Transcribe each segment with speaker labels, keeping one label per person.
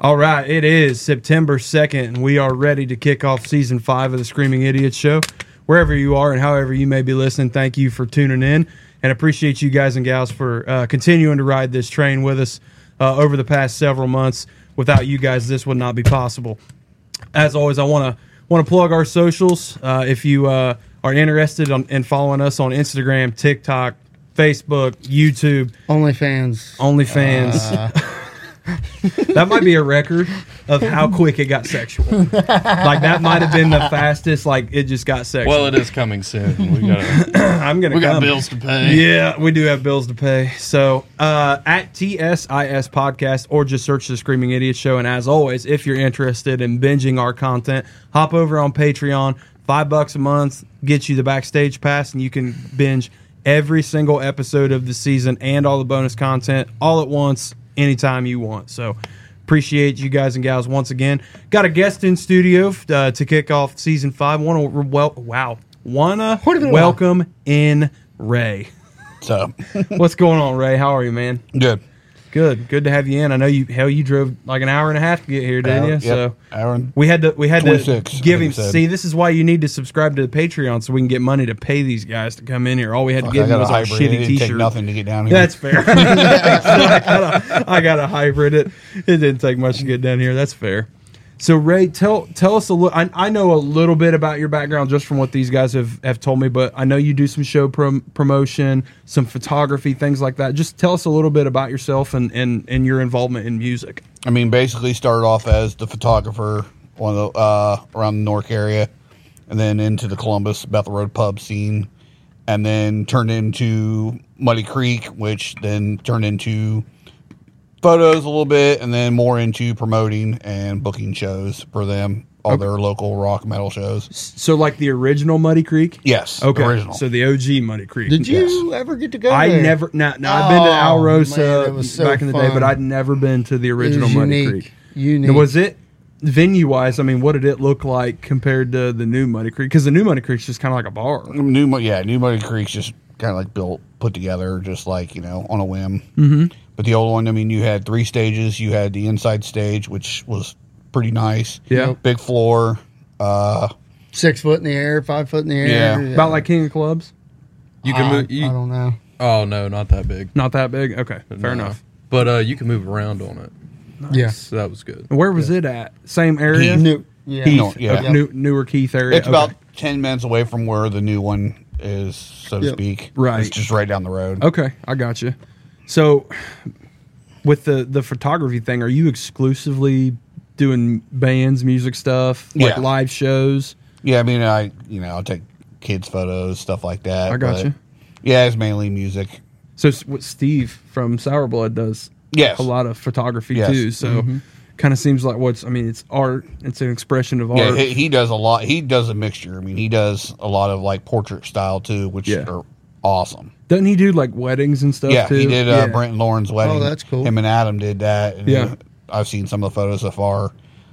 Speaker 1: All right, it is September 2nd, and we are ready to kick off season five of the Screaming Idiots show. Wherever you are and however you may be listening, thank you for tuning in and appreciate you guys and gals for uh, continuing to ride this train with us uh, over the past several months. Without you guys, this would not be possible. As always, I want to want to plug our socials. Uh, if you uh, are interested on, in following us on Instagram, TikTok, Facebook, YouTube,
Speaker 2: OnlyFans.
Speaker 1: Oh, OnlyFans. that might be a record of how quick it got sexual. like that might have been the fastest. Like it just got sexual.
Speaker 3: Well, it is coming soon. We got
Speaker 1: I'm gonna
Speaker 3: we got
Speaker 1: come.
Speaker 3: bills to pay.
Speaker 1: Um, Yeah, we do have bills to pay. So uh, at TSIS Podcast or just search the Screaming Idiot Show. And as always, if you're interested in binging our content, hop over on Patreon. Five bucks a month gets you the backstage pass, and you can binge every single episode of the season and all the bonus content all at once, anytime you want. So appreciate you guys and gals once again. Got a guest in studio uh, to kick off season five. Wanna well, wow, wanna
Speaker 2: What a little-
Speaker 1: welcome in Ray.
Speaker 3: So
Speaker 1: What's going on, Ray? How are you, man?
Speaker 3: good.
Speaker 1: Good, good to have you in. I know you. Hell, you drove like an hour and a half to get here, didn't you?
Speaker 3: Yep.
Speaker 1: So
Speaker 3: Aaron,
Speaker 1: we had to. We had
Speaker 3: 26,
Speaker 1: to give
Speaker 3: I
Speaker 1: him.
Speaker 3: think you said.
Speaker 1: See, this is why you need to subscribe to the Patreon so we can get money to pay these guys to come in here. All we had to give
Speaker 4: I
Speaker 1: him
Speaker 4: got a
Speaker 1: was our
Speaker 4: hybrid. it
Speaker 1: shitty
Speaker 4: didn't
Speaker 1: T-shirt.
Speaker 4: take nothing to get down here.
Speaker 1: That's fair. I, got a, I got a hybrid. It it didn't take much to get down here. That's fair. So Ray, tell tell us a little. I, I know a little bit about your background just from what these guys have, have told me, but I know you do some show prom- promotion, some photography, things like that. Just tell us a little bit about yourself and, and, and your involvement in music.
Speaker 4: I mean, basically started off as the photographer on the uh, around the Newark area, and then into the Columbus Bethel Road pub scene, and then turned into Muddy Creek, which then turned into photos a little bit, and then more into promoting and booking shows for them, all their local rock metal shows.
Speaker 1: So like the original Muddy Creek.
Speaker 4: Yes,
Speaker 1: Okay.
Speaker 4: original.
Speaker 1: So the OG Muddy Creek.
Speaker 2: Did you ever get to go?
Speaker 1: I
Speaker 2: there?
Speaker 1: never. Now, now I've been to
Speaker 2: Oh,
Speaker 1: Alrosa
Speaker 2: man, it was so
Speaker 1: back in the day,
Speaker 2: fun.
Speaker 1: but I'd never been to the
Speaker 2: It was
Speaker 1: original Muddy
Speaker 2: unique.
Speaker 1: Creek.
Speaker 2: Unique.
Speaker 1: Now, was it venue wise? I mean, what did it look like compared to the new Muddy Creek? Because the new Muddy Creek's just kind of like a bar.
Speaker 4: New, Mo- yeah, New Muddy Creek's just kind of like built, put together, just like you know, on a whim. Mm-hmm. But the old one, I mean, you had three stages. You had the inside stage, which was pretty nice.
Speaker 1: Yeah.
Speaker 4: big floor. Uh,
Speaker 2: six foot in the air, five foot in the air.
Speaker 4: Yeah.
Speaker 1: About like King of Clubs.
Speaker 3: You can
Speaker 2: I,
Speaker 3: move.
Speaker 2: I
Speaker 3: You,
Speaker 2: don't know.
Speaker 3: oh no, not that big.
Speaker 1: Not that big. Okay, fair
Speaker 3: No.
Speaker 1: enough.
Speaker 3: But uh, you can move around on it.
Speaker 2: Yeah.
Speaker 3: So that was good.
Speaker 1: And Where was it at? Same area.
Speaker 4: Heath.
Speaker 2: New, yeah.
Speaker 4: Heath. No, yeah.
Speaker 1: Okay, New, newer Keith area.
Speaker 4: it's
Speaker 1: Okay.
Speaker 4: about ten minutes away from where the new one is, so to
Speaker 2: Yep.
Speaker 4: speak.
Speaker 1: Right.
Speaker 4: it's just right down the road.
Speaker 1: Okay, I got you. So, with the the photography thing, are you exclusively doing bands, music stuff, like
Speaker 4: Yeah.
Speaker 1: live shows?
Speaker 4: Yeah, I mean, I you know, I'll take kids' photos, stuff like that.
Speaker 1: I got
Speaker 4: but-
Speaker 1: you.
Speaker 4: Yeah, it's mainly music.
Speaker 1: So s- what Steve from Sour Blood does
Speaker 4: Yes,
Speaker 1: a lot of photography
Speaker 4: Yes.
Speaker 1: too. So kind of seems like what's I mean it's art. It's an expression of art.
Speaker 4: Yeah, he, he does a lot. He does a mixture. I mean, he does a lot of like portrait style too, which
Speaker 1: Yeah.
Speaker 4: are awesome.
Speaker 1: Doesn't he do like weddings and stuff
Speaker 4: yeah,
Speaker 1: too? Oh,
Speaker 4: he did uh, Brent and Lauren's wedding.
Speaker 2: that's cool.
Speaker 4: Him and Adam did that. And
Speaker 1: Yeah.
Speaker 4: I've seen some of the photos so far.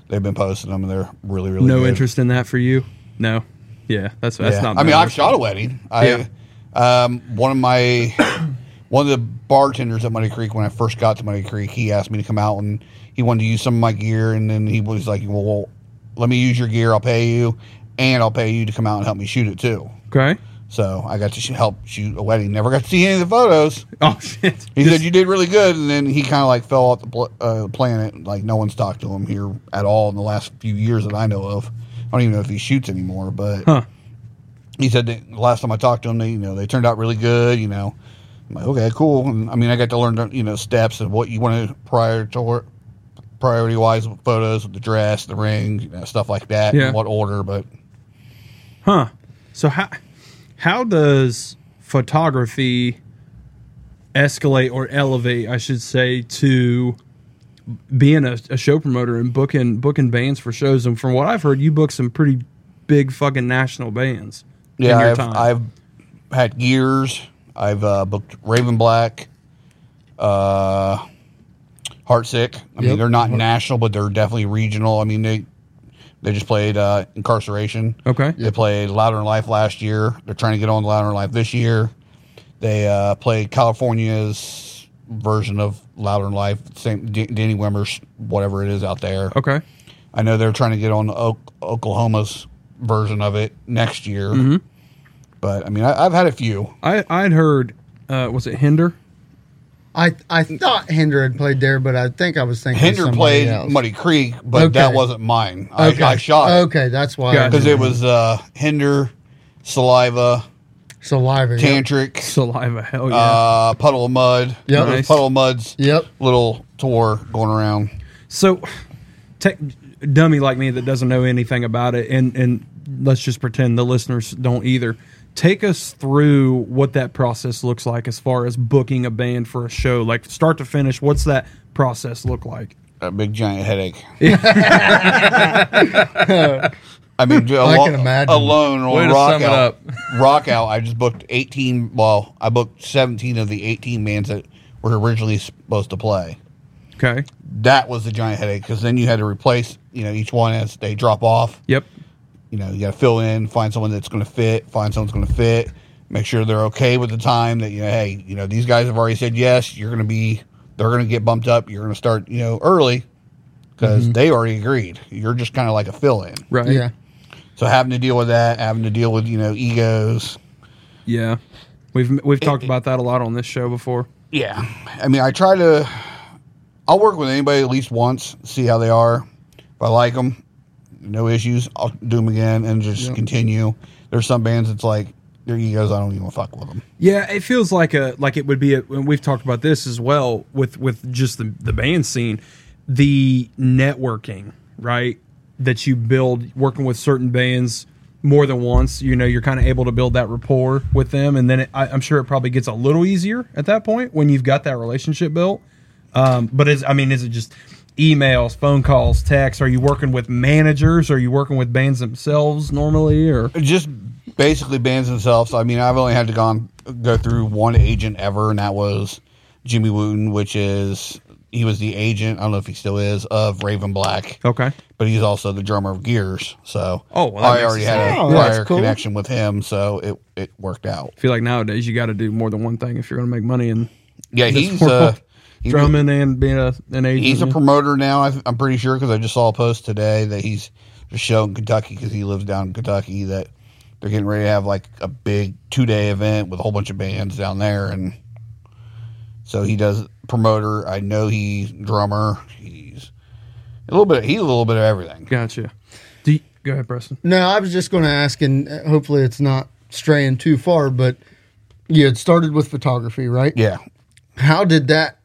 Speaker 4: They've been posting them, and they're really, really
Speaker 1: No
Speaker 4: good.
Speaker 1: interest in that for you? No. Yeah, that's that's
Speaker 4: Yeah.
Speaker 1: not.
Speaker 4: I mean,
Speaker 1: bad.
Speaker 4: I've shot a wedding. I, um, one of my, one of the bartenders at Muddy Creek when I first got to Muddy Creek, he asked me to come out and he wanted to use some of my gear, and then he was like, "Well, well let me use your gear. I'll pay you, and I'll pay you to come out and help me shoot it too."
Speaker 1: Okay.
Speaker 4: So I got to sh- help shoot a wedding. Never got to see any of the photos.
Speaker 1: Oh shit.
Speaker 4: He
Speaker 1: Just-
Speaker 4: said you did really good, and then he kind of like fell off the pl- uh, planet. Like no one's talked to him here at all in the last few years that I know of. I don't even know if he shoots anymore. But
Speaker 1: Huh.
Speaker 4: he said that the last time I talked to him, they you know they turned out really good. You know, I'm like okay, cool. And I mean, I got to learn you know steps of what you want to prior to priority wise photos with the dress, the ring, you know, stuff like that.
Speaker 1: Yeah.
Speaker 4: and what order? But
Speaker 1: Huh. So how how does photography escalate or elevate, I should say, to being a, a show promoter and booking booking bands for shows? And from what I've heard, you book some pretty big fucking national bands. in
Speaker 4: yeah,
Speaker 1: your
Speaker 4: I've,
Speaker 1: time.
Speaker 4: I've had gears. I've uh, booked Raven Black, uh, Heartsick. I mean,
Speaker 2: Yep.
Speaker 4: they're not national, but they're definitely regional. I mean, they they just played uh, Incarceration.
Speaker 1: okay.
Speaker 4: They played Louder Than Life last year. They're trying to get on Louder Than Life this year. They uh, played California's version of Louder Than Life, same D- Danny Wimmer's whatever it is out there.
Speaker 1: Okay.
Speaker 4: I know they're trying to get on o- Oklahoma's version of it next year.
Speaker 2: Mm-hmm.
Speaker 4: But I mean, I, I've had a few.
Speaker 1: I I'd heard. Uh, was it Hinder?
Speaker 2: I I thought Hinder had played there, but I think I was thinking
Speaker 4: Hinder
Speaker 2: somebody
Speaker 4: played
Speaker 2: else.
Speaker 4: Muddy Creek, but
Speaker 2: Okay.
Speaker 4: that wasn't mine. I, I shot it
Speaker 2: Okay, that's why.
Speaker 1: Gotcha.
Speaker 4: because it was uh, Hinder, Saliva,
Speaker 2: saliva. Yep.
Speaker 4: Tantric,
Speaker 1: Saliva. Hell yeah.
Speaker 4: uh, Puddle of Mud.
Speaker 2: Yep.
Speaker 4: It was
Speaker 1: Nice.
Speaker 4: Puddle of Mud's
Speaker 2: Yep.
Speaker 4: little tour going around.
Speaker 1: So, tech dummy like me that doesn't know anything about it, and and let's just pretend the listeners don't either. Take us through what that process looks like as far as booking a band for a show, like start to finish. What's that process look like?
Speaker 4: A big giant headache. I mean,
Speaker 2: I
Speaker 4: alo-
Speaker 2: can imagine.
Speaker 4: alone on
Speaker 3: Way to
Speaker 4: Rock
Speaker 3: sum it
Speaker 4: Out.
Speaker 3: up.
Speaker 4: Rock Out, I just booked 18. Well, I booked 17 of the 18 bands that were originally supposed to play.
Speaker 1: Okay.
Speaker 4: That was the giant headache because then you had to replace, you know, each one as they drop off.
Speaker 1: Yep.
Speaker 4: you know, you got to fill in, find someone that's going to fit, find someone's going to fit, make sure they're okay with the time that, you know, hey, you know, these guys have already said yes, you're going to be, they're going to get bumped up, you're going to start, you know, early because they already agreed. You're just kind of like a fill in.
Speaker 1: Right.
Speaker 2: Yeah.
Speaker 4: So having to deal with that, having to deal with, you know, egos.
Speaker 1: Yeah. We've we've talked about that a lot on this show before.
Speaker 4: Yeah. I mean, I try to, I'll work with anybody at least once, see how they are. If I like them, no issues, I'll do them again and just continue. There's some bands that's like, their egos, I don't even fuck with them.
Speaker 1: Yeah, it feels like a like it would be. A, and we've talked about this as well with with just the the band scene, the networking right that you build working with certain bands more than once. You know, you're kind of able to build that rapport with them, and then it, I, I'm sure it probably gets a little easier at that point when you've got that relationship built. Um, but is I mean, is it just emails, phone calls, texts? Are you working with managers? Are you working with bands themselves normally? Or
Speaker 4: just basically bands themselves. I mean, I've only had to gone go through one agent ever, and that was Jimmy Wooten, which is he was the agent. I don't know if he still is of Raven Black,
Speaker 1: okay,
Speaker 4: but he's also the drummer of Gears. So
Speaker 1: Oh, well, that
Speaker 4: I
Speaker 1: makes
Speaker 4: already
Speaker 1: sense.
Speaker 4: had a
Speaker 2: Oh, that's
Speaker 4: prior
Speaker 2: cool.
Speaker 4: connection with him, so it it worked out.
Speaker 1: I feel like nowadays you got to do more than one thing if you're going to make money and
Speaker 4: Yeah,
Speaker 1: This
Speaker 4: he's
Speaker 1: world.
Speaker 4: uh, he's,
Speaker 1: drumming and being a, an agent.
Speaker 4: he's a
Speaker 2: Mm-hmm.
Speaker 1: yeah.
Speaker 4: promoter now. I, I'm pretty sure because I just saw a post today that he's just showing Kentucky because he lives down in Kentucky that. They're getting ready to have like a big two day event with a whole bunch of bands down there, and So he does promoter. I know he's drummer. He's a little bit. He's a little bit of everything.
Speaker 1: gotcha. Do you- go ahead, Preston.
Speaker 2: No, I was just going to ask, and uh, hopefully it's not straying too far, but you had started with photography, right?
Speaker 4: Yeah.
Speaker 2: How did that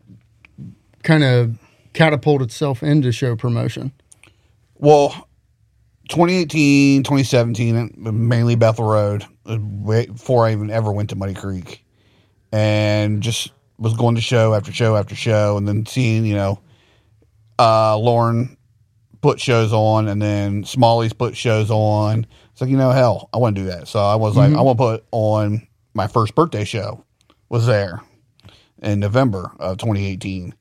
Speaker 2: kind of catapult itself into show promotion?
Speaker 4: Well, 2018, 2017, mainly Bethel Road. uh, way- Before I even ever went to Muddy Creek, and just was going to show after show after show, and then seeing you know, uh, Lauren put shows on, and then Smalley's put shows on. It's like you know, hell, I want to do that. So I was like, I want to put on my first birthday show. Was there in November of 2018.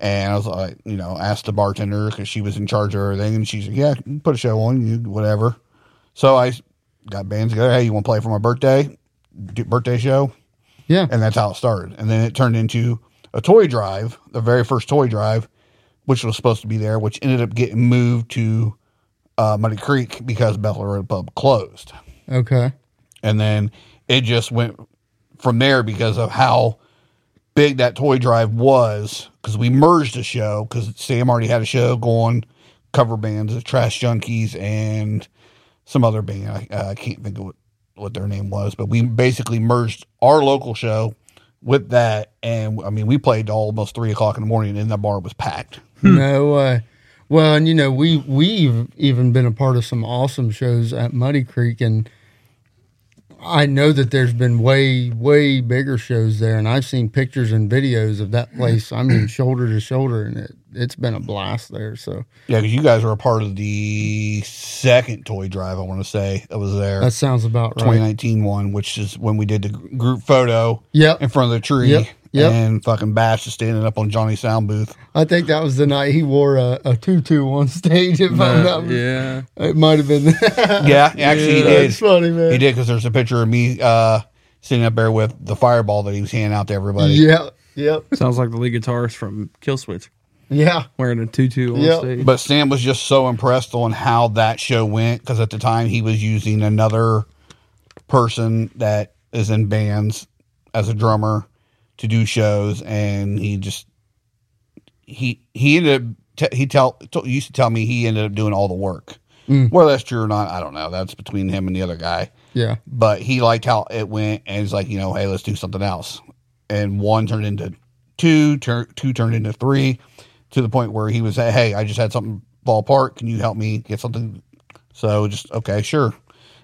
Speaker 4: And I was like, you know, asked the bartender because she was in charge of everything. And she's like, yeah, you can put a show on, you whatever. So I got bands together. Hey, you want to play for my birthday? Do birthday show?
Speaker 2: Yeah.
Speaker 4: And that's how it started. And then it turned into a toy drive, the very first toy drive, which was supposed to be there, which ended up getting moved to uh, Muddy Creek because Bethel Road Pub closed
Speaker 2: Okay.
Speaker 4: and then it just went from there because of how big that toy drive was because we merged a show because sam already had a show going cover bands the trash junkies and some other band i, I can't think of what, what their name was but we basically merged our local show with that and i mean we played till almost three o'clock in the morning and the bar was packed
Speaker 2: No way. Well, and you know, we we've even been a part of some awesome shows at Muddy Creek, and I know that there's been way way bigger shows there, and I've seen pictures and videos of that place. I mean, shoulder to shoulder, and it it's been a blast there. So
Speaker 4: yeah because you guys were a part of the second toy drive i want to say that was there
Speaker 2: that sounds about right.
Speaker 4: 2019 one, which is when we did the gr- group photo
Speaker 2: Yep.
Speaker 4: in front of the tree.
Speaker 2: Yep, yep.
Speaker 4: And fucking Bash is standing up on Johnny's sound booth.
Speaker 2: I think that was the night he wore a, a tutu on stage. If I'm not,
Speaker 3: yeah.
Speaker 2: it might have been. that.
Speaker 4: Yeah, actually, he did.
Speaker 2: That's funny, man.
Speaker 4: He did because there's a picture of me uh, sitting up there with the fireball that he was handing out to everybody.
Speaker 2: Yeah, Yep.
Speaker 1: Sounds like the lead guitarist from Killswitch
Speaker 2: Yeah.
Speaker 1: wearing a tutu on
Speaker 2: Yep.
Speaker 1: stage.
Speaker 4: But Sam was just so impressed on how that show went because at the time he was using another person that is in bands as a drummer to do shows, and he just he he ended up t- he tell t- used to tell me he ended up doing all the work. Whether that's true or not, I don't know. That's between him and the other guy.
Speaker 2: Yeah.
Speaker 4: But he liked how it went, and he's like, you know, hey, let's do something else. And one turned into two, tur- two turned into three, to the point where he was, hey, I just had something fall apart. Can you help me get something? So just okay, sure.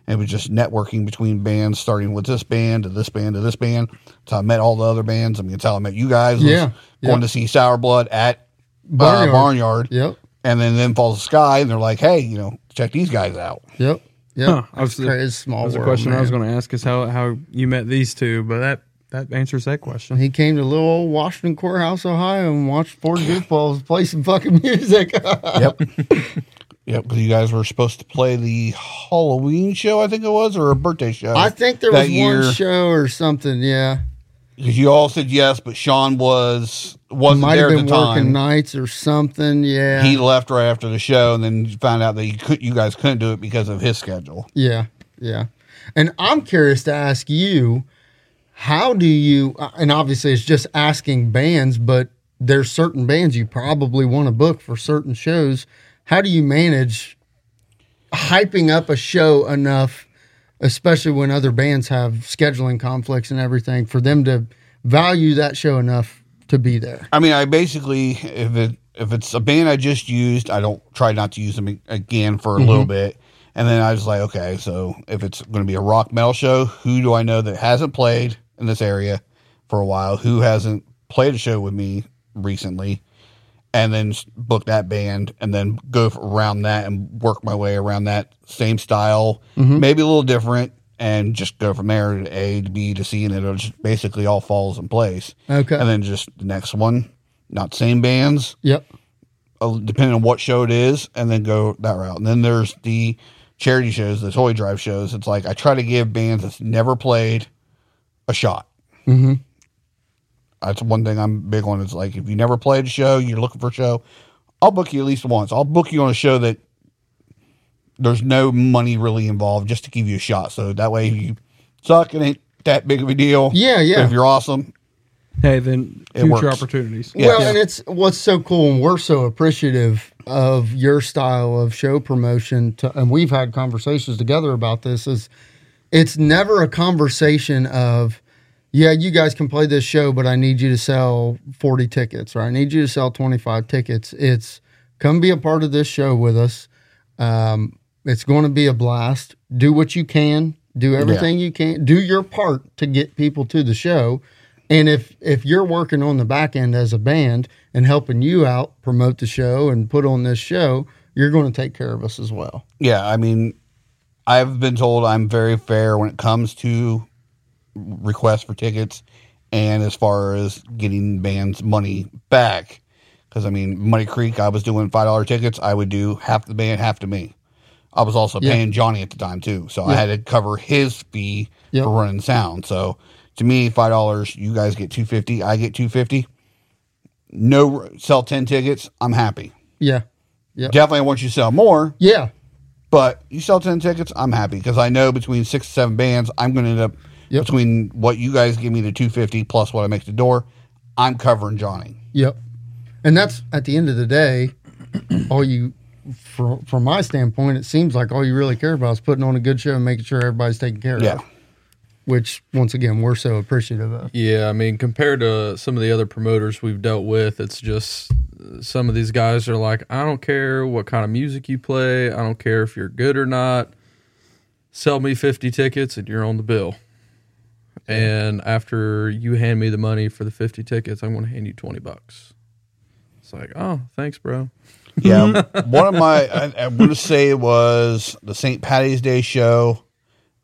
Speaker 4: And it was just networking between bands, starting with this band to this band to this band. So I met all the other bands. I mean, that's how I met you guys. was
Speaker 2: Yeah,
Speaker 4: going
Speaker 2: yeah.
Speaker 4: to see Sour Blood at Barnyard.
Speaker 2: Barnyard.
Speaker 4: Uh, Barnyard.
Speaker 2: Yep.
Speaker 4: And then then falls the sky, and they're like, hey, you know, check these guys out.
Speaker 2: Yep. Yep.
Speaker 1: Huh, I was-
Speaker 2: It's cra- it's small
Speaker 1: That was a
Speaker 2: world,
Speaker 1: question I was
Speaker 2: man.
Speaker 1: going to ask is how, how you met these two, but that, that answers that question.
Speaker 2: He came to little old Washington Courthouse, Ohio, and watched four goofballs play some fucking music.
Speaker 4: Yep. yep. Because you guys were supposed to play the Halloween show, I think it was, or a birthday show.
Speaker 2: I think there was
Speaker 4: That year-
Speaker 2: one show or something. Yeah,
Speaker 4: Because you all said yes, but Sean was wasn't
Speaker 2: might have
Speaker 4: there at
Speaker 2: been
Speaker 4: the time.
Speaker 2: working nights or something. Yeah,
Speaker 4: He left right after the show, and then you found out that you could you guys couldn't do it because of his schedule.
Speaker 2: Yeah, yeah. And I'm curious to ask you, how do you? uh, And obviously, it's just asking bands, but there's certain bands you probably want to book for certain shows. How do you manage hyping up a show enough, especially when other bands have scheduling conflicts and everything, for them to value that show enough to be there?
Speaker 4: I mean, I basically if it if it's a band I just used, I don't try not to use them a- again for a little bit, and then I was like, okay, so if it's going to be a rock metal show, who do I know that hasn't played in this area for a while? Who hasn't played a show with me recently? And then s- book that band, and then go f- around that and work my way around that same style, maybe a little different, and just go from there to A to B to C, and it'll just basically all falls in place.
Speaker 2: Okay.
Speaker 4: And then just the next one, not same bands,
Speaker 2: Yep.
Speaker 4: uh, depending on what show it is, and then go that route. And then there's the charity shows, the toy drive shows. It's like I try to give bands that's never played a shot. Mm-hmm. That's one thing I'm big on. It's like if you never played a show, you're looking for a show, I'll book you at least once. I'll book you on a show that there's no money really involved just to give you a shot. So that way, if you suck, it ain't that big of a deal.
Speaker 2: Yeah,
Speaker 4: But
Speaker 2: yeah.
Speaker 4: if you're awesome,
Speaker 1: Hey, then
Speaker 4: It
Speaker 1: future
Speaker 4: works.
Speaker 1: opportunities.
Speaker 4: Yeah.
Speaker 2: Well, and it's what's so cool, and we're so appreciative of your style of show promotion. To, and we've had conversations together about this. Is it's never a conversation of, yeah, you guys can play this show, but I need you to sell forty tickets, or I need you to sell twenty five tickets. It's come be a part of this show with us. Um, it's going to be a blast. Do what you can. Do everything you can. Do your part to get people to the show. And if if you're working on the back end as a band and helping you out promote the show and put on this show, you're going to take care of us as well.
Speaker 4: Yeah, I mean, I've been told I'm very fair when it comes to requests for tickets and as far as getting bands money back. Because, I mean, Money Creek, I was doing $5 tickets. I would do half the band, half to me. I was also
Speaker 2: Yeah.
Speaker 4: paying Johnny at the time, too. So I had to cover his fee
Speaker 2: Yeah.
Speaker 4: for running sound. So to me, $5, you guys get 250 I get 250 No, sell 10 tickets. I'm happy.
Speaker 2: Yeah, yeah,
Speaker 4: Definitely, I want you to sell more.
Speaker 2: yeah,
Speaker 4: But you sell 10 tickets, I'm happy because I know between six to seven bands, I'm going to end up
Speaker 2: Yep.
Speaker 4: between what you guys give me the 250 plus what I make the door, I'm covering Johnny.
Speaker 2: yep. And that's at the end of the day, all you from from my standpoint, it seems like all you really care about is putting on a good show and making sure everybody's taken care
Speaker 4: Yeah.
Speaker 2: of. Which once again, we're so appreciative of.
Speaker 3: Yeah, I mean, compared to some of the other promoters we've dealt with, it's just uh, some of these guys are like, I don't care what kind of music you play, I don't care if you're good or not. Sell me 50 tickets and you're on the bill. And after you hand me the money for the 50 tickets, I'm going to hand you 20 bucks. It's like, oh, thanks, bro.
Speaker 4: Yeah. one of my, I, I want to say it was the St. Patty's Day show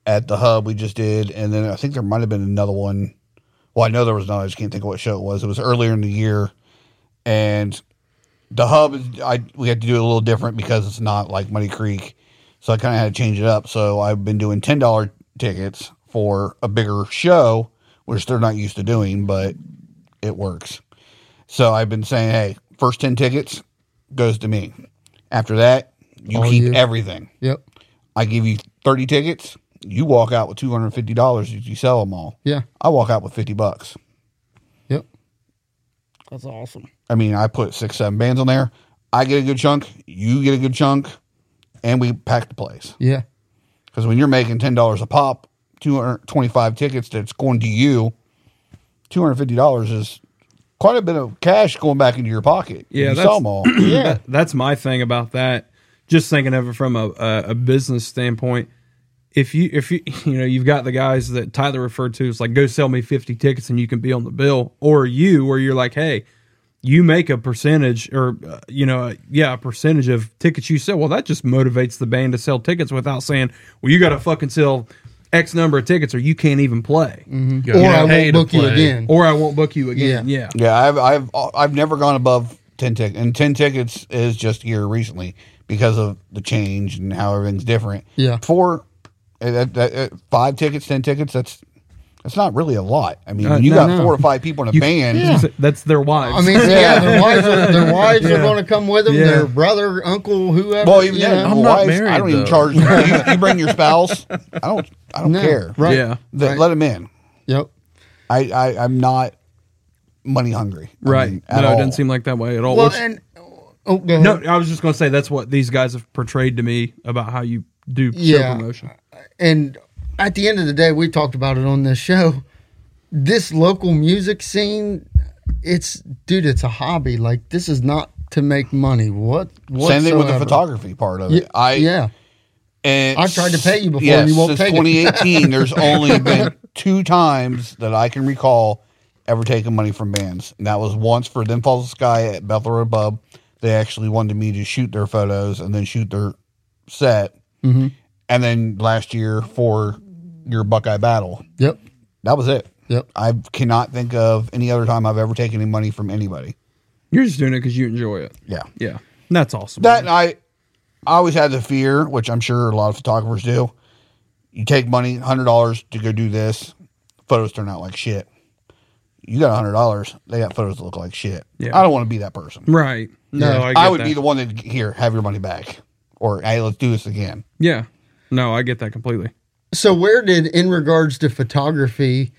Speaker 4: at the Hub we just did. And then I think there might have been another one. Well, I know there was another. I just can't think of what show it was. It was earlier in the year. And the hub is- I we had to do it a little different because it's not like Muddy Creek, so I kind of had to change it up. So I've been doing ten dollar tickets for a bigger show, which they're not used to doing, but it works. So I've been saying, hey, first 10 tickets goes to me. After that, you
Speaker 2: All
Speaker 4: keep
Speaker 2: you.
Speaker 4: everything.
Speaker 2: Yep.
Speaker 4: I give you 30 tickets, you walk out with $250 if you sell them all.
Speaker 2: Yeah.
Speaker 4: I walk out with 50 bucks.
Speaker 2: Yep. That's awesome.
Speaker 4: I mean, I put six, seven bands on there. I get a good chunk, you get a good chunk, and we pack the place.
Speaker 2: Yeah.
Speaker 4: Because when you're making ten dollars a pop, two hundred twenty-five tickets that's going to you, two hundred fifty dollars is quite a bit of cash going back into your pocket.
Speaker 1: Yeah,
Speaker 4: you
Speaker 1: that's-
Speaker 4: sell them all.
Speaker 2: Yeah.
Speaker 1: that's my thing about that. Just thinking of it from a, a, a business standpoint, if you if you you know you've got the guys that Tyler referred to, it's like go sell me fifty tickets and you can be on the bill, or you where you're like, hey, you make a percentage or uh, you know yeah a percentage of tickets you sell. Well, that just motivates the band to sell tickets without saying, well, you got to fucking sell x number of tickets or you can't even play
Speaker 3: You
Speaker 2: Or
Speaker 3: gotta
Speaker 2: I
Speaker 3: pay
Speaker 2: won't
Speaker 3: to
Speaker 2: book you
Speaker 3: play.
Speaker 2: again.
Speaker 1: or I won't book you again. Yeah.
Speaker 4: Yeah, I've I've I've never gone above ten tickets, and ten tickets is just here recently because of the change and how everything's different.
Speaker 2: Yeah.
Speaker 4: four, eh, that- that- eh, five tickets, ten tickets. That's that's not really a lot. I mean,
Speaker 1: Uh,
Speaker 4: when you
Speaker 1: no,
Speaker 4: got
Speaker 1: no.
Speaker 4: four or five people in a band.
Speaker 1: That's their wives.
Speaker 2: I mean, yeah, their wives are, their wives are
Speaker 1: Yeah.
Speaker 2: going to come with them.
Speaker 1: Yeah.
Speaker 2: Their brother, uncle, whoever.
Speaker 4: Well, even
Speaker 2: you
Speaker 4: then,
Speaker 2: know.
Speaker 4: I'm
Speaker 3: I'm not
Speaker 4: I
Speaker 3: married,
Speaker 4: don't even
Speaker 3: though.
Speaker 4: charge. you, you bring your spouse. I don't. I don't
Speaker 2: No,
Speaker 4: care.
Speaker 2: Right.
Speaker 1: Yeah.
Speaker 4: Th-
Speaker 2: right.
Speaker 4: Let them in.
Speaker 2: Yep.
Speaker 4: I, I I'm not money hungry. I
Speaker 1: right.
Speaker 4: mean,
Speaker 1: no,
Speaker 4: at
Speaker 1: it
Speaker 4: all.
Speaker 1: doesn't seem like that way at all.
Speaker 2: Mm, Well,
Speaker 1: Which-
Speaker 2: and oh, go ahead.
Speaker 1: no, I was just going to say that's what these guys have portrayed to me about how you do
Speaker 2: Yeah.
Speaker 1: show promotion.
Speaker 2: and at the end of the day, we talked about it on this show. This local music scene, it's dude, it's a hobby. Like this is not to make money. What?
Speaker 4: Same thing with the
Speaker 2: whatsoever.
Speaker 4: photography part of it.
Speaker 2: Yeah,
Speaker 4: I
Speaker 2: yeah,
Speaker 4: and
Speaker 2: I tried to pay you before
Speaker 4: yes,
Speaker 2: and you won't
Speaker 4: since
Speaker 2: take it.
Speaker 4: 2018, there's only been two times that I can recall ever taking money from bands, and that was once for Then Falls the Sky at Bethel Road Pub. They actually wanted me to shoot their photos and then shoot their set,
Speaker 2: Mm-hmm.
Speaker 4: and then last year for your Buckeye Battle,
Speaker 2: yep,
Speaker 4: that was it.
Speaker 2: yep,
Speaker 4: I cannot think of any other time I've ever taken any money from anybody.
Speaker 1: You're just doing it because you enjoy it.
Speaker 4: Yeah.
Speaker 1: Yeah. And that's awesome.
Speaker 4: That and I, I always had the fear, which I'm sure a lot of photographers do. You take money, hundred dollars to go do this, photos turn out like shit. You got hundred dollars, they got photos that look like shit.
Speaker 1: Yeah.
Speaker 4: I don't want to be that person.
Speaker 1: right. No,
Speaker 2: Yeah.
Speaker 1: I, get
Speaker 4: I, would
Speaker 1: that.
Speaker 4: be the one that here have your money back, or hey, let's do this again.
Speaker 1: Yeah. No, I get that completely.
Speaker 2: So, where did, in regards to photography,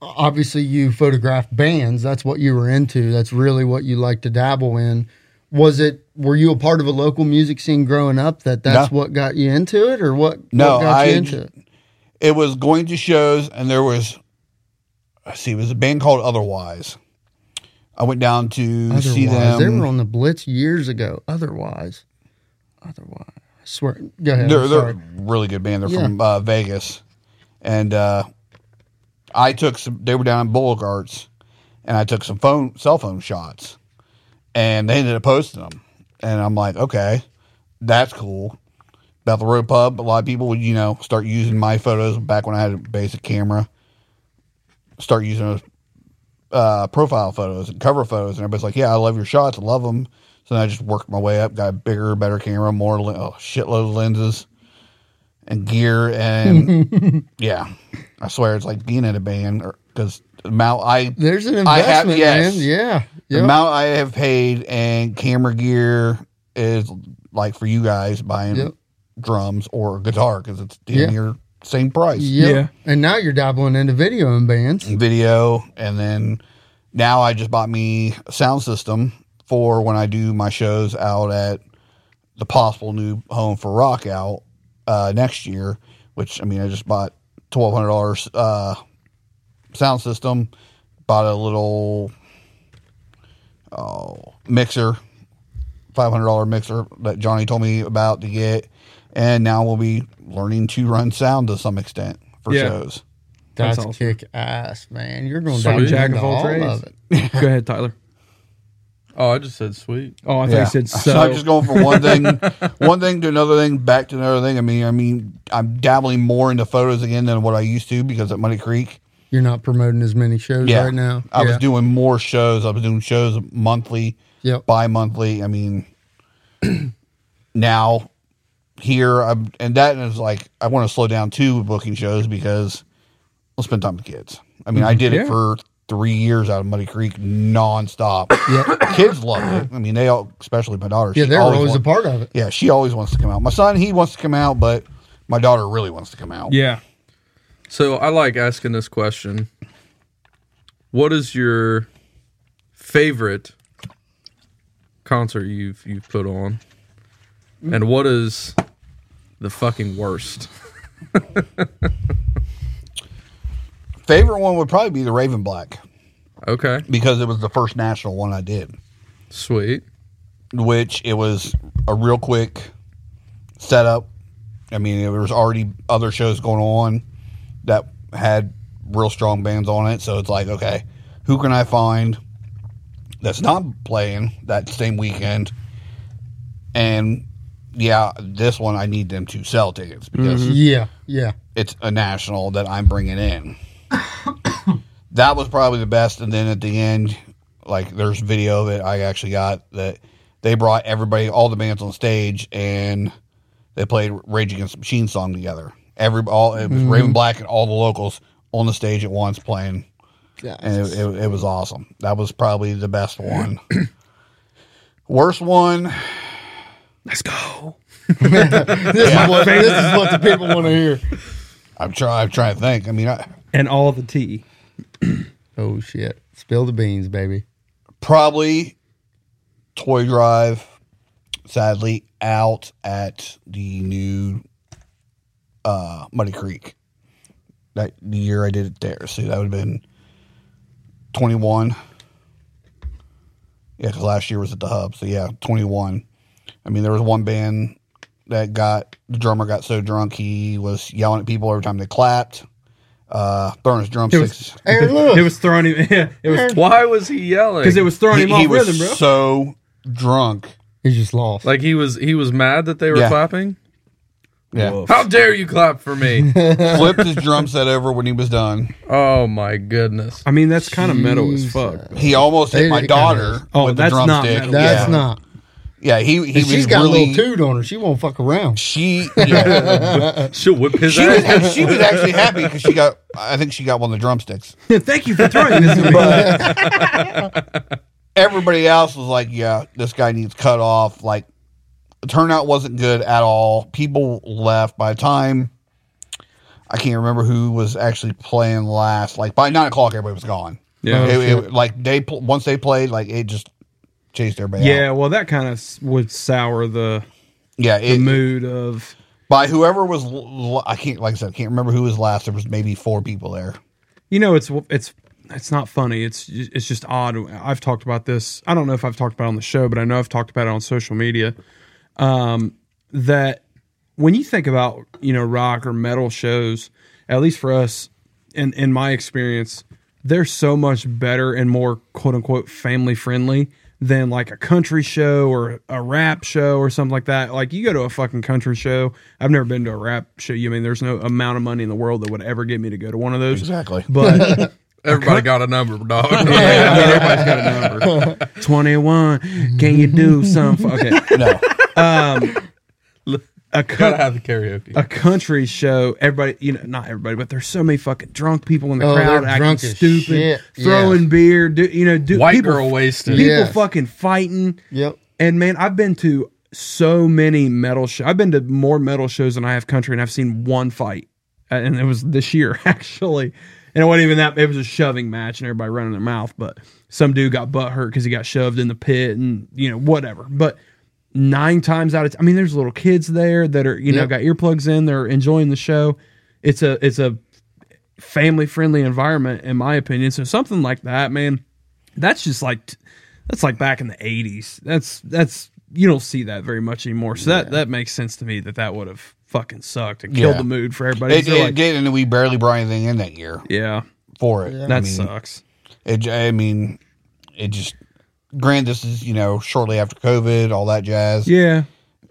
Speaker 2: obviously you photograph bands. That's what you were into. That's really what you like to dabble in. Was it? Were you a part of a local music scene growing up? That that's
Speaker 4: No.
Speaker 2: what got you into it, or what?
Speaker 4: No,
Speaker 2: what got
Speaker 4: I-
Speaker 2: you into it.
Speaker 4: It was going to shows, and there was, let's see, it was a band called Otherwise. I went down to
Speaker 2: Otherwise,
Speaker 4: see them.
Speaker 2: they were on the Blitz years ago. Otherwise, otherwise, I swear. Go ahead.
Speaker 4: they're
Speaker 2: I'm
Speaker 4: they're
Speaker 2: sorry.
Speaker 4: a really good band. They're
Speaker 2: Yeah.
Speaker 4: from uh, Vegas, and uh, I took some. They were down in Boulevard's, and I took some phone cell phone shots, and they ended up posting them. And I'm like, okay, that's cool. Bethel Road Pub. A lot of people would you know start using my photos back when I had a basic camera. Start using those uh, profile photos and cover photos, and everybody's like, "Yeah, I love your shots, I love them." So then I just worked my way up, got a bigger, better camera, more lin- oh, shitload of lenses and gear, and yeah, I swear it's like being in a band because the amount I
Speaker 2: There's an
Speaker 4: I have-
Speaker 2: investment,
Speaker 4: yes.
Speaker 2: man. Yeah,
Speaker 4: the
Speaker 2: yeah.
Speaker 4: amount I have paid and camera gear is like for you guys buying
Speaker 2: Yep.
Speaker 4: drums or a guitar because it's damn
Speaker 2: Yeah.
Speaker 4: near same price.
Speaker 1: Yeah.
Speaker 2: yeah. And now you're dabbling into video and bands.
Speaker 4: video and then now i just bought me a sound system for when i do my shows out at the possible new home for rock out uh, next year which i mean i just bought $1200 uh, sound system bought a little oh, mixer $500 mixer that johnny told me about to get and now we'll be learning to run sound to some extent for
Speaker 1: Yeah.
Speaker 4: shows
Speaker 1: That's
Speaker 2: That's,
Speaker 1: awesome.
Speaker 2: kick ass, man. You're going
Speaker 3: So
Speaker 2: down
Speaker 3: jack
Speaker 2: into
Speaker 1: of all
Speaker 2: all
Speaker 1: trades.
Speaker 2: of it.
Speaker 1: Go ahead, Tyler.
Speaker 3: Oh, I just said sweet.
Speaker 1: Oh, I thought you said so.
Speaker 4: I'm just going from one thing, one thing to another thing, back to another thing. I mean, I mean, I'm dabbling more into photos again than what I used to because at Money Creek,
Speaker 2: You're not promoting as many shows
Speaker 4: Yeah.
Speaker 2: right now.
Speaker 4: I was
Speaker 2: Yeah.
Speaker 4: doing more shows. I was doing shows monthly,
Speaker 2: Yep.
Speaker 4: bi-monthly. I mean, now here, I'm, and that is like I
Speaker 2: Mm-hmm.
Speaker 4: want to slow down too with booking shows because I'll spend time with kids. I mean, I did
Speaker 1: Yeah.
Speaker 4: it for three years out of Muddy Creek nonstop.
Speaker 2: Yeah,
Speaker 4: Kids loved it. I mean, they all, especially my daughter.
Speaker 2: yeah,
Speaker 4: she
Speaker 2: they're always
Speaker 4: wa-
Speaker 2: a part of it.
Speaker 4: Yeah, she always wants to come out. My son, he wants to come out, but my daughter really wants to come out.
Speaker 1: Yeah.
Speaker 3: So I like asking this question. What is your favorite concert you've you've put on? And what is the fucking worst?
Speaker 4: Favorite one would probably be the Raven Black
Speaker 3: Okay.
Speaker 4: because it was the first national one I did.
Speaker 3: Sweet.
Speaker 4: which it was a real quick setup. I mean, there was already other shows going on that had real strong bands on it, so it's like, okay, who can I find that's not playing that same weekend? And yeah, this one I need them to sell tickets because
Speaker 2: Yeah, yeah.
Speaker 4: it's a national that I'm bringing in. that was probably the best. And then at the end, like there's video of it I actually got that they brought everybody, all the bands on stage, and they played Rage Against the Machine song together. Every all it was Raven Black and all the locals on the stage at once playing, and it, it, it was awesome. That was probably the best one. Worst one,
Speaker 1: Let's go.
Speaker 2: This, is what, this is what the people want to hear.
Speaker 4: I'm trying. I'm trying to think. I mean, I,
Speaker 1: And all the tea.
Speaker 2: Oh shit! Spill the beans, baby.
Speaker 4: probably toy drive sadly out at the new uh muddy creek that the year i did it there so that would have been 21 yeah because last year was at the hub so yeah 21 i mean there was one band that got the drummer got so drunk he was yelling at people every time they clapped uh throwing his drumsticks
Speaker 2: Hey,
Speaker 1: It
Speaker 2: look.
Speaker 1: was throwing him. Yeah, it was
Speaker 3: Why was he yelling?
Speaker 1: because it was throwing him
Speaker 4: he, he
Speaker 1: off
Speaker 4: was
Speaker 1: rhythm, bro.
Speaker 4: so drunk
Speaker 2: He's just lost.
Speaker 3: like he was he was mad that they were
Speaker 4: Yeah.
Speaker 3: clapping.
Speaker 4: yeah
Speaker 1: Woof.
Speaker 3: How dare you clap for me?
Speaker 4: flipped his drum set over when he was done.
Speaker 3: oh my goodness.
Speaker 1: I mean, that's kind of metal as fuck.
Speaker 4: He almost hit my
Speaker 2: It- it
Speaker 4: daughter
Speaker 1: Oh,
Speaker 4: with
Speaker 1: that's
Speaker 4: the
Speaker 1: not
Speaker 4: drumstick.
Speaker 1: metal.
Speaker 2: That's
Speaker 4: yeah.
Speaker 2: not.
Speaker 4: Yeah, he he
Speaker 2: And She's
Speaker 4: was
Speaker 2: got a
Speaker 4: really
Speaker 2: little toot on her. She won't fuck around.
Speaker 4: she yeah.
Speaker 3: She'll whip his
Speaker 4: she was
Speaker 3: ass.
Speaker 4: act- she was actually happy because she got I think she got one of the drumsticks.
Speaker 1: Thank you for throwing this. at me.
Speaker 4: But everybody else was like, "Yeah, this guy needs cut off." Like, the turnout wasn't good at all. People left by the time. I can't remember who was actually playing last. Like by nine o'clock, everybody was gone.
Speaker 1: Yeah.
Speaker 4: It- it- like they pl- once they played, like it just chased everybody. out.
Speaker 1: yeah, well, that kind of would sour the,
Speaker 4: Yeah,
Speaker 1: the
Speaker 4: it,
Speaker 1: mood of.
Speaker 4: by whoever was l- l- I can't like I said I can't remember who was last. There was maybe four people there.
Speaker 1: You know, it's it's it's not funny. It's it's just odd. I've talked about this. I don't know if I've talked about it on the show, but I know I've talked about it on social media. Um, that when you think about you know rock or metal shows, at least for us, in in my experience, they're so much better and more quote unquote family friendly than like a country show or a rap show or something like that. Like you go to a fucking country show. I've never been to a rap show. You mean there's no amount of money in the world that would ever get me to go to one of those.
Speaker 4: Exactly.
Speaker 1: But
Speaker 3: Everybody got a number, dog.
Speaker 1: yeah, I mean, everybody's got a number. 21. Can you do something? for- Okay. Um,
Speaker 4: No,
Speaker 1: A,
Speaker 3: Gotta
Speaker 1: co-
Speaker 3: have the karaoke.
Speaker 1: a country show, everybody, you know, not everybody, but there's so many fucking drunk people in the
Speaker 2: Oh,
Speaker 1: crowd
Speaker 2: they're
Speaker 1: acting
Speaker 2: drunk as
Speaker 1: stupid,
Speaker 2: shit. Yeah.
Speaker 1: throwing beer, do, you know, do,
Speaker 3: White
Speaker 1: people,
Speaker 3: girl wasted.
Speaker 1: people
Speaker 2: Yes.
Speaker 1: fucking fighting.
Speaker 2: Yep.
Speaker 1: And man, I've been to so many metal shows. I've been to more metal shows than I have country, and I've seen one fight, Uh, and it was this year actually. And it wasn't even that. It was a shoving match, and everybody running their mouth. But some dude got butt hurt because he got shoved in the pit, and you know whatever. But nine times out of, t- I mean, there's little kids there that are you know
Speaker 2: Yep.
Speaker 1: got earplugs in. They're enjoying the show. It's a it's a family friendly environment in my opinion. So something like that, man, that's just like t- that's like back in the 80s that's that's you don't see that very much anymore so that that makes sense to me that that would have fucking sucked and killed
Speaker 4: Yeah.
Speaker 1: the mood for everybody
Speaker 4: it,
Speaker 1: So,
Speaker 4: it
Speaker 1: like,
Speaker 4: did, and we barely brought anything in that year
Speaker 1: yeah
Speaker 4: for it.
Speaker 2: Yeah.
Speaker 1: that
Speaker 4: I mean,
Speaker 1: sucks
Speaker 4: it. j- I mean, it just. Granted, this is you know shortly after COVID, all that jazz.
Speaker 1: yeah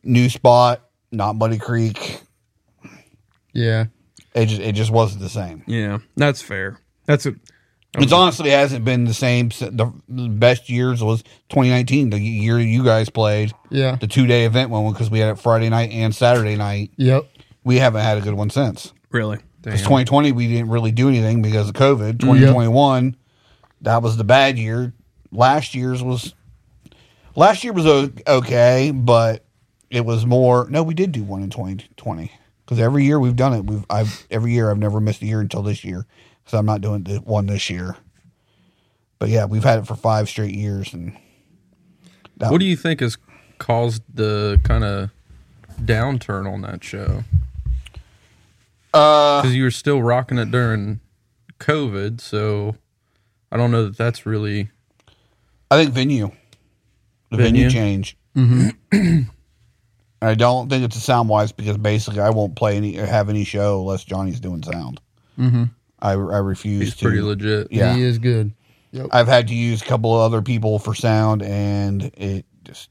Speaker 4: New spot, not Muddy Creek.
Speaker 2: Yeah.
Speaker 4: It just it just wasn't the same.
Speaker 1: yeah that's fair that's a
Speaker 4: It's honestly hasn't been the same. si- The the best years was 2019, the year you guys played
Speaker 2: Yeah.
Speaker 4: the two day event one because we had it Friday night and Saturday night.
Speaker 2: Yep.
Speaker 4: we haven't had a good one since.
Speaker 1: really
Speaker 4: Because 2020, we didn't really do anything because of COVID. 2021, That was the bad year. Last year's was last year was o- okay, but it was more. No, we did do one in twenty twenty because every year we've done it. We've I've every year I've never missed a year until this year because I'm not doing the one this year. But yeah, we've had it for five straight years, and that,
Speaker 3: What do you think has caused the kind of downturn on that show?
Speaker 4: uh,
Speaker 3: Because you were still rocking it during COVID, so I don't know that that's really
Speaker 4: I think venue. The venue,
Speaker 3: Venue? Mm-hmm.
Speaker 4: change. I don't think it's a sound wise because basically I won't play any have any show unless Johnny's doing sound. Mm-hmm. I I refuse
Speaker 3: he's
Speaker 4: to.
Speaker 3: pretty legit.
Speaker 4: Yeah,
Speaker 2: He is good. Yep.
Speaker 4: I've had to use a couple of other people for sound, and it just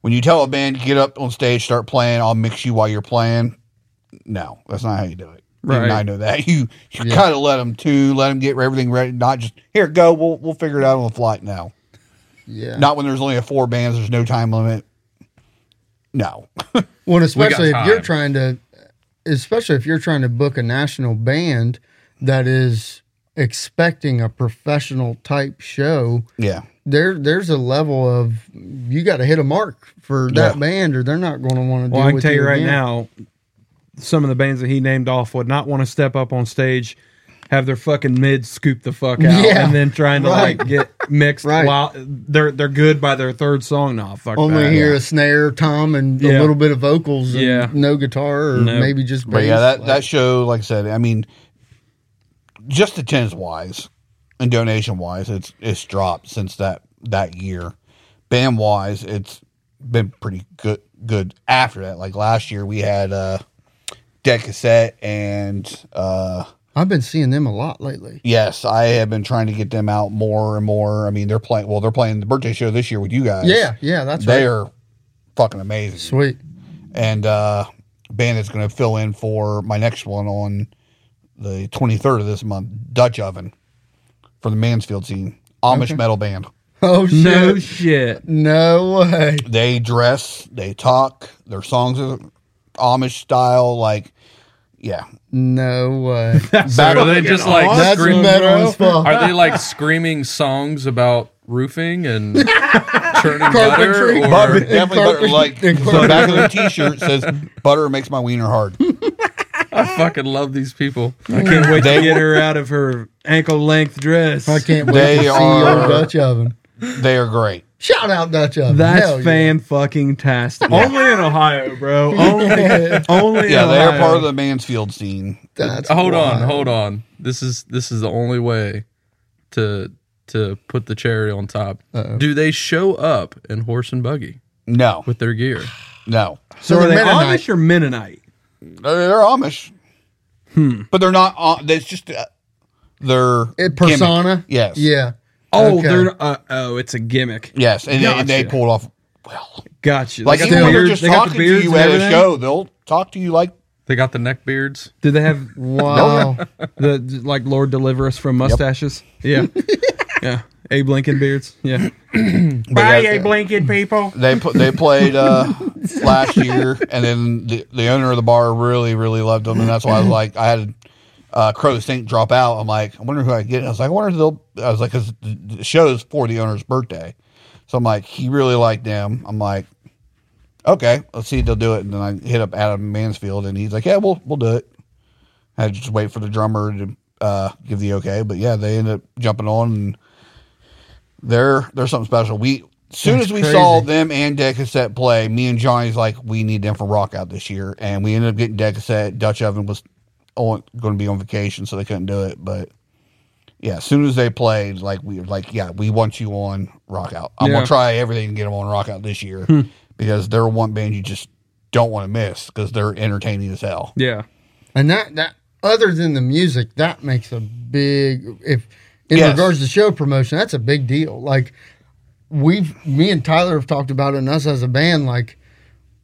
Speaker 4: when you tell a band get up on stage, start playing, I'll mix you while you're playing. No, that's not how you do it. Even
Speaker 3: Right.
Speaker 4: I know that you you
Speaker 2: Yeah.
Speaker 4: kind of let them to let them get everything ready, not just here go. We'll we'll figure it out on the flight now.
Speaker 2: Yeah.
Speaker 4: Not when there's only a four bands. There's no time limit. No.
Speaker 2: Well, and especially if you're
Speaker 3: time.
Speaker 2: trying to, especially if you're trying to book a national band that is expecting a professional type show,
Speaker 4: Yeah.
Speaker 2: there there's a level of you got to hit a mark for that
Speaker 4: Yeah.
Speaker 2: band, or they're not going to want to.
Speaker 1: Well,
Speaker 2: deal
Speaker 1: I can
Speaker 2: with
Speaker 1: tell you right
Speaker 2: again.
Speaker 1: now, some of the bands that he named off would not want to step up on stage, have their fucking mid scoop the fuck out,
Speaker 2: Yeah.
Speaker 1: and then trying to
Speaker 2: Right.
Speaker 1: like get mixed
Speaker 2: Right.
Speaker 1: while they're they're good by their third song. Nah, fuck
Speaker 2: Only
Speaker 1: that.
Speaker 2: hear a snare, tom, and
Speaker 1: Yeah.
Speaker 2: a little bit of vocals, and
Speaker 1: Yeah.
Speaker 2: no guitar, or
Speaker 1: No.
Speaker 2: maybe just.
Speaker 4: But yeah,
Speaker 2: bass,
Speaker 4: that,
Speaker 2: like-
Speaker 4: that show, like I said, I mean, just attendance wise and donation wise, it's it's dropped since that that year. Band wise, it's been pretty good good after that. Like last year, we had uh, Dead Cassette and uh,
Speaker 2: I've been seeing them a lot lately.
Speaker 4: yes, I have been trying to get them out more and more. I mean, they're playing. Well, they're playing the birthday show this year with you guys.
Speaker 2: Yeah, yeah, that's
Speaker 4: they
Speaker 2: right.
Speaker 4: are fucking amazing.
Speaker 2: Sweet.
Speaker 4: and uh band that's going to fill in for my next one on the 23rd of this month dutch oven for the mansfield scene amish metal band
Speaker 2: Oh shit!
Speaker 1: No
Speaker 2: No,
Speaker 1: shit.
Speaker 2: way.
Speaker 4: they dress they talk their songs are amish style like yeah
Speaker 2: No way.
Speaker 3: So are they just like
Speaker 2: That's
Speaker 3: scream-
Speaker 2: metal as fuck.
Speaker 3: Are they like screaming songs about roofing and churning butter?
Speaker 2: Carpentry.
Speaker 3: Or
Speaker 4: butter, definitely butter,
Speaker 2: carpet-
Speaker 4: like
Speaker 2: in
Speaker 4: the back of their t-shirt says butter makes my wiener hard
Speaker 3: I fucking love these people.
Speaker 1: I can't wait
Speaker 4: They-
Speaker 1: to get her out of her ankle length dress.
Speaker 2: I can't wait
Speaker 4: They
Speaker 2: to see
Speaker 4: are-
Speaker 2: old Dutch oven.
Speaker 4: they are great
Speaker 2: Shout out Dutch oven.
Speaker 1: That's
Speaker 2: Hell yeah.
Speaker 1: fan fucking tastic. Only in Ohio, bro. Only, only
Speaker 4: yeah uh,
Speaker 1: in
Speaker 4: they are
Speaker 1: Ohio.
Speaker 4: part of the mansfield scene
Speaker 2: That's
Speaker 3: hold on,
Speaker 2: wild.
Speaker 3: hold on. This is this is the only way to to put the cherry on top. Do they show up in horse and buggy
Speaker 4: no
Speaker 3: with their gear?
Speaker 4: no
Speaker 1: So
Speaker 2: They're
Speaker 1: are they
Speaker 2: Mennonite.
Speaker 1: Amish or Mennonite?
Speaker 4: They're, they're Amish, but they're not. Uh, it's just uh, their
Speaker 2: It persona.
Speaker 4: gimmick. Yes,
Speaker 2: Yeah.
Speaker 1: Oh,
Speaker 2: Okay.
Speaker 1: they're uh, oh, it's a gimmick.
Speaker 4: yes, and, and they
Speaker 1: Gotcha.
Speaker 4: pulled off well.
Speaker 1: Gotcha.
Speaker 4: Like
Speaker 1: They got
Speaker 4: even
Speaker 1: the
Speaker 4: when they're
Speaker 1: beards-
Speaker 4: just
Speaker 1: they got the
Speaker 4: talking to
Speaker 1: beards
Speaker 4: you
Speaker 1: and
Speaker 4: at a
Speaker 1: everything?
Speaker 4: show, they'll talk to you like
Speaker 3: They got the neck beards.
Speaker 1: Did they have
Speaker 2: Wow.
Speaker 1: the like Lord deliver us from mustaches? Yeah, yeah. Abe Lincoln beards. Yeah.
Speaker 4: Bye, Abe
Speaker 1: Lincoln people.
Speaker 4: they put they played uh, last year, and then the, the owner of the bar really really loved them, and that's why I was like, I had uh, Crow Stink drop out. I'm like, I wonder who I get. I was like, I wonder if they'll. I was like, because the show's for the owner's birthday, so I'm like, he really liked them. I'm like, okay, let's see if they'll do it. And then I hit up Adam Mansfield, and he's like, yeah, we'll we'll do it. I had to just wait for the drummer to uh, give the okay, but yeah, they ended up jumping on and they're they're something special. We as soon
Speaker 2: That's
Speaker 4: as we
Speaker 2: crazy.
Speaker 4: saw them and Dead Cassette play, me and Johnny's like, we need them for rock out this year, and we ended up getting Dead Cassette. Dutch Oven was on going to be on vacation, so they couldn't do it. But yeah, as soon as they played, like we were like, yeah, we want you on rock out. I'm
Speaker 1: Yeah.
Speaker 4: gonna try everything to get them on rock out this year
Speaker 2: Hmm.
Speaker 4: because they're one band you just don't want to miss because they're entertaining as hell.
Speaker 1: Yeah.
Speaker 2: and that that other than the music, that makes a big if in
Speaker 4: Yes.
Speaker 2: regards to show promotion, that's a big deal. Like we've me and Tyler have talked about it and us as a band, like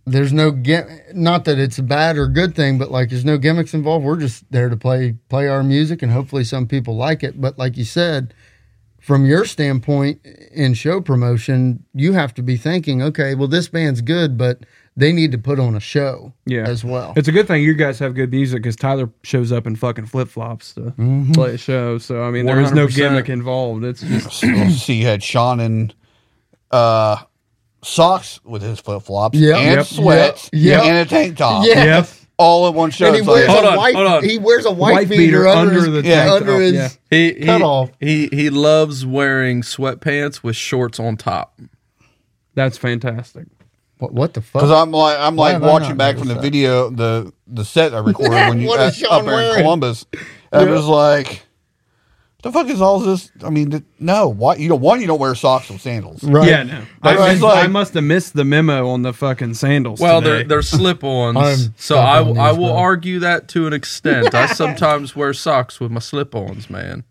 Speaker 2: there's no get not that it's a bad or good thing, but like there's no gimmicks involved. We're just there to play play our music and hopefully some people like it. But like you said, from your standpoint in show promotion, you have to be thinking, okay, well, this band's good, but they need to put on a show
Speaker 1: Yeah.
Speaker 2: as well.
Speaker 1: It's a good thing you guys have good music because Tyler shows up in fucking flip flops to
Speaker 4: Mm-hmm.
Speaker 1: play a show. So I mean, there is no
Speaker 3: 100%.
Speaker 1: gimmick involved. It's just
Speaker 4: so you had Sean in uh, socks with his flip flops
Speaker 2: Yep.
Speaker 4: and
Speaker 1: Yep.
Speaker 4: sweats
Speaker 2: Yep.
Speaker 4: and a tank top.
Speaker 2: Yeah.
Speaker 1: yep.
Speaker 4: All in one show.
Speaker 2: and he
Speaker 4: It's
Speaker 2: wears,
Speaker 4: like,
Speaker 3: Hold
Speaker 2: a
Speaker 3: on,
Speaker 2: white,
Speaker 3: hold on.
Speaker 2: he wears a white,
Speaker 1: White
Speaker 2: beater, under, his,
Speaker 1: the
Speaker 4: tank
Speaker 2: under
Speaker 1: top,
Speaker 2: his
Speaker 1: yeah.
Speaker 3: He he,
Speaker 2: Cut off.
Speaker 3: he he loves wearing sweatpants with shorts on top.
Speaker 1: That's fantastic.
Speaker 2: What, what the fuck?
Speaker 4: Because I'm like I'm like
Speaker 2: have I
Speaker 4: watching
Speaker 2: not
Speaker 4: back from the
Speaker 2: noticed that?
Speaker 4: video the the set I recorded when you
Speaker 2: What
Speaker 4: uh,
Speaker 2: is Sean
Speaker 4: up there in
Speaker 2: wearing?
Speaker 4: Columbus. And I was like, the fuck is all this? I mean, th- no, why you don't one you don't wear socks with sandals.
Speaker 2: right.
Speaker 1: Yeah, no. I,
Speaker 4: I was
Speaker 1: must-
Speaker 4: like-
Speaker 1: I must have missed the memo on the fucking sandals.
Speaker 3: Well,
Speaker 1: today.
Speaker 3: they're they're slip-ons,
Speaker 2: I'm
Speaker 3: so I
Speaker 2: fucking
Speaker 3: I
Speaker 2: these,
Speaker 3: will
Speaker 2: bro.
Speaker 3: argue that to an extent. I sometimes wear socks with my slip-ons, man.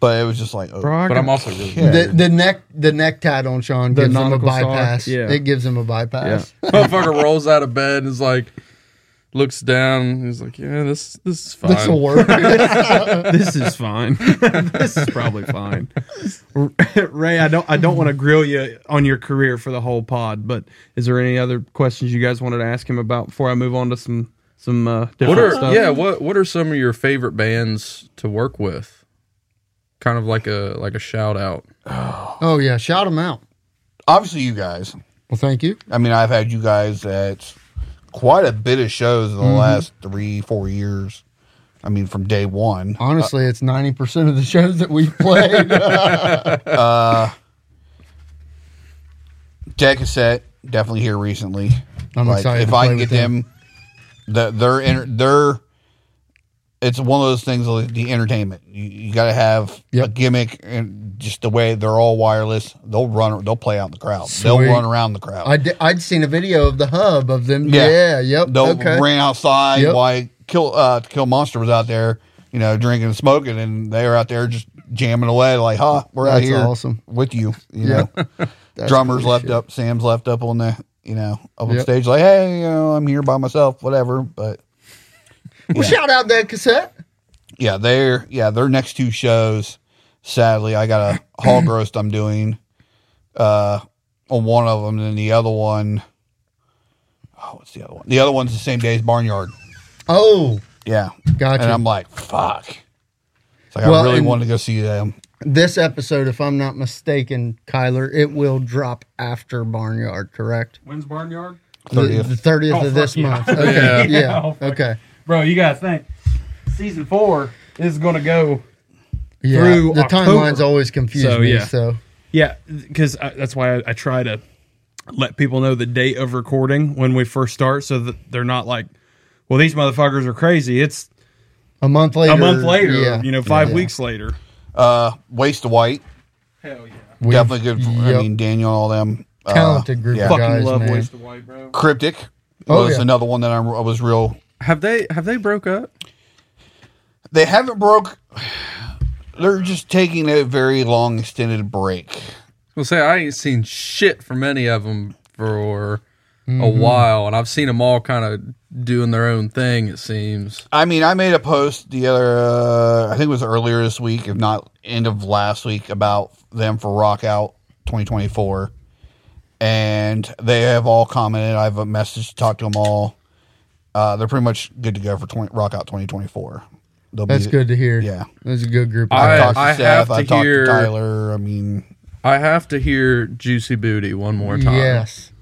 Speaker 4: But it was just like, oh,
Speaker 1: Bro, I
Speaker 3: But
Speaker 1: got-
Speaker 3: I'm also really
Speaker 4: Yeah.
Speaker 2: The, the neck the necktie on Sean
Speaker 1: The
Speaker 2: gives him a
Speaker 1: nautical sock,
Speaker 2: bypass.
Speaker 1: yeah.
Speaker 2: It gives him a bypass.
Speaker 3: motherfucker rolls out of bed and is like looks down. and He's like, yeah, this this is fine.
Speaker 2: This will work.
Speaker 1: this is fine. this is probably fine. Ray, I don't I don't want to grill you on your career for the whole pod, but is there any other questions you guys wanted to ask him about before I move on to some some uh, different
Speaker 3: what are
Speaker 1: stuff?
Speaker 3: yeah what what are some of your favorite bands to work with? Kind of like a like a shout out.
Speaker 2: oh yeah, shout him out.
Speaker 4: obviously you guys.
Speaker 2: Well, thank you.
Speaker 4: I mean, I've had you guys at quite a bit of shows in the
Speaker 2: Mm-hmm.
Speaker 4: last three four years. I mean, from day one.
Speaker 2: Honestly, it's ninety percent of the shows that we've played.
Speaker 4: Dead cassette definitely here recently.
Speaker 2: I'm
Speaker 4: like
Speaker 2: excited
Speaker 4: if
Speaker 2: to
Speaker 4: I
Speaker 2: play
Speaker 4: can get
Speaker 2: with
Speaker 4: them, the their inter, their it's one of those things like the entertainment. You, you got to have a
Speaker 2: Yep.
Speaker 4: gimmick and just the way they're all wireless. They'll run. They'll play out in the crowd. They'll
Speaker 2: Sweet.
Speaker 4: run around the crowd.
Speaker 2: I did, I'd seen a video of the hub of them.
Speaker 4: Yeah.
Speaker 2: Yeah, yep.
Speaker 4: they'll
Speaker 2: okay.
Speaker 4: ran outside.
Speaker 2: Yep.
Speaker 4: Why kill uh, kill monster was out there, you know, drinking and smoking, and they were out there just jamming away. Like, huh, we're out
Speaker 2: That's
Speaker 4: here
Speaker 2: awesome.
Speaker 4: with you. You
Speaker 2: Yeah.
Speaker 4: know,
Speaker 2: That's
Speaker 4: drummers
Speaker 2: cool
Speaker 4: left
Speaker 2: shit.
Speaker 4: up, Sam's left up on the you know up on
Speaker 2: Yep.
Speaker 4: stage, like, hey, you know, I'm here by myself, whatever. But
Speaker 2: Well, shout out that cassette.
Speaker 4: yeah, they're yeah, their next two shows. Sadly, I got a hog roast I'm doing uh, on one of them, and then the other one oh what's the other one? The other one's the same day as Barnyard.
Speaker 2: Oh,
Speaker 4: Yeah,
Speaker 2: gotcha.
Speaker 4: and I'm like, fuck. It's like
Speaker 2: Well,
Speaker 4: I really
Speaker 2: and-
Speaker 4: wanted to go see them.
Speaker 2: this episode, if I'm not mistaken, Kyler, it will drop after Barnyard, correct?
Speaker 1: When's Barnyard?
Speaker 2: The- The
Speaker 4: 30th.
Speaker 2: thirtieth
Speaker 1: Oh,
Speaker 2: of this
Speaker 1: fuck yeah.
Speaker 2: month. Okay.
Speaker 3: Yeah.
Speaker 2: Yeah.
Speaker 1: Oh, fuck.
Speaker 2: okay.
Speaker 1: Bro, you gotta think. Season four is gonna go
Speaker 2: Yeah.
Speaker 1: Through
Speaker 2: the
Speaker 1: October.
Speaker 2: timelines always confuse
Speaker 1: So,
Speaker 2: me.
Speaker 1: yeah.
Speaker 2: So
Speaker 1: Yeah, because that's why I, I try to let people know the date of recording when we first start, so that they're not like, "Well, these motherfuckers are crazy." It's
Speaker 2: a month later.
Speaker 1: a month later,
Speaker 2: Yeah.
Speaker 1: you know, five
Speaker 2: Yeah.
Speaker 1: weeks later.
Speaker 4: Uh, Waste of White,
Speaker 1: Hell yeah!
Speaker 2: We've-
Speaker 4: definitely good. For, I
Speaker 2: yep.
Speaker 4: mean, Daniel, and all them Uh,
Speaker 2: Talented group
Speaker 4: yeah.
Speaker 2: of
Speaker 1: Fucking
Speaker 2: guys,
Speaker 1: love
Speaker 2: man.
Speaker 1: waste of white, bro.
Speaker 4: Cryptic
Speaker 2: Oh,
Speaker 4: was
Speaker 2: yeah.
Speaker 4: another one that I'm, I was real.
Speaker 3: Have they have they broke up?
Speaker 4: They haven't broke. They're just taking a very long extended break.
Speaker 3: Well, say I ain't seen shit from any of them for a
Speaker 4: Mm-hmm.
Speaker 3: while, and I've seen them all kind of doing their own thing. It seems.
Speaker 4: I mean, I made a post the other, uh, I think it was earlier this week, if not end of last week, about them for Rock Out 2024. And they have all commented. I've a message, talked to them all. Uh, they're pretty much good to go for 20, Rock Out 2024. They'll
Speaker 2: That's
Speaker 4: be,
Speaker 2: good to hear.
Speaker 4: Yeah.
Speaker 2: That's a good group.
Speaker 3: I-
Speaker 4: I,
Speaker 2: guys.
Speaker 4: talked to
Speaker 3: I have
Speaker 4: Seth.
Speaker 3: to
Speaker 4: I talked
Speaker 3: hear-
Speaker 4: to Tyler. I mean,
Speaker 3: I have to hear Juicy Booty one more time.
Speaker 2: yes.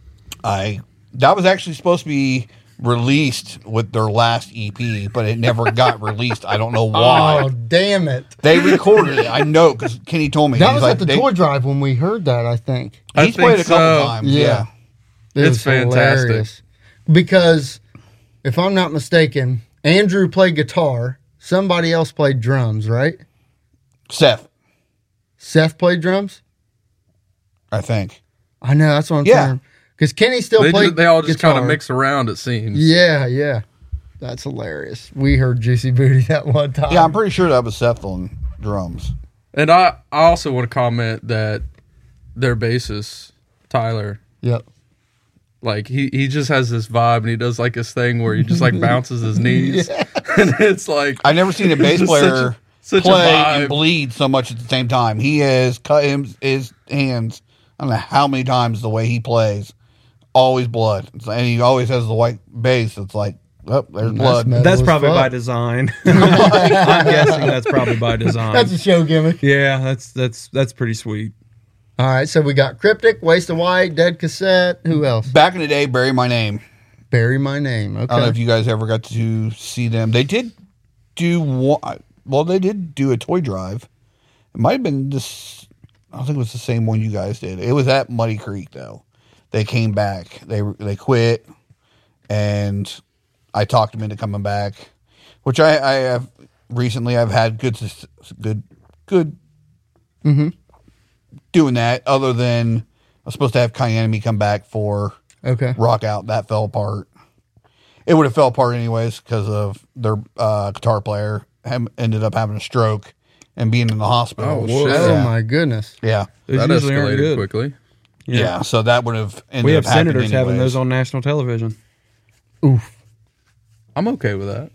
Speaker 4: I that was actually supposed to be released with their last EP, but it never got released. I don't know why.
Speaker 2: Oh damn it!
Speaker 4: They recorded it. I know because Kenny told me.
Speaker 2: That
Speaker 4: He's
Speaker 2: was
Speaker 4: like,
Speaker 2: at the
Speaker 4: they-
Speaker 2: toy drive when we heard that. I think
Speaker 3: I
Speaker 4: He's
Speaker 3: think
Speaker 4: played a couple
Speaker 3: so.
Speaker 4: times.
Speaker 2: Yeah.
Speaker 4: Yeah.
Speaker 2: It
Speaker 3: It's
Speaker 2: was
Speaker 3: fantastic.
Speaker 2: hilarious. because if I'm not mistaken, Andrew played guitar. Somebody else played drums, right?
Speaker 4: Seth,
Speaker 2: Seth played drums.
Speaker 4: I think.
Speaker 2: I know that's what I'm
Speaker 4: Yeah.
Speaker 2: saying. Because Kenny still
Speaker 3: They,
Speaker 2: played.
Speaker 3: ju- they all just kind of
Speaker 2: guitar.
Speaker 3: mix around. It seems.
Speaker 2: Yeah, yeah, that's hilarious. We heard Juicy Booty that one time.
Speaker 4: Yeah, I'm pretty sure that was Seth on drums.
Speaker 3: And I, I also want to comment that their bassist Tyler,
Speaker 2: Yep.
Speaker 3: like he, he just has this vibe, and he does like this thing where he just like bounces his knees, and it's like
Speaker 4: I've never seen a bass
Speaker 3: just such
Speaker 4: player
Speaker 3: such a
Speaker 4: play
Speaker 3: vibe.
Speaker 4: and bleed so much at the same time. He has cut him, his hands. I don't know how many times the way he plays always blood, It's- and he always has the white base. It's like, oh, there's blood.
Speaker 2: metal
Speaker 1: That's
Speaker 2: as
Speaker 1: probably
Speaker 2: fuck.
Speaker 1: by design. I'm guessing that's probably by design.
Speaker 2: That's a show gimmick.
Speaker 1: yeah, that's that's that's pretty sweet.
Speaker 2: All right, so we got Cryptic, Waste of White, Dead Cassette. Who else?
Speaker 4: Back in the day, bury my name.
Speaker 2: Bury My Name.
Speaker 4: I don't know if
Speaker 2: Okay.
Speaker 4: you guys ever got to see them. They did do one. Well, they did do a toy drive. It might have been this. I don't think it was the same one you guys did. It was at Muddy Creek though. They came back. They they quit, and I talked them into coming back, which I, I have recently. I've had good sus- good good doing that. Other than I was supposed to have Kyanami come back for
Speaker 2: Okay.
Speaker 4: rock out that fell apart it would have fell apart anyways because of their uh, guitar player hem- ended up having a stroke and being in the hospital
Speaker 3: Oh, shit.
Speaker 2: Oh
Speaker 4: yeah.
Speaker 2: my goodness.
Speaker 4: yeah.
Speaker 1: Those
Speaker 3: that
Speaker 1: usually aren't
Speaker 3: escalated
Speaker 1: good.
Speaker 3: quickly.
Speaker 1: Yeah.
Speaker 4: Yeah, so that would have ended
Speaker 1: We have
Speaker 4: up happening
Speaker 1: senators having
Speaker 4: anyways.
Speaker 1: those on national television.
Speaker 2: Oof.
Speaker 3: I'm okay with that.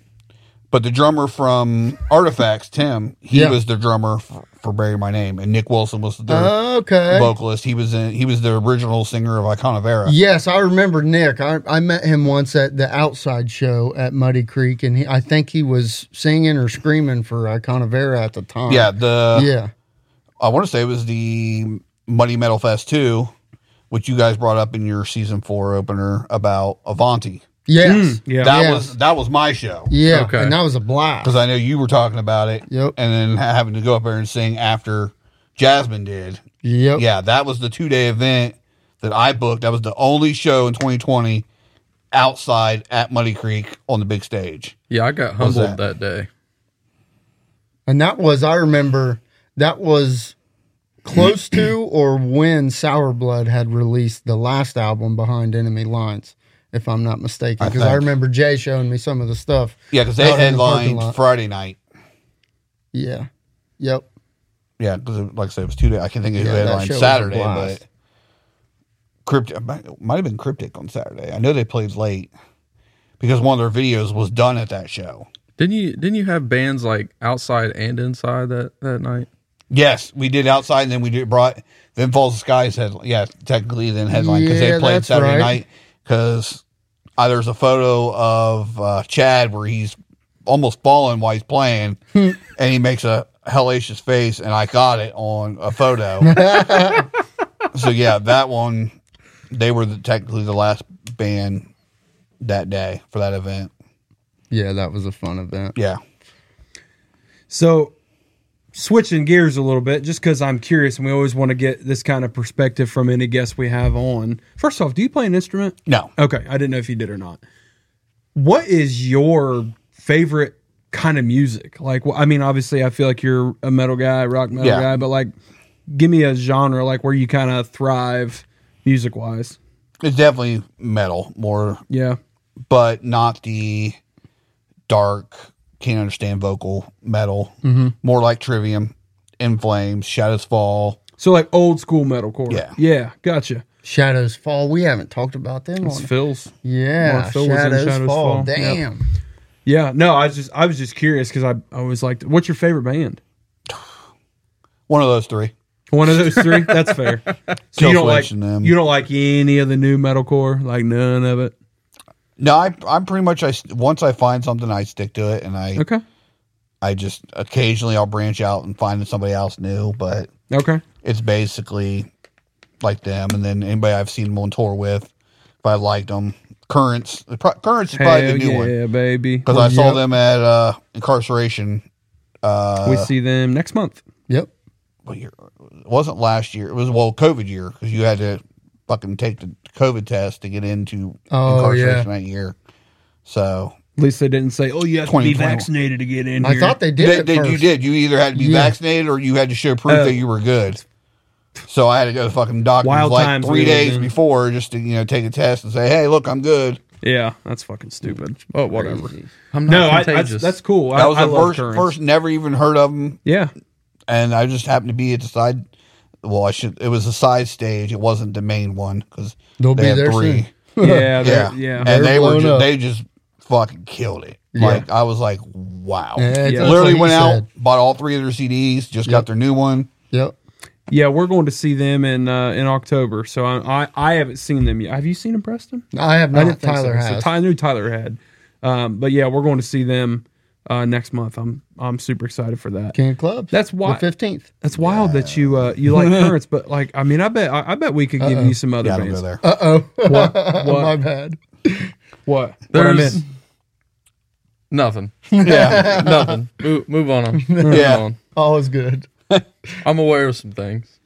Speaker 4: but the drummer from artifacts tim he
Speaker 2: Yeah.
Speaker 4: was the drummer for, for bury my name and nick wilson was the
Speaker 2: Uh, Okay.
Speaker 4: vocalist he was in he was the original singer of iconavera
Speaker 2: Yes, I remember Nick. I, I met him once at the outside show at Muddy Creek, and he, I think he was singing or screaming for Iconavera at the time.
Speaker 4: yeah the
Speaker 2: yeah.
Speaker 4: I want to say it was the Muddy Metal Fest 2, which you guys brought up in your season four opener about Avanti.
Speaker 2: Yes.
Speaker 1: Yeah.
Speaker 4: That
Speaker 2: Yeah.
Speaker 4: was that was my show
Speaker 2: Yeah.
Speaker 3: Okay.
Speaker 2: And that was a blast.
Speaker 4: because I know you were talking about it,
Speaker 2: Yep.
Speaker 4: and then ha- having to go up there and sing after Jasmine did.
Speaker 2: Yep.
Speaker 4: Yeah, that was the two day event that I booked. That was the only show in 2020 outside at Muddy Creek on the big stage.
Speaker 3: Yeah, I got
Speaker 4: was
Speaker 3: humbled that? day.
Speaker 2: And that was, I remember, that was close to or when Sour Blood had released the last album behind Enemy Lines, if I'm not mistaken.
Speaker 4: I
Speaker 2: Because I
Speaker 4: think.
Speaker 2: remember Jay showing me some of the stuff.
Speaker 4: Yeah, because they
Speaker 2: Out in the parking
Speaker 4: headlined
Speaker 2: lot.
Speaker 4: Friday night.
Speaker 2: Yeah. Yep.
Speaker 4: Yeah, because like I said, it was two days. I can think of who
Speaker 2: Yeah, that
Speaker 4: headlined
Speaker 2: show was a
Speaker 4: Saturday,
Speaker 2: blast.
Speaker 4: but cryptic might, might have been cryptic on Saturday. I know they played late because one of their videos was done at that show.
Speaker 3: Didn't you? Didn't you have bands like outside and inside that that night?
Speaker 4: Yes, we did outside, and then we did brought then Falls the Skies had yeah technically then headline because
Speaker 2: Yeah,
Speaker 4: they played
Speaker 2: that's
Speaker 4: Saturday
Speaker 2: right.
Speaker 4: night because uh, there's a photo of uh, Chad where he's almost falling while he's playing,
Speaker 2: Hmm.
Speaker 4: and he makes a hellacious face, and I got it on a photo. so yeah, that one they were the, technically the last band that day for that event.
Speaker 2: Yeah, that was a fun event.
Speaker 4: Yeah,
Speaker 1: So, switching gears a little bit, just because I'm curious and we always want to get this kind of perspective from any guest we have on. First off, do you play an instrument?
Speaker 4: no,
Speaker 1: Okay, I didn't know if you did or not. What is your favorite kind of music? Like, wh- I mean, obviously, I feel like you're a metal guy, rock metal
Speaker 4: Yeah.
Speaker 1: guy, but like, give me a genre like where you kind of thrive music wise.
Speaker 4: it's definitely metal more
Speaker 1: Yeah.
Speaker 4: but not the dark, can't understand vocal metal.
Speaker 1: Mm-hmm.
Speaker 4: More like Trivium, In Flames, Shadows Fall.
Speaker 1: So like old school metalcore.
Speaker 4: Yeah.
Speaker 1: Yeah. Gotcha.
Speaker 2: Shadows Fall. We haven't talked about them
Speaker 1: It's
Speaker 2: on
Speaker 1: Phil's.
Speaker 2: Yeah,
Speaker 1: Mark Phil was in
Speaker 2: Shadows,
Speaker 1: Shadows
Speaker 2: Fall.
Speaker 1: Fall.
Speaker 2: Damn.
Speaker 1: Yeah. No, I was just I was just curious because I, I always liked. What's your favorite band?
Speaker 4: One of those three.
Speaker 1: One of those three. That's fair. So you
Speaker 4: Kill
Speaker 1: don't like
Speaker 4: Switch and them.
Speaker 1: you don't like any of the new metalcore, like none of it.
Speaker 4: No, I, I'm pretty much. I once I find something, I stick to it, and I,
Speaker 1: Okay.
Speaker 4: I just occasionally I'll branch out and find somebody else new, but
Speaker 1: Okay.
Speaker 4: it's basically like them. And then anybody I've seen them on tour with, if I liked them, Currents, pro- Currents is probably the
Speaker 1: Hell
Speaker 4: new one
Speaker 1: yeah, baby.
Speaker 4: because I saw
Speaker 2: Yep.
Speaker 4: them at uh, Incarceration. Uh,
Speaker 1: we see them next month.
Speaker 2: Yep.
Speaker 4: what year? It wasn't last year. It was well COVID year because you had to fucking take the COVID test to get into
Speaker 2: Oh,
Speaker 4: incarceration
Speaker 2: yeah.
Speaker 4: that year. So
Speaker 1: At least they didn't say, "Oh, you have to be
Speaker 4: 2021.
Speaker 1: vaccinated to get in."
Speaker 2: I
Speaker 1: here."
Speaker 2: thought they did
Speaker 4: They-
Speaker 2: it
Speaker 4: they-
Speaker 2: first.
Speaker 4: you did. You either had to be
Speaker 2: Yeah. Uh,
Speaker 4: vaccinated or you had to show proof
Speaker 1: Oh.
Speaker 4: that you were good. So I had to go to fucking doctors
Speaker 1: Wild
Speaker 4: like
Speaker 1: times
Speaker 4: three
Speaker 1: we lived
Speaker 4: days
Speaker 1: in.
Speaker 4: before just to you know take a test and say, hey, look, I'm good.
Speaker 1: Yeah, that's fucking stupid. Oh, whatever.
Speaker 3: I'm not
Speaker 1: No, I, that's,
Speaker 3: contagious.
Speaker 1: that's cool.
Speaker 4: That
Speaker 1: I,
Speaker 4: was
Speaker 1: I
Speaker 4: the
Speaker 1: love
Speaker 4: first,
Speaker 1: Currents.
Speaker 4: first never even heard of them,
Speaker 1: Yeah.
Speaker 4: and I just happened to be at the side. Well, I should. It was a side stage. It wasn't the main one because
Speaker 2: They'll
Speaker 4: they
Speaker 2: be
Speaker 4: had
Speaker 2: there
Speaker 4: three.
Speaker 2: soon.
Speaker 1: Yeah.
Speaker 4: yeah,
Speaker 1: they're- Yeah.
Speaker 4: and they were
Speaker 2: blown
Speaker 4: ju-
Speaker 2: up.
Speaker 4: they just fucking killed it. Like I was like, wow.
Speaker 2: Yeah, that's
Speaker 1: Yeah.
Speaker 2: what
Speaker 4: Literally
Speaker 2: he
Speaker 4: went out,
Speaker 2: said.
Speaker 4: bought all three of their CDs, just
Speaker 2: Yep.
Speaker 4: got their new one,
Speaker 2: Yep.
Speaker 1: Yeah, we're going to see them in uh, in October. So I, I I haven't seen them yet. Have you seen them, Preston?
Speaker 2: I have
Speaker 1: I
Speaker 2: not.
Speaker 1: didn't think
Speaker 2: Tyler
Speaker 1: so.
Speaker 2: has.
Speaker 1: So Ty- I knew Tyler had. Um, but yeah, we're going to see them uh, next month. I'm I'm super excited for that.
Speaker 2: King of Clubs.
Speaker 1: That's why-
Speaker 2: the fifteenth.
Speaker 1: That's wild that you uh, you like currents, but like I mean, I bet I, I bet we could give you some other
Speaker 4: Yeah, I don't
Speaker 1: bands.
Speaker 4: go there.
Speaker 2: Uh oh.
Speaker 1: What? What?
Speaker 2: My bad.
Speaker 1: What? What I
Speaker 3: There's
Speaker 1: meant?
Speaker 3: nothing.
Speaker 4: yeah.
Speaker 3: Nothing. Move, move on. Move
Speaker 4: Yeah.
Speaker 3: on.
Speaker 2: All is good.
Speaker 3: I'm aware of some things.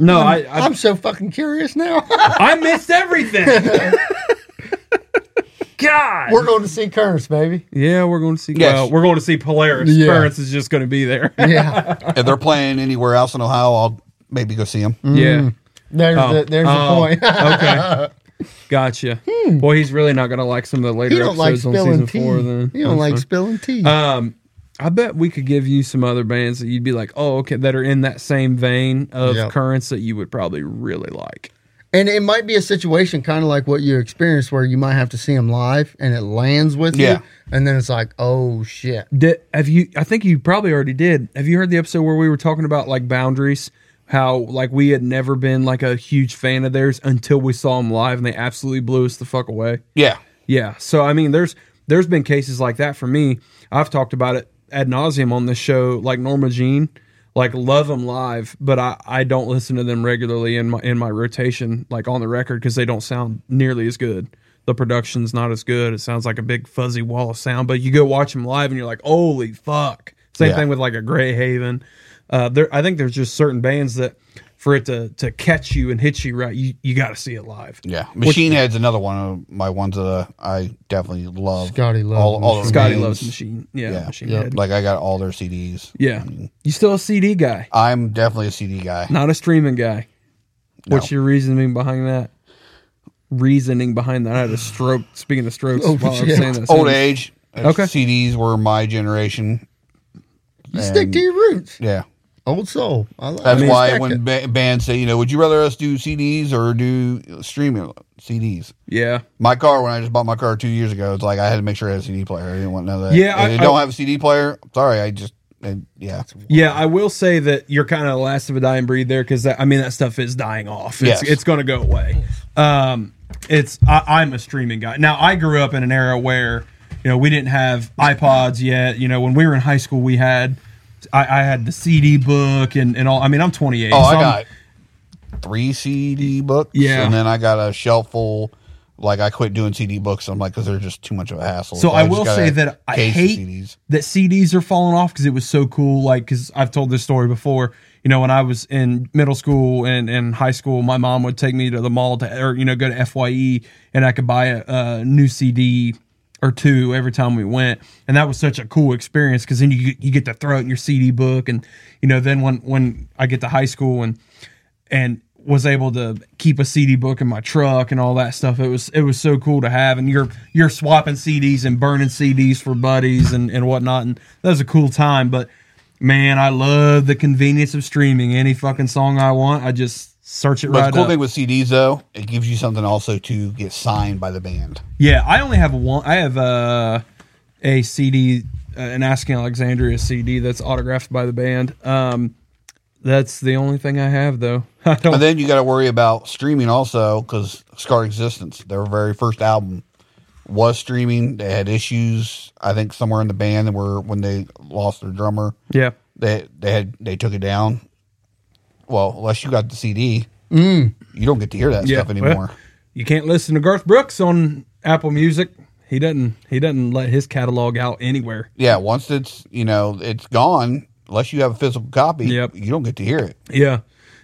Speaker 1: No, I I,
Speaker 2: I'm so fucking curious now.
Speaker 1: I missed everything. God.
Speaker 2: We're going to see Curse, baby.
Speaker 1: yeah, we're going to see.
Speaker 4: Yes.
Speaker 1: Well, we're going to see Polaris.
Speaker 2: Yeah. Mm.
Speaker 1: Currents is just going to be there.
Speaker 2: Yeah.
Speaker 4: if they're playing anywhere else in Ohio, I'll maybe go see them.
Speaker 2: Mm-hmm.
Speaker 1: yeah.
Speaker 2: There's
Speaker 1: Oh.
Speaker 2: the there's
Speaker 1: Oh.
Speaker 2: the point.
Speaker 1: okay. Gotcha. Boy, he's really not gonna like some of the later
Speaker 2: you Hmm. don't like
Speaker 1: episodes on season
Speaker 2: spilling tea.
Speaker 1: four. Then
Speaker 2: You don't
Speaker 1: That's
Speaker 2: like
Speaker 1: fine.
Speaker 2: spilling tea.
Speaker 1: Um, I bet we could give you some other bands that you'd be like, oh, okay, that are in that same vein of
Speaker 2: Yep.
Speaker 1: currents that you would probably really like.
Speaker 2: And it might be a situation kind of like what you experienced where you might have to see them live and it lands with
Speaker 4: Yeah.
Speaker 2: you. And then it's like, oh shit.
Speaker 1: Did, have you? I think you probably already did. Have you heard the episode where we were talking about like boundaries? How like we had never been like a huge fan of theirs until we saw them live, and they absolutely blew us the fuck away.
Speaker 4: Yeah.
Speaker 1: Yeah. So I mean, there's there's been cases like that for me. I've talked about it ad nauseum on the show, like Norma Jean. Like love them live, but I, I don't listen to them regularly in my in my rotation, like on the record, because they don't sound nearly as good. The production's not as good. It sounds like a big fuzzy wall of sound. But you go watch them live, and you're like, holy fuck. Same
Speaker 4: Yeah.
Speaker 1: thing with like a Grey Haven. Uh, there, I think there's just certain bands that for it to to catch you and hit you right, you you got to see it live.
Speaker 4: Yeah. Machine Head's another one of my ones that uh, I definitely love.
Speaker 2: Scotty loves
Speaker 4: all, all their
Speaker 2: Machine
Speaker 1: Scotty
Speaker 4: bands.
Speaker 1: loves Machine, yeah,
Speaker 4: Yeah.
Speaker 1: Machine
Speaker 2: Yep.
Speaker 1: Head.
Speaker 4: Like I got all their CDs.
Speaker 1: Yeah. You still a CD guy,
Speaker 4: I'm definitely a CD guy.
Speaker 1: not a streaming guy. What's your reasoning behind that? Reasoning behind that. I had a stroke. Speaking of strokes,
Speaker 2: Oh,
Speaker 1: while I was
Speaker 2: shit.
Speaker 1: saying that.
Speaker 4: Old age. uh,
Speaker 1: Okay.
Speaker 4: CDs were my generation.
Speaker 2: You stick to
Speaker 4: And-
Speaker 2: your roots.
Speaker 4: Yeah.
Speaker 2: Old soul. I like
Speaker 4: That's
Speaker 2: I
Speaker 4: why
Speaker 2: respect
Speaker 4: when
Speaker 2: it.
Speaker 4: ba- bands say, you know, would you rather us do CDs or do streaming CDs?
Speaker 1: Yeah.
Speaker 4: My car, when I just bought my car two years ago, it's like I had to make sure I had a CD player. I didn't want none of that.
Speaker 1: Yeah,
Speaker 4: If
Speaker 1: I-
Speaker 4: I, don't have a CD player. Sorry, I just, I- yeah,
Speaker 1: Yeah, I will say that you're kind of the last of a dying breed there because I mean that stuff is dying off. It's,
Speaker 4: Yes.
Speaker 1: it's going to go away. Um, it's I, I'm a streaming guy now. I grew up in an era where you know we didn't have iPods yet. You know when we were in high school, we had I, I had the CD book and, and all. I mean I'm 28.
Speaker 4: Oh,
Speaker 1: so
Speaker 4: I
Speaker 1: I'm-
Speaker 4: got three CD books.
Speaker 1: Yeah.
Speaker 4: And then I got a shelf full. Like, I quit doing CD books. I'm like, because they're just too much of a hassle.
Speaker 1: So I
Speaker 4: just
Speaker 1: will
Speaker 4: got
Speaker 1: say
Speaker 4: a
Speaker 1: that I
Speaker 4: case of
Speaker 1: hate
Speaker 4: CDs.
Speaker 1: that CDs are falling off because it was so cool. Like, because I've told this story before. You know, when I was in middle school and, and high school, my mom would take me to the mall to, or, you know, go to FYE and I could buy a, a new CD or two every time we went. And that was such a cool experience because then you, you get to throw it in your CD book. And, you know, then when, when I get to high school and, and was able to keep a CD book in my truck and all that stuff. It was it was so cool to have, and you're you're swapping CDs and burning CDs for buddies and and whatnot, and that was a cool time. But man, I love the convenience of streaming. Any fucking song I want, I just search it
Speaker 4: But
Speaker 1: right
Speaker 4: the cool
Speaker 1: up.
Speaker 4: thing with CDs, though, it gives you something also to get signed by the band.
Speaker 1: yeah, I only have one. I have uh, a CD, uh, an Asking Alexandria CD that's autographed by the band. Um, that's the only thing I have though. I don't
Speaker 4: And then you got to worry about streaming also because Scar Existence, their very first album, was streaming. They had issues, I think, somewhere in the band where when they lost their drummer,
Speaker 1: yeah.
Speaker 4: they they had they took it down. Well, unless you got the CD, you don't get to hear that
Speaker 1: Mm. Yeah,
Speaker 4: stuff
Speaker 1: well,
Speaker 4: anymore.
Speaker 1: you can't listen to Garth Brooks on Apple Music. He doesn't. He doesn't let his catalog out anywhere.
Speaker 4: Yeah, once it's you know it's gone. Unless you have a physical copy,
Speaker 1: Yep.
Speaker 4: you don't get to hear it.
Speaker 1: Yeah.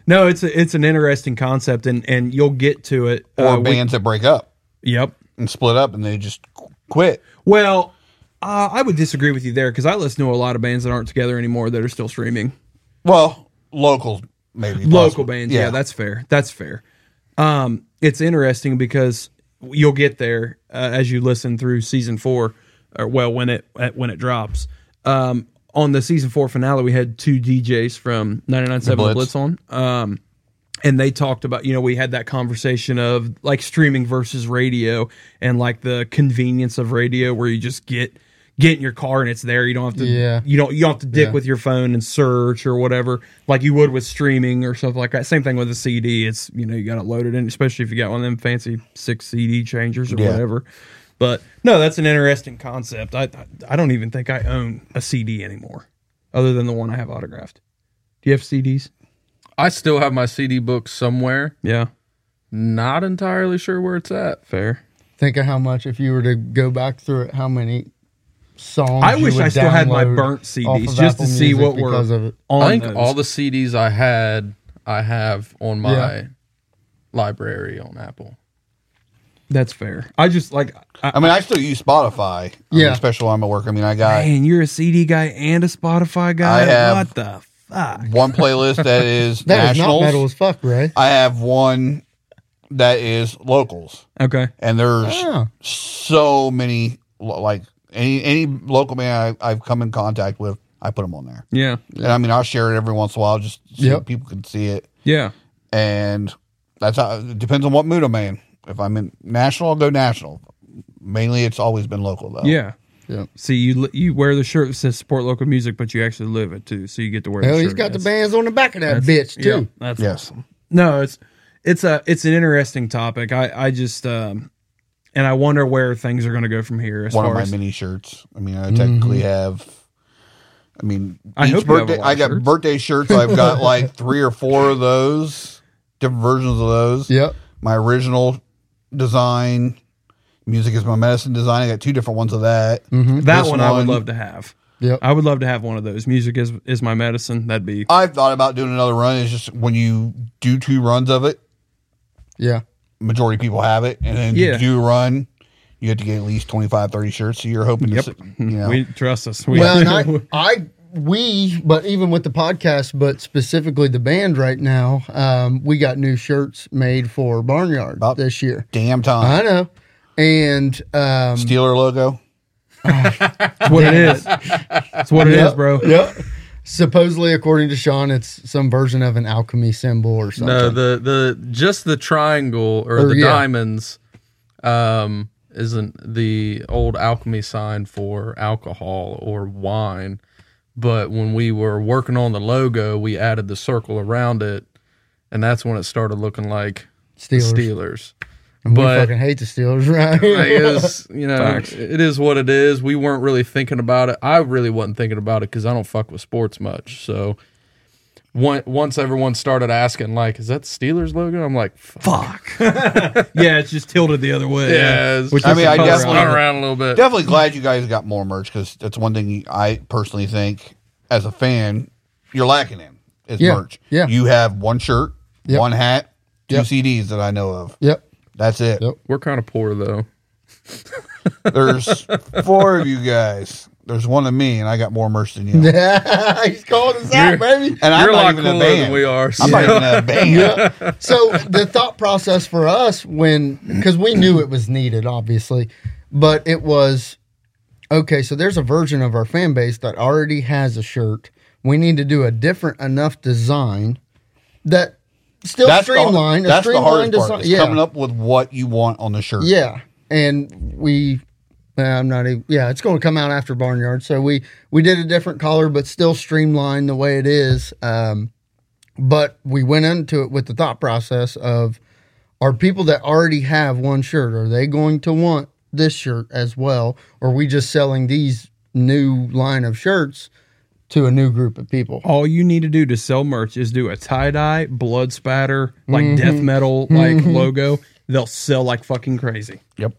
Speaker 1: No, it's a, it's an interesting concept, and and you'll get to it.
Speaker 4: Or
Speaker 1: uh, we-
Speaker 4: bands that break up
Speaker 1: yep.
Speaker 4: and split up and they just qu- quit.
Speaker 1: Well, uh, I would disagree with you there because I listen to a lot of bands that aren't together anymore that are still streaming.
Speaker 4: Well, local maybe
Speaker 1: local
Speaker 4: possible.
Speaker 1: bands. Yeah. that's fair. That's fair. Um, it's interesting because you'll get there uh, as you listen through season four, or well, when it at, when it drops. Um, on the season four finale, we had two DJs from 99.7 The
Speaker 4: Blitz.
Speaker 1: Blitz on, um, and they talked about you know we had that conversation of like streaming versus radio and like the convenience of radio where you just get get in your car and it's there. You don't have to
Speaker 2: Yeah.
Speaker 1: you don't you don't have to dick
Speaker 2: Yeah.
Speaker 1: with your phone and search or whatever like you would with streaming or something like that. Same thing with a CD. It's you know you got it loaded in, especially if you got one of them fancy six CD changers or
Speaker 4: Yeah.
Speaker 1: whatever. But no, that's an interesting concept. I I don't even think I own a CD anymore, other than the one I have autographed. Do you have CDs?
Speaker 3: I still have my CD book somewhere.
Speaker 1: Yeah,
Speaker 3: Not entirely sure where it's at.
Speaker 1: fair.
Speaker 2: Think of how much if you were to go back through it, how many songs.
Speaker 1: I
Speaker 2: you
Speaker 1: wish
Speaker 2: would
Speaker 1: I still had my
Speaker 2: download
Speaker 1: burnt
Speaker 2: off of
Speaker 1: CDs just to
Speaker 2: Apple
Speaker 1: see
Speaker 2: Music
Speaker 1: what were
Speaker 2: because of it.
Speaker 1: on.
Speaker 3: I think
Speaker 1: those.
Speaker 3: all the CDs I had, I have on my
Speaker 2: Yeah.
Speaker 3: library on Apple.
Speaker 1: that's fair. I just like I,
Speaker 4: I mean, I still use Spotify, I mean,
Speaker 2: Yeah.
Speaker 4: especially when I'm at work. I mean, I got
Speaker 1: man, you're a CD guy and a Spotify guy.
Speaker 4: I have-
Speaker 1: what the fuck?
Speaker 4: one playlist that is
Speaker 2: That is not
Speaker 4: nationals.
Speaker 2: metal as fuck, Ray.
Speaker 4: I have one that is locals,
Speaker 1: Okay,
Speaker 4: and there's
Speaker 2: Yeah.
Speaker 4: so many lo- like any any local man I, I've come in contact with, I put them on there.
Speaker 1: yeah,
Speaker 4: And I mean, I'll share it every once in a while just so
Speaker 2: Yep.
Speaker 4: people can see it.
Speaker 1: yeah,
Speaker 4: And that's how it depends on what mood I'm in. If I'm in national, I'll go national. Mainly, it's always been local though.
Speaker 1: yeah.
Speaker 2: Yeah.
Speaker 1: See, you li- you wear the shirt that says support local music, but you actually live it too, so you get to wear.
Speaker 2: Hell,
Speaker 1: the
Speaker 2: he's
Speaker 1: shirt,
Speaker 2: got the
Speaker 1: yes.
Speaker 2: bands on the back of that bitch
Speaker 1: Yeah,
Speaker 2: too.
Speaker 1: that's
Speaker 4: Yes.
Speaker 1: awesome. No, it's it's a it's an interesting topic. I I just um, and I wonder where things are going to go from here. As
Speaker 4: one
Speaker 1: far
Speaker 4: of my
Speaker 1: as Mm-hmm.
Speaker 4: mini shirts. I mean, I technically have. I mean,
Speaker 1: I
Speaker 4: each
Speaker 1: hope you have a
Speaker 4: birthday.
Speaker 1: lot
Speaker 4: I
Speaker 1: of
Speaker 4: got
Speaker 1: shirts.
Speaker 4: birthday shirts. I've got like three or four of those, different versions of those.
Speaker 2: Yep.
Speaker 4: My original design, music is my medicine design. I got two different ones of that.
Speaker 1: Mm-hmm. that
Speaker 4: this
Speaker 1: one, I would
Speaker 4: one-
Speaker 1: love to have.
Speaker 2: Yep.
Speaker 1: I would love to have one of those. Music is is my medicine. That'd be
Speaker 4: I've thought about doing another run. It's just when you do two runs of it,
Speaker 2: yeah.
Speaker 4: majority of people have it, and then
Speaker 1: Yeah.
Speaker 4: you do a run. You have to get at least 25, 30 shirts. So you're hoping to, s- you know,
Speaker 1: we trust us. We,
Speaker 2: Well, and I, I, we, but even with the podcast, but specifically the band right now, um, we got new shirts made for Barnyard
Speaker 4: About-
Speaker 2: this year.
Speaker 4: damn time.
Speaker 2: I know, and um,
Speaker 4: Steeler logo.
Speaker 1: It's what it is. It's what it is, bro.
Speaker 2: Yep. Supposedly, according to Sean, it's some version of an alchemy symbol or something.
Speaker 3: No, the the just the triangle or,
Speaker 2: Or,
Speaker 3: the
Speaker 2: yeah.
Speaker 3: diamonds um isn't the old alchemy sign for alcohol or wine. But when we were working on the logo, we added the circle around it, and that's when it started looking like
Speaker 2: Steelers.
Speaker 3: Steelers.
Speaker 2: and we
Speaker 3: but-
Speaker 2: fucking hate the Steelers, right?
Speaker 3: It is, you know,
Speaker 1: Facts.
Speaker 3: it is what it is. We weren't really thinking about it. I really wasn't thinking about it because I don't fuck with sports much. So on- once everyone started asking, like, is that the Steelers logo? I'm like, fuck.
Speaker 1: Fuck. yeah, it's just tilted the other way.
Speaker 3: Yeah, it's-
Speaker 1: Which
Speaker 4: I
Speaker 1: is
Speaker 4: mean,
Speaker 1: the
Speaker 4: I
Speaker 1: color
Speaker 4: definitely-
Speaker 1: on
Speaker 3: Run
Speaker 1: it.
Speaker 3: around a little bit.
Speaker 4: definitely glad you guys got more merch because that's one thing I personally think as a fan you're lacking in is
Speaker 2: Yeah,
Speaker 4: merch.
Speaker 2: yeah.
Speaker 4: you have one shirt,
Speaker 2: Yep.
Speaker 4: one hat, two
Speaker 2: Yep.
Speaker 4: CDs that I know of.
Speaker 2: yep.
Speaker 4: That's it.
Speaker 2: Yep.
Speaker 3: We're kind of poor though.
Speaker 4: There's four of you guys. There's one of me, and I got more merch than you.
Speaker 2: He's calling us out, baby.
Speaker 4: And I'm
Speaker 3: You're a
Speaker 4: not
Speaker 3: lot
Speaker 4: even a
Speaker 3: cooler
Speaker 4: band.
Speaker 3: than we are. So.
Speaker 4: I'm not even a band.
Speaker 2: so the thought process for us when because we knew it was needed obviously but it was okay so there's a version of our fan base that already has a shirt we need to do a different enough design that still
Speaker 4: That's
Speaker 2: streamlined
Speaker 4: The,
Speaker 2: a
Speaker 4: that's the
Speaker 2: streamlined
Speaker 4: hardest part. Is
Speaker 2: design
Speaker 4: coming
Speaker 2: yeah
Speaker 4: up with what you want on the shirt.
Speaker 2: yeah and we uh, i'm not even yeah it's going to come out after barnyard so we we did a different color but still streamlined the way it is um but we went into it with the thought process of are people that already have one shirt are they going to want this shirt as well or are we just selling these new line of shirts to a new group of people
Speaker 1: All you need to do to sell merch is do a tie dye, blood spatter, like
Speaker 2: Mm-hmm.
Speaker 1: death metal, like logo. They'll sell like fucking crazy.
Speaker 4: Yep.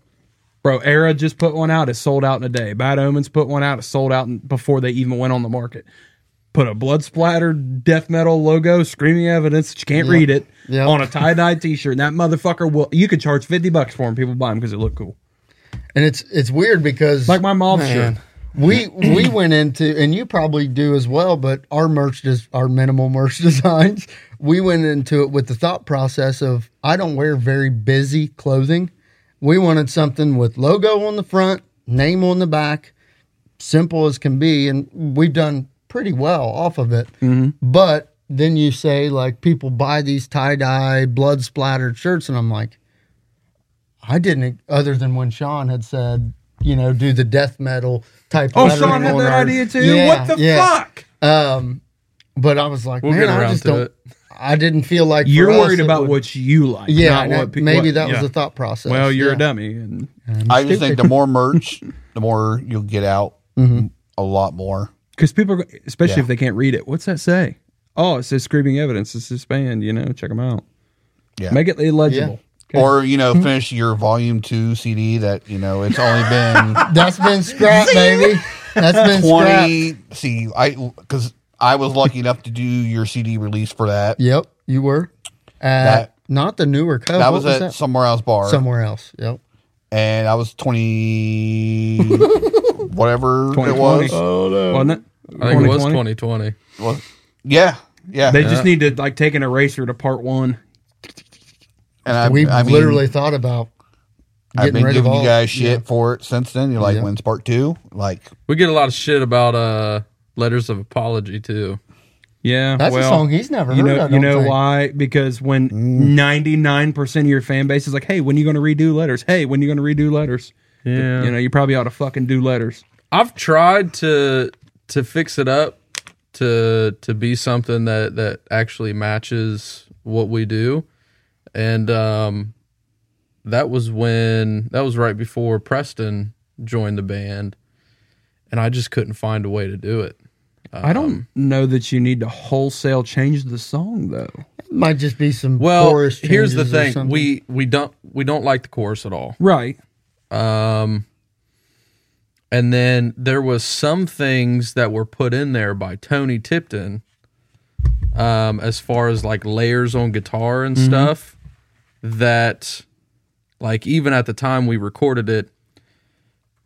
Speaker 1: Bro, Era just put one out. It sold out in a day. Bad Omens put one out. It sold out in- before they even went on the market. Put a blood splattered death metal logo, screaming evidence that you can't read it,
Speaker 2: Yep.
Speaker 1: on a tie dye t shirt. And that motherfucker will, you could charge 50 bucks for them. People buy them because it looked cool.
Speaker 2: and it's it's weird because
Speaker 1: Like my mom's
Speaker 3: Man.
Speaker 1: shirt.
Speaker 2: we we went into and you probably do as well but our merch is our minimal merch designs we went into it with the thought process of i don't wear very busy clothing we wanted something with logo on the front name on the back simple as can be and we've done pretty well off of it
Speaker 1: Mm-hmm.
Speaker 2: but then you say like people buy these tie-dye blood splattered shirts and i'm like I didn't, other than when Sean had said you know, do the death metal type.
Speaker 1: Oh,
Speaker 2: lettering
Speaker 1: Sean had
Speaker 2: on
Speaker 1: that
Speaker 2: our-
Speaker 1: idea too.
Speaker 2: Yeah,
Speaker 1: what the
Speaker 2: yeah.
Speaker 1: fuck?
Speaker 2: Um, but I was like,
Speaker 3: We'll
Speaker 2: man,
Speaker 3: get
Speaker 2: I
Speaker 3: around
Speaker 2: just
Speaker 3: to
Speaker 2: don't.
Speaker 3: it.
Speaker 2: I didn't feel like for
Speaker 1: You're
Speaker 2: us
Speaker 1: worried
Speaker 2: it
Speaker 1: about
Speaker 2: would-
Speaker 1: what you like.
Speaker 2: Yeah,
Speaker 1: not
Speaker 2: and
Speaker 1: what
Speaker 2: that-
Speaker 1: pe-
Speaker 2: maybe
Speaker 1: what-
Speaker 2: that was
Speaker 1: yeah.
Speaker 2: the thought process.
Speaker 1: Well, you're
Speaker 2: yeah.
Speaker 1: a dummy. And
Speaker 4: I just think the more merch, the more you'll get out
Speaker 2: Mm-hmm.
Speaker 4: a lot more.
Speaker 1: Because people, are, especially
Speaker 4: Yeah.
Speaker 1: if they can't read it, what's that say? Oh, it says screaming evidence. It's this band, you know. Check them out.
Speaker 4: Yeah.
Speaker 1: Make it illegible.
Speaker 4: Or, you know, finish your volume two CD that, you know, it's only been
Speaker 2: That's been scrapped, baby. That's been scrapped.
Speaker 4: 20. See, I, because I was lucky enough to do your CD release for that.
Speaker 2: Yep, you were. Uh,
Speaker 4: That-
Speaker 2: not the newer cover.
Speaker 4: That
Speaker 2: What
Speaker 4: was,
Speaker 2: was
Speaker 4: at
Speaker 2: that?
Speaker 4: somewhere else bar.
Speaker 2: somewhere else. Yep.
Speaker 4: and I was 20, whatever it
Speaker 1: 2020.
Speaker 4: was.
Speaker 2: Oh no.
Speaker 1: Wasn't it?
Speaker 3: I think it was
Speaker 1: 2020?
Speaker 3: 2020.
Speaker 4: Was- yeah. Yeah.
Speaker 1: They just need to like take an eraser to part one.
Speaker 4: and I,
Speaker 2: We've
Speaker 4: I mean,
Speaker 2: literally thought about
Speaker 4: I've
Speaker 2: getting
Speaker 4: been
Speaker 2: rid
Speaker 4: giving
Speaker 2: of all.
Speaker 4: you guys shit for it since then. You're like,
Speaker 2: Yeah.
Speaker 4: when's part two? Like,
Speaker 3: We get a lot of shit about uh, letters of apology too.
Speaker 1: Yeah,
Speaker 2: That's
Speaker 1: well,
Speaker 2: a song he's never
Speaker 1: You
Speaker 2: heard.
Speaker 1: know,
Speaker 2: I
Speaker 1: you
Speaker 2: don't
Speaker 1: know
Speaker 2: think. Mm.
Speaker 1: why? Because when ninety nine percent of your fan base is like, "Hey, when you going to redo letters? Hey, when you going to redo letters?"
Speaker 3: Yeah.
Speaker 1: you know, you probably ought to fucking do letters.
Speaker 3: I've tried to to fix it up to to be something that that actually matches what we do, and um, that was when that was right before Preston joined the band, and I just couldn't find a way to do it. Uh,
Speaker 1: I don't know that you need to wholesale change the song though.
Speaker 2: Might just be some
Speaker 3: Well,
Speaker 2: chorus
Speaker 3: here's the
Speaker 2: changes or
Speaker 3: thing:
Speaker 2: something.
Speaker 3: we we don't we don't like the chorus at all.
Speaker 1: Right.
Speaker 3: Um, and then there was some things that were put in there by Tony Tipton, um, as far as like layers on guitar and stuff that, like, even at the time we recorded it,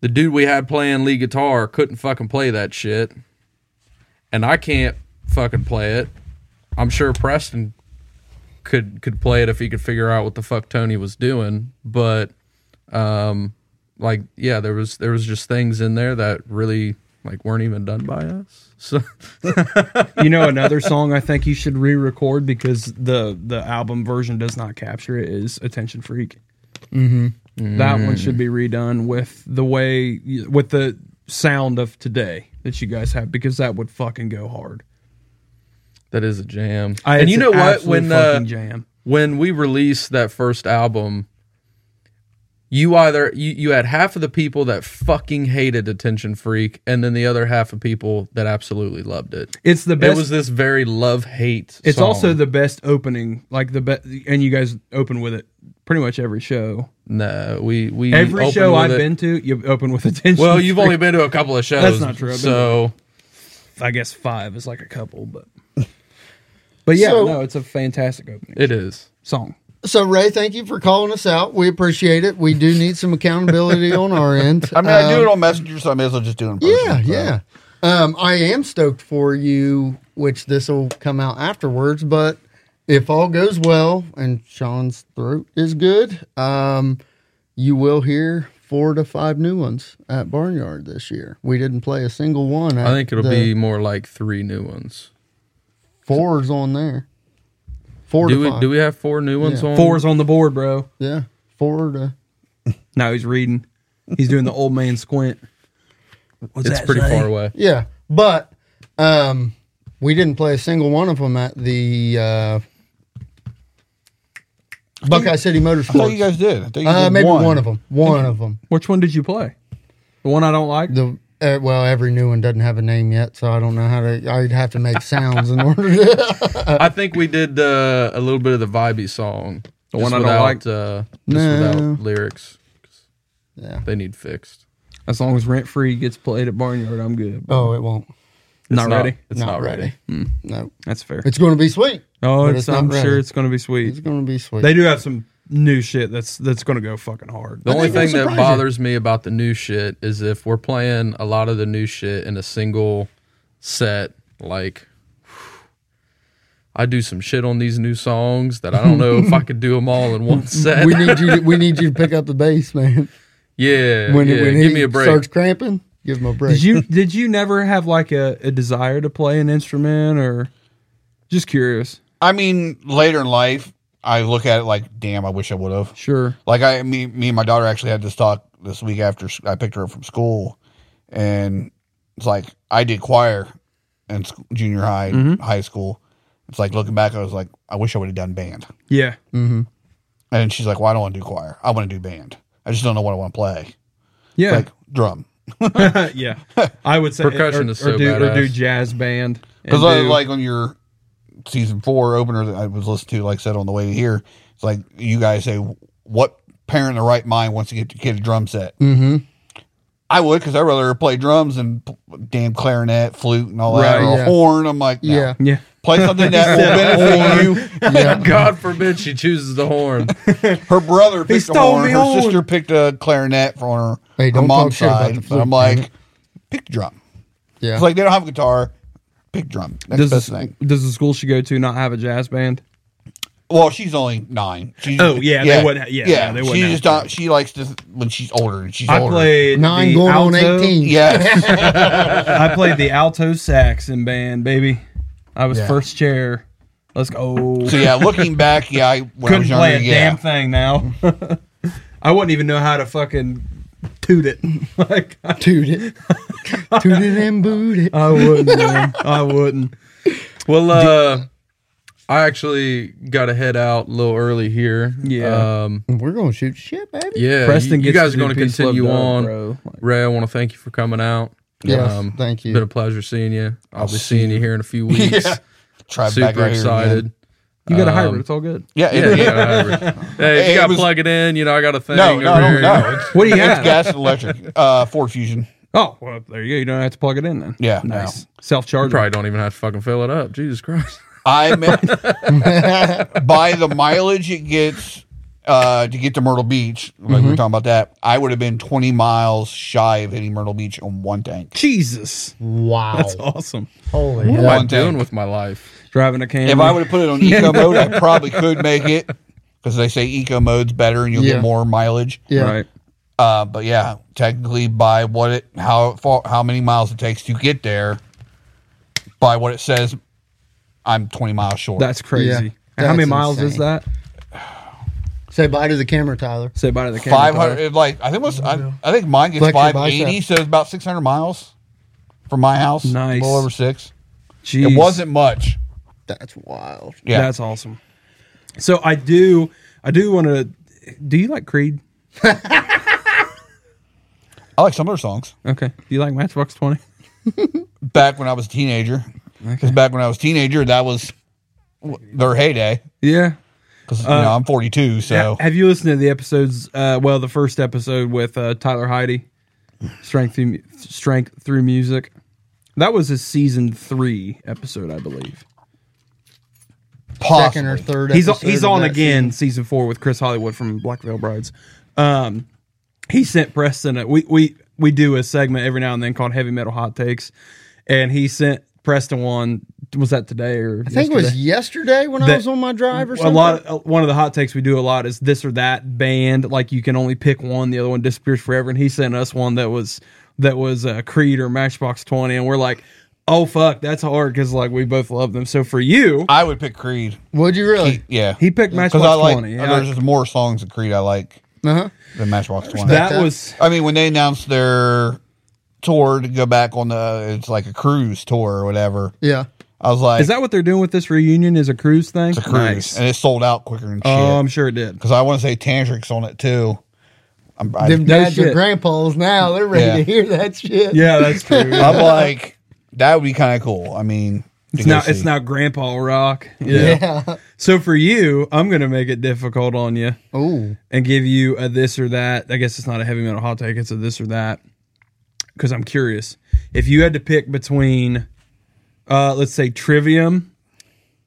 Speaker 3: the dude we had playing lead guitar couldn't fucking play that shit, and I can't fucking play it. I'm sure Preston could could play it if he could figure out what the fuck Tony was doing, but um like yeah there was there was just things in there that really like weren't even done by us so
Speaker 1: you know another song I think you should re-record because the the album version does not capture it is Attention Freak. Mm-hmm. That
Speaker 3: Mm.
Speaker 1: one should be redone with the way with the sound of today that you guys have because that would fucking go hard.
Speaker 3: that is a jam
Speaker 1: I-
Speaker 3: and
Speaker 1: it's
Speaker 3: you
Speaker 1: an
Speaker 3: know what
Speaker 1: absolute
Speaker 3: when
Speaker 1: fucking
Speaker 3: uh,
Speaker 1: jam.
Speaker 3: when we released that first album you either you, you had half of the people that fucking hated attention freak and then the other half of people that absolutely loved it
Speaker 1: It's the
Speaker 3: it
Speaker 1: best.
Speaker 3: was this very love hate
Speaker 1: it's also the best opening, like the best, and you guys open with it pretty much every show.
Speaker 3: no we we
Speaker 1: Every
Speaker 3: opened
Speaker 1: show
Speaker 3: with
Speaker 1: I've
Speaker 3: it-
Speaker 1: been to, you open with attention.
Speaker 3: well you've
Speaker 1: Freak.
Speaker 3: only been to a couple of shows
Speaker 1: not true. I've been to-
Speaker 3: so
Speaker 1: I guess five is like a couple, but but yeah,
Speaker 2: So-
Speaker 1: no, it's a fantastic opening
Speaker 3: it is
Speaker 1: song.
Speaker 2: So Ray, thank you for calling us out. We appreciate it. We do need some accountability on our end.
Speaker 4: I mean, I do
Speaker 2: Um,
Speaker 4: it on Messenger, so I may as well just do it in person.
Speaker 2: Yeah,
Speaker 4: so.
Speaker 2: yeah. Um, I am stoked for you, which this will come out afterwards. But if all goes well and Sean's throat is good, um, you will hear four to five new ones at Barnyard this year. We didn't play a single one.
Speaker 3: I think it'll be more like three new ones.
Speaker 2: fours on there. Four
Speaker 3: Do
Speaker 2: to
Speaker 3: we
Speaker 2: five.
Speaker 3: do we have four new ones
Speaker 2: Yeah.
Speaker 3: on?
Speaker 1: Four's on the board, bro.
Speaker 2: yeah, four to.
Speaker 1: Now he's reading. He's doing the old man squint. What's
Speaker 3: It's
Speaker 1: that
Speaker 3: pretty
Speaker 1: say?
Speaker 3: far away.
Speaker 2: Yeah, but um, we didn't play a single one of them at the uh, Buckeye City
Speaker 4: I thought you
Speaker 2: Motorsports.
Speaker 4: guys did. I thought you
Speaker 2: Uh,
Speaker 4: did
Speaker 2: maybe one. of them. One of them.
Speaker 1: Which one did you play? The one I don't like.
Speaker 2: The uh, well, every new one doesn't have a name yet, so I don't know how to. I'd have to make sounds in order. to...
Speaker 3: I think we did uh, a little bit of the vibey song. The
Speaker 1: one I don't
Speaker 3: without,
Speaker 1: like?
Speaker 3: Uh, just
Speaker 2: No.
Speaker 3: without lyrics.
Speaker 2: Yeah.
Speaker 3: They need fixed.
Speaker 1: As long as Rent Free gets played at Barnyard, I'm good.
Speaker 2: Oh, it won't.
Speaker 3: It's
Speaker 1: not, ready.
Speaker 3: It's not, ready.
Speaker 2: No,
Speaker 1: That's fair.
Speaker 2: it's going to be sweet.
Speaker 1: oh,
Speaker 2: but
Speaker 1: it's,
Speaker 2: it's not
Speaker 1: I'm
Speaker 2: ready.
Speaker 1: sure it's going to be
Speaker 2: It's
Speaker 1: sweet.
Speaker 2: going to be sweet.
Speaker 1: They do have some new shit that's that's going to go fucking hard.
Speaker 3: The only
Speaker 2: think it'll
Speaker 3: thing that
Speaker 2: surprise you.
Speaker 3: bothers me about the new shit is if we're playing a lot of the new shit in a single set, like I do some shit on these new songs that I don't know if I could do them all in one set.
Speaker 2: we need you. To, we need you to pick up the bass, man.
Speaker 3: yeah,
Speaker 2: When,
Speaker 3: yeah.
Speaker 2: when he
Speaker 3: give me a break.
Speaker 2: starts cramping, give him a break.
Speaker 1: Did you did you never have like a, a desire to play an instrument or just curious?
Speaker 4: I mean, later in life, I look at it like, damn, I wish I would have.
Speaker 1: Sure.
Speaker 4: Like I, me, me and my daughter actually had this talk this week after s- I picked her up from school, and it's like I did choir in sc- junior high, high school. It's like looking back, I was like, I wish I would have done band.
Speaker 1: Yeah.
Speaker 4: And she's like, Well, I don't want to do choir. I want to do band. I just don't know what I want to play.
Speaker 1: Yeah.
Speaker 4: Like drum.
Speaker 1: yeah. I would say
Speaker 3: Percussion
Speaker 1: or,
Speaker 3: is
Speaker 1: or
Speaker 3: so
Speaker 1: do, or do
Speaker 3: badass.
Speaker 1: jazz band. and
Speaker 4: Because
Speaker 1: do-
Speaker 4: like on your season four opener that I was listening to, like I said on the way here, it's like you guys say, what parent in the right mind wants to get your kid a drum set? Mm-hmm. I would, because I'd rather play drums than p- damn clarinet, flute, and all that,
Speaker 1: Right,
Speaker 4: or
Speaker 2: yeah.
Speaker 4: a horn. I'm like, no.
Speaker 2: Yeah.
Speaker 1: yeah.
Speaker 4: play something that will benefit you.
Speaker 3: God forbid she chooses the horn.
Speaker 4: Her brother picked a
Speaker 1: stole
Speaker 4: horn.
Speaker 1: me
Speaker 4: Her
Speaker 1: horn.
Speaker 4: sister picked a clarinet from her,
Speaker 2: Hey,
Speaker 4: her
Speaker 2: don't talk
Speaker 4: mom's
Speaker 2: shit about
Speaker 4: side.
Speaker 2: the
Speaker 4: So
Speaker 2: flute, damn
Speaker 4: I'm like, pick the drum.
Speaker 2: Yeah.
Speaker 4: It's like they don't have a guitar. Pick drum. That's
Speaker 1: Does
Speaker 4: the
Speaker 1: the,
Speaker 4: best
Speaker 1: s-
Speaker 4: thing.
Speaker 1: does the school she go to not have a jazz band?
Speaker 4: Well, she's only nine. She's,
Speaker 1: Oh, yeah, they wouldn't ha- yeah, yeah, they wouldn't
Speaker 4: she
Speaker 1: have
Speaker 4: just
Speaker 1: to.
Speaker 4: not. She likes to when she's older. and She's
Speaker 1: I
Speaker 4: older.
Speaker 1: played
Speaker 2: Nine
Speaker 1: the
Speaker 2: going
Speaker 1: alto-
Speaker 2: on 18.
Speaker 4: Yes.
Speaker 1: I played the alto sax in band, baby. I was
Speaker 4: Yeah.
Speaker 1: first chair. Let's go.
Speaker 4: so yeah, looking back, yeah, I, when I
Speaker 1: Couldn't
Speaker 4: was younger,
Speaker 1: play a
Speaker 4: yeah,
Speaker 1: damn thing now. I wouldn't even know how to fucking toot it. like I,
Speaker 2: Toot it. Toot it and boot it.
Speaker 1: I wouldn't. man. I wouldn't.
Speaker 3: Well, uh, I actually got to head out a little early here.
Speaker 1: Yeah.
Speaker 3: Um,
Speaker 2: We're going to shoot shit, baby.
Speaker 3: yeah.
Speaker 1: Preston,
Speaker 3: you, you
Speaker 1: gets
Speaker 3: guys
Speaker 1: to
Speaker 3: are going
Speaker 1: do
Speaker 3: to
Speaker 1: Peace, Love,
Speaker 3: continue
Speaker 1: Dog,
Speaker 3: on.
Speaker 1: bro. Like,
Speaker 3: Ray, I want to thank you for coming out.
Speaker 2: Yes,
Speaker 3: Um,
Speaker 2: thank you.
Speaker 3: Been a pleasure seeing you. I'll be seeing you here in a few weeks.
Speaker 4: Yeah. Try back
Speaker 3: Super
Speaker 4: right Here
Speaker 3: excited.
Speaker 4: again.
Speaker 1: you got a hybrid.
Speaker 3: Um,
Speaker 1: It's all good.
Speaker 4: yeah,
Speaker 3: Yeah,
Speaker 4: it-
Speaker 3: you
Speaker 4: yeah.
Speaker 3: gotta have it. Hey,
Speaker 4: Hey,
Speaker 3: you
Speaker 4: it
Speaker 3: gotta
Speaker 4: was-
Speaker 3: plug it in. You know, I got a thing.
Speaker 4: No, no,
Speaker 3: over
Speaker 4: no,
Speaker 3: here.
Speaker 4: no. It's,
Speaker 1: What do you
Speaker 4: it's
Speaker 1: have?
Speaker 4: gas and electric. Uh, Ford Fusion.
Speaker 1: Oh, well, there you go. You don't have to plug it in then.
Speaker 4: Yeah,
Speaker 1: Nice. Self
Speaker 3: You
Speaker 1: charger.
Speaker 3: probably don't even have to fucking fill it up. Jesus Christ.
Speaker 4: I meant by the mileage it gets uh, to get to Myrtle Beach, like we
Speaker 3: Mm-hmm.
Speaker 4: were talking about that, I would have been 20 miles shy of hitting Myrtle Beach on one tank.
Speaker 1: Jesus.
Speaker 2: Wow.
Speaker 1: That's awesome.
Speaker 2: Holy
Speaker 3: What am I
Speaker 4: One thing.
Speaker 3: doing with my life?
Speaker 1: Driving a camera.
Speaker 4: If I would have put it on eco mode, I probably could make it because they say eco mode's better and you'll
Speaker 2: Yeah.
Speaker 4: get more mileage.
Speaker 2: Yeah.
Speaker 1: Right.
Speaker 4: Uh, but yeah, technically, by what it how far, how many miles it takes to get there, by what it says, I'm 20 miles short.
Speaker 1: That's crazy.
Speaker 2: Yeah.
Speaker 1: How many
Speaker 2: That's
Speaker 1: miles is
Speaker 2: insane.
Speaker 1: that?
Speaker 2: Say bye to the camera, Tyler.
Speaker 1: Say bye to the camera.
Speaker 4: five
Speaker 1: Tyler.
Speaker 4: hundred. Like I think it was I, I think mine gets
Speaker 2: Flex your
Speaker 4: five eighty, so it's about six hundred miles from my house.
Speaker 1: Nice.
Speaker 4: a little over six.
Speaker 1: Jeez.
Speaker 4: It wasn't much.
Speaker 2: That's wild.
Speaker 4: Yeah,
Speaker 1: That's awesome. So I do, I do want to. Do you like Creed?
Speaker 4: I like some of their songs.
Speaker 1: Okay. Do you like Matchbox Twenty?
Speaker 4: Back when I was a teenager, because back when I was a teenager, that was w- their heyday.
Speaker 1: Yeah.
Speaker 4: Because
Speaker 1: Uh,
Speaker 4: you know I'm 42, so
Speaker 1: Ha- Have you listened to the episodes? Uh, well, the first episode with uh, Tyler Heidi, strength through, Mu- strength through music. That was a season three episode, I believe.
Speaker 4: possibly.
Speaker 2: Second or third.
Speaker 1: he's
Speaker 2: episode
Speaker 1: he's
Speaker 2: of
Speaker 1: on
Speaker 2: that
Speaker 1: again season four with Chris Hollywood from Black Veil Brides. Um, he sent Preston a, we we we do a segment every now and then called Heavy Metal Hot Takes, and he sent Preston one. Was that today or
Speaker 2: I think it was yesterday when I
Speaker 1: That-
Speaker 2: was on my drive or
Speaker 1: a
Speaker 2: something.
Speaker 1: lot of, one of the hot takes we do a lot is this or that band like you can only pick one the other one disappears forever and he sent us one that was that was uh, creed or matchbox 20 and we're like oh fuck that's hard because like we both love them so for you
Speaker 4: I would pick Creed.
Speaker 2: Would you really?
Speaker 4: Yeah,
Speaker 1: he picked
Speaker 4: because
Speaker 1: matchbox
Speaker 4: I like
Speaker 1: 20 yeah.
Speaker 4: there's just more songs of Creed I like
Speaker 2: Uh huh.
Speaker 4: than Matchbox 20.
Speaker 1: that,
Speaker 2: that.
Speaker 1: was
Speaker 4: I mean, when they announced their tour to go back on the, it's like a cruise tour or whatever.
Speaker 2: Yeah.
Speaker 4: I was like,
Speaker 1: is that what they're doing with this reunion is a cruise thing
Speaker 4: It's a cruise, and it sold out quicker than
Speaker 1: oh i'm
Speaker 4: shit.
Speaker 1: sure it did
Speaker 4: Because I want to say Tantric's on it too. I'm, I,
Speaker 2: Them
Speaker 4: am
Speaker 1: No
Speaker 2: dads
Speaker 1: shit.
Speaker 2: and grandpas now, they're ready
Speaker 4: Yeah.
Speaker 2: to hear that shit.
Speaker 1: yeah that's true yeah.
Speaker 4: like, that would be kind of cool. I mean, to
Speaker 1: it's
Speaker 4: go
Speaker 1: now it's
Speaker 4: see.
Speaker 1: now grandpa rock yeah
Speaker 2: Yeah.
Speaker 1: so for you i'm gonna make it difficult on you
Speaker 2: Oh.
Speaker 1: and give you a this or that. I guess it's not a heavy metal hot take, it's a this or that. Because I'm curious. If you had to pick between, uh, let's say, Trivium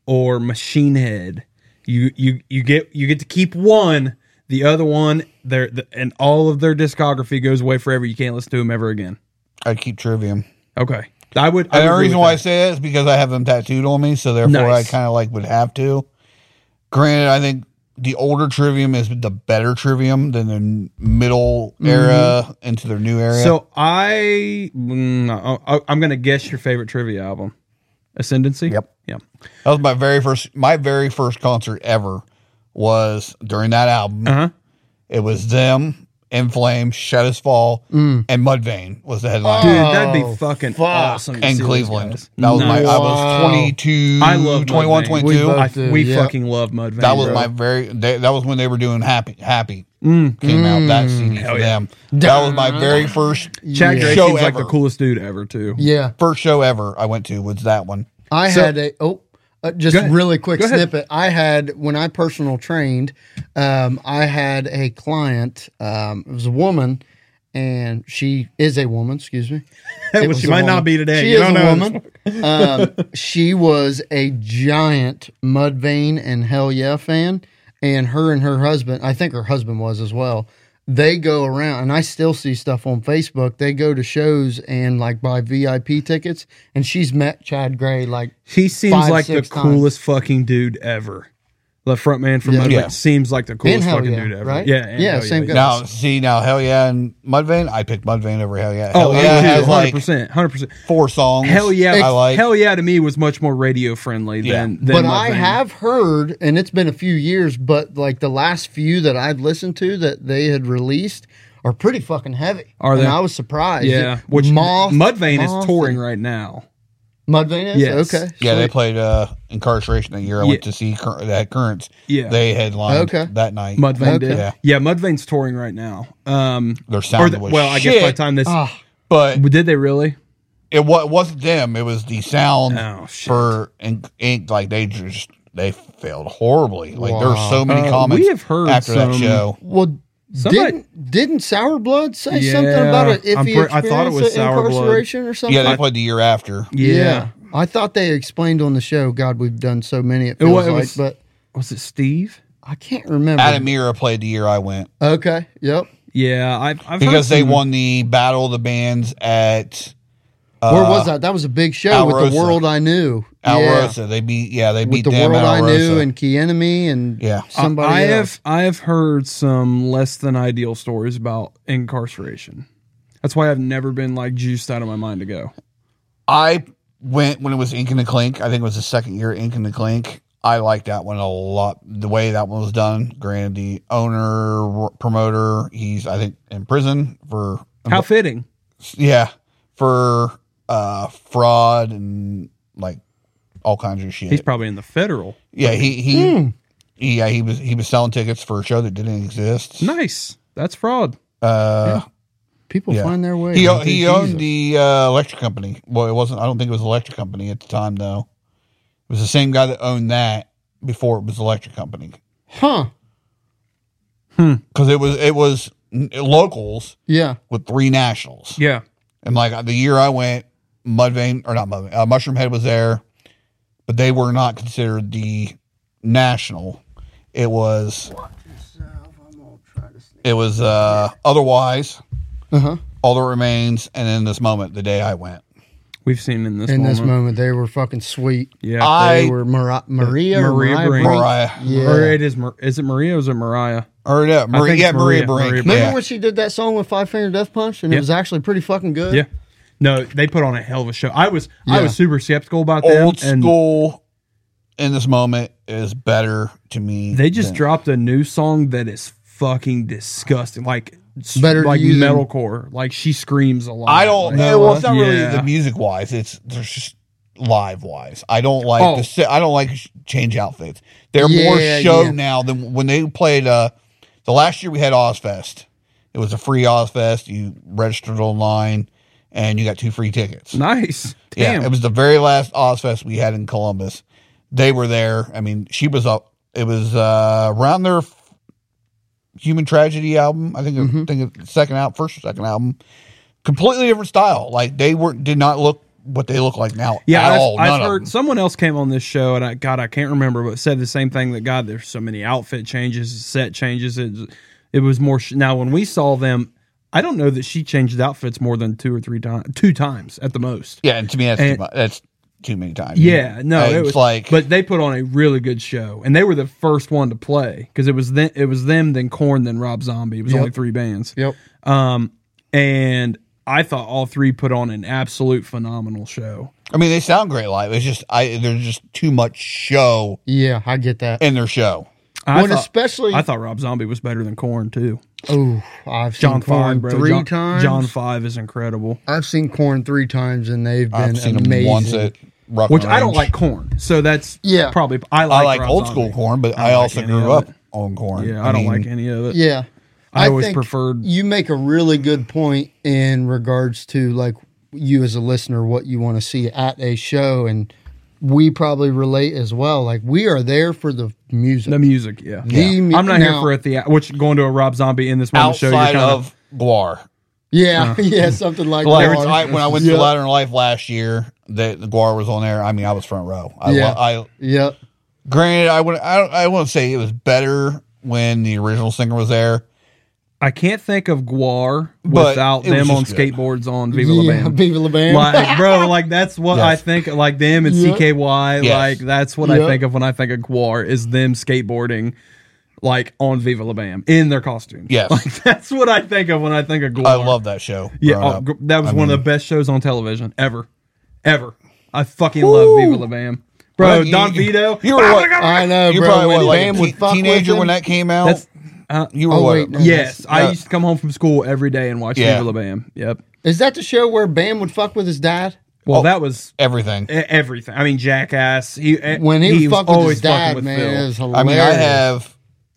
Speaker 1: or Machine Head, you, you, you, get, you get to keep one. The other one, their the, and all of their discography goes away forever. You can't listen to them ever again.
Speaker 4: I keep Trivium.
Speaker 1: Okay, I would. I
Speaker 4: And
Speaker 1: would
Speaker 4: the
Speaker 1: agree
Speaker 4: reason
Speaker 1: with
Speaker 4: why I
Speaker 1: that.
Speaker 4: say that is because I have them tattooed on me, so therefore
Speaker 1: Nice.
Speaker 4: I kind of like would have to. Granted, I think the older Trivium is the better Trivium than the n- middle era into their new era.
Speaker 1: Mm-hmm. so I, mm, I I'm gonna guess your favorite trivia album, Ascendancy.
Speaker 4: Yep.
Speaker 1: Yeah.
Speaker 4: That was my very first my very first concert ever was during that album.
Speaker 1: Uh huh.
Speaker 4: It was them. In Flames, Shadows Fall, and Mudvayne was the
Speaker 1: Mm.
Speaker 4: headline.
Speaker 1: Dude, that'd
Speaker 2: Oh,
Speaker 1: be fucking
Speaker 2: fuck.
Speaker 1: awesome. to
Speaker 4: and
Speaker 1: see those
Speaker 4: Cleveland.
Speaker 1: guys.
Speaker 4: That was my. I was
Speaker 2: Wow.
Speaker 4: 22.
Speaker 1: I love
Speaker 4: 21,
Speaker 1: Mudvayne.
Speaker 4: 22.
Speaker 2: We both-
Speaker 1: I,
Speaker 2: Dude,
Speaker 1: we
Speaker 2: yeah.
Speaker 1: fucking love Mudvayne.
Speaker 4: that was
Speaker 1: bro.
Speaker 4: my very. They, that was when they were doing Happy. Happy
Speaker 1: Mm.
Speaker 4: came out that CD for them. That was my very first
Speaker 1: Chad Gray
Speaker 4: show
Speaker 1: seems like
Speaker 4: ever.
Speaker 1: the coolest dude ever too.
Speaker 2: Yeah.
Speaker 4: First show ever I went to was that one.
Speaker 2: I
Speaker 1: So-
Speaker 2: had a oh, uh, just
Speaker 1: Go ahead.
Speaker 2: really quick
Speaker 1: Go ahead.
Speaker 2: snippet. I had when I personal trained, um, I had a client. Um, it was a woman, and she is a woman. Excuse me. It
Speaker 1: Which
Speaker 2: was
Speaker 1: she
Speaker 2: a
Speaker 1: might
Speaker 2: woman.
Speaker 1: not be today.
Speaker 2: She
Speaker 1: You
Speaker 2: is
Speaker 1: don't
Speaker 2: a
Speaker 1: know.
Speaker 2: woman. um, she was a giant Mudvayne and Hell Yeah fan, and her and her husband, I think her husband was as well. They go around, and I still see stuff on Facebook. They go to shows and like buy VIP tickets, and she's met Chad Gray. Like,
Speaker 1: He seems
Speaker 2: Five,
Speaker 1: like the
Speaker 2: six times.
Speaker 1: coolest fucking dude ever. The front man from
Speaker 2: Yeah.
Speaker 1: Mudvayne
Speaker 4: Yeah.
Speaker 1: seems like the coolest
Speaker 2: Hell
Speaker 1: fucking
Speaker 2: Yeah,
Speaker 1: dude ever.
Speaker 2: right?
Speaker 1: Yeah, and
Speaker 2: Yeah,
Speaker 1: Hell
Speaker 2: same guy.
Speaker 4: Now see now Hell Yeah and Mudvayne. I picked Mudvayne over Hell Yeah.
Speaker 1: Oh,
Speaker 4: Hell Yeah
Speaker 1: yeah,
Speaker 4: has
Speaker 1: hundred
Speaker 4: like
Speaker 1: percent, hundred percent.
Speaker 4: four songs.
Speaker 1: Hell yeah,
Speaker 4: I like.
Speaker 1: Hell yeah to me was much more radio friendly
Speaker 4: Yeah.
Speaker 1: than, than.
Speaker 2: but I
Speaker 1: Mudvayne.
Speaker 2: have heard, and it's been a few years, but like the last few that I've listened to that they had released are pretty fucking heavy.
Speaker 1: Are they?
Speaker 2: And I was surprised.
Speaker 1: yeah, which
Speaker 2: Moth-
Speaker 1: Mudvayne
Speaker 2: Moth
Speaker 1: is touring
Speaker 2: and-
Speaker 1: right now.
Speaker 2: Mudvayne is
Speaker 1: Yes.
Speaker 2: okay.
Speaker 4: Yeah, they
Speaker 2: sweet.
Speaker 4: played uh, Incarceration that year. I
Speaker 1: Yeah.
Speaker 4: went to see cur- that Currents.
Speaker 1: Yeah.
Speaker 4: they headlined
Speaker 2: Okay.
Speaker 4: that night.
Speaker 1: Mudvayne
Speaker 2: Okay.
Speaker 1: did. Yeah.
Speaker 4: Yeah.
Speaker 1: Mudvayne's touring right now. Um,
Speaker 4: Their
Speaker 1: or
Speaker 4: sound
Speaker 1: the-
Speaker 4: was
Speaker 1: well, I guess by the
Speaker 4: shit,
Speaker 1: time this,
Speaker 2: Ah,
Speaker 4: but
Speaker 1: did they really?
Speaker 4: it wa- it wasn't them. It was the sound
Speaker 1: Oh, shit.
Speaker 4: for Inc. Inc. Like they just they failed horribly. Like there were
Speaker 2: Wow.
Speaker 4: so many
Speaker 1: Uh,
Speaker 4: comments.
Speaker 1: we have heard
Speaker 4: after that
Speaker 1: some-
Speaker 4: show.
Speaker 2: well,
Speaker 1: Somebody-
Speaker 2: didn't didn't Sourblood say
Speaker 1: Yeah,
Speaker 2: something about it? If
Speaker 1: I'm
Speaker 2: he
Speaker 1: pre- I thought it was Sour Blood.
Speaker 2: uh, incarceration or something.
Speaker 4: Yeah, they played the year after.
Speaker 1: Yeah.
Speaker 2: I thought they explained on the show. God, we've done so many. It
Speaker 1: It
Speaker 2: feels
Speaker 1: wa- it
Speaker 2: like,
Speaker 1: was-
Speaker 2: but
Speaker 1: Was it Steve?
Speaker 2: I can't remember.
Speaker 4: Adam Mira played the year I went
Speaker 2: Okay. Yep.
Speaker 1: Yeah, I've, I've
Speaker 4: because
Speaker 1: heard
Speaker 4: they
Speaker 1: some-
Speaker 4: won the Battle of the Bands at uh,
Speaker 2: Where was
Speaker 1: Uh,
Speaker 2: that? That was a big show with
Speaker 4: Alrosa.
Speaker 2: the world I knew. yeah.
Speaker 4: Alrosa. They beat yeah they
Speaker 2: With
Speaker 4: beat
Speaker 2: the
Speaker 4: them
Speaker 2: world
Speaker 4: at
Speaker 2: I knew
Speaker 4: Alrosa.
Speaker 2: and Key Enemy and
Speaker 4: Yeah. I-
Speaker 2: somebody
Speaker 1: I
Speaker 2: else.
Speaker 1: have I have heard some less than ideal stories about incarceration. That's why I've never been like juiced out of my mind to go.
Speaker 4: I went when it was Ink and the Clink. I think it was the second year Ink and the Clink. I liked that one a lot. The way that one was done. Granted, the owner r- promoter, he's I think in prison for
Speaker 1: How fitting.
Speaker 4: yeah for uh fraud and like all kinds of shit.
Speaker 1: He's probably in the federal.
Speaker 4: yeah, he he. Yeah, he was he was selling tickets for a show that didn't exist.
Speaker 1: Nice. That's fraud.
Speaker 4: Uh,
Speaker 2: People
Speaker 4: yeah.
Speaker 2: find their way.
Speaker 4: he
Speaker 2: don't
Speaker 4: he
Speaker 2: they,
Speaker 4: owned
Speaker 2: Jesus?
Speaker 4: the uh, electric company. Well, it wasn't. I don't think it was electric company at the time though. It was the same guy that owned that before it was electric company
Speaker 2: Huh.
Speaker 4: because it was it was n- locals
Speaker 2: Yeah.
Speaker 4: with three nationals.
Speaker 1: Yeah.
Speaker 4: And like the year I went, Mudvayne or not Mudvayne, uh, Mushroom Head was there, but they were not considered the national. It was. It was uh, otherwise
Speaker 2: Uh
Speaker 1: Uh-huh.
Speaker 2: huh.
Speaker 4: all that remains, and in this moment, the day I went.
Speaker 1: We've seen in this
Speaker 2: In
Speaker 1: moment.
Speaker 2: this moment, they were fucking sweet.
Speaker 1: Yeah.
Speaker 4: I
Speaker 2: they were Mara- Maria,
Speaker 1: Maria
Speaker 2: Mariah
Speaker 1: Brink.
Speaker 2: Brink.
Speaker 4: Mariah.
Speaker 2: Yeah.
Speaker 1: Or it is Mar- is it Maria or is it Mariah?
Speaker 4: Or yeah, Maria,
Speaker 1: think
Speaker 4: yeah,
Speaker 1: it's Maria-
Speaker 4: Maria, Brink.
Speaker 2: Remember
Speaker 4: yeah.
Speaker 2: when she did that song with Five Finger Death Punch, and
Speaker 1: Yeah.
Speaker 2: it was actually pretty fucking good.
Speaker 1: Yeah. No, they put on a hell of a show. I was I
Speaker 2: Yeah.
Speaker 1: was super skeptical about them.
Speaker 4: old
Speaker 1: and
Speaker 4: school in this moment is better to me.
Speaker 1: They just
Speaker 4: than-
Speaker 1: dropped a new song that is fucking disgusting. Like s-
Speaker 2: Better to
Speaker 1: like
Speaker 2: you than-
Speaker 1: metalcore. Like she screams a lot.
Speaker 4: I don't.
Speaker 1: Like,
Speaker 4: eh, well, it's not really
Speaker 1: Yeah.
Speaker 4: the music wise. It's there's just live wise. I don't like
Speaker 1: Oh.
Speaker 4: the si- I don't like sh- change outfits. They're more
Speaker 2: Yeah,
Speaker 4: show
Speaker 2: yeah.
Speaker 4: now than when they played. Uh, the last year we had Ozfest. It was a free Ozfest. You registered online, and you got two free tickets.
Speaker 1: nice. Damn.
Speaker 4: Yeah, it was the very last Ozfest we had in Columbus. They were there. I mean, she was up. It was uh, around their f- Human Tragedy album. I think.
Speaker 1: Mm-hmm.
Speaker 4: I think it's the second out, first or second album. Completely different style. Like they were did not look what they look like now.
Speaker 1: Yeah,
Speaker 4: at
Speaker 1: I've,
Speaker 4: all.
Speaker 1: I've
Speaker 4: None of
Speaker 1: heard
Speaker 4: them.
Speaker 1: someone else came on this show, and I God, I can't remember, but said the same thing that God, there's so many outfit changes, set changes. It, it was more sh- now when we saw them. I don't know that she changed outfits more than two or three times, two times at the most.
Speaker 4: Yeah, and to me that's
Speaker 1: and-
Speaker 4: too much. That's too many times.
Speaker 1: Yeah, no,
Speaker 4: And
Speaker 1: it
Speaker 4: it's
Speaker 1: was
Speaker 4: like
Speaker 1: but they put on a really good show, and they were the first one to play because it was then it was them, then Corn, then Rob Zombie. It was only three bands.
Speaker 2: Yep.
Speaker 1: Um, and I thought all three put on an absolute phenomenal show.
Speaker 4: I mean they sound great live. It's just I there's just too much show
Speaker 2: Yeah, I get that.
Speaker 4: in their show.
Speaker 1: I
Speaker 2: Well,
Speaker 1: thought-
Speaker 2: especially-
Speaker 1: I thought Rob Zombie was better than Corn too.
Speaker 2: Oh, I've seen
Speaker 1: John
Speaker 2: corn
Speaker 1: Five, bro.
Speaker 2: three
Speaker 1: John,
Speaker 2: times.
Speaker 1: John Five is incredible.
Speaker 2: I've seen corn three times, and they've been
Speaker 4: I've seen
Speaker 2: amazing.
Speaker 4: him once at Rock
Speaker 1: Which
Speaker 4: and
Speaker 1: I don't
Speaker 4: Range.
Speaker 1: like Corn, so that's
Speaker 2: Yeah.
Speaker 1: probably I like,
Speaker 4: I like
Speaker 1: Rob
Speaker 4: old
Speaker 1: Zombie.
Speaker 4: school corn, but
Speaker 1: I
Speaker 4: I,
Speaker 1: don't
Speaker 4: also
Speaker 1: like any
Speaker 4: grew
Speaker 1: of
Speaker 4: up
Speaker 1: it.
Speaker 4: on corn.
Speaker 1: Yeah, I, don't
Speaker 4: mean,
Speaker 1: like any of it.
Speaker 2: Yeah,
Speaker 1: I always
Speaker 2: think
Speaker 1: preferred-
Speaker 2: You make a really good point in regards to like you as a listener, what you want to see at a show, and we probably relate as well. Like we are there for the music.
Speaker 1: The music, yeah.
Speaker 2: The mu-
Speaker 1: I'm not
Speaker 2: now-
Speaker 1: here for it. The which going to a Rob Zombie in this moment show, you're
Speaker 4: outside
Speaker 1: kind
Speaker 4: of Guar.
Speaker 2: Yeah, yeah, something like,
Speaker 4: Uh-huh. Like
Speaker 2: that.
Speaker 4: I, when I went to Ladder in Life last year, that the Guar was on there. I mean, I was front row. I,
Speaker 2: Yeah.
Speaker 4: yeah. I
Speaker 2: Yep.
Speaker 4: granted, I would I, don't- I wouldn't say it was better when the original singer was there.
Speaker 1: I can't think of Guar
Speaker 4: But
Speaker 1: without
Speaker 4: it was
Speaker 1: them
Speaker 4: just
Speaker 1: on
Speaker 4: good.
Speaker 1: skateboards on Viva La
Speaker 2: yeah,
Speaker 1: Bam.
Speaker 2: Viva La Bam.
Speaker 1: like bro, like that's what
Speaker 4: Yes.
Speaker 1: I think. Like them and
Speaker 2: Yeah.
Speaker 1: CKY,
Speaker 4: Yes.
Speaker 1: like that's what
Speaker 2: Yeah.
Speaker 1: I think of when I think of Guar is them skateboarding, like on Viva La Bam in their costumes.
Speaker 4: Yes.
Speaker 1: like that's what I think of when I think of Guar.
Speaker 4: I love that show.
Speaker 1: Yeah,
Speaker 4: growing
Speaker 1: oh,
Speaker 4: up.
Speaker 1: gr- that was
Speaker 4: I
Speaker 1: one of the
Speaker 4: mean-
Speaker 1: best shows on television ever, ever. I fucking love Viva La Bam, bro.
Speaker 4: Well, you-
Speaker 1: Don
Speaker 4: you-
Speaker 1: Vito, Ah,
Speaker 4: You were what?
Speaker 2: I
Speaker 1: uh,
Speaker 2: know,
Speaker 4: you
Speaker 2: bro.
Speaker 4: probably
Speaker 2: when
Speaker 4: were like
Speaker 2: Bam
Speaker 4: a
Speaker 2: would
Speaker 4: te-
Speaker 2: fuck with
Speaker 4: teenager
Speaker 2: him.
Speaker 4: when that came out.
Speaker 1: That's- uh,
Speaker 4: you were
Speaker 2: oh,
Speaker 4: what?
Speaker 2: wait, no.
Speaker 1: Yes, I
Speaker 4: Yeah.
Speaker 1: used to come home from school every day and watch
Speaker 4: Yeah.
Speaker 1: Viva La Bam. Yep.
Speaker 2: Is that the show where Bam would fuck with his dad?
Speaker 1: Well,
Speaker 4: Oh.
Speaker 1: that was
Speaker 4: Everything.
Speaker 1: e- everything. I mean, Jackass. He eh,
Speaker 2: When he, would
Speaker 1: was
Speaker 2: fuck with his
Speaker 1: always fucking
Speaker 2: dad,
Speaker 1: with
Speaker 2: man,
Speaker 1: Phil.
Speaker 2: it was
Speaker 4: I mean,
Speaker 2: hilarious.
Speaker 4: I have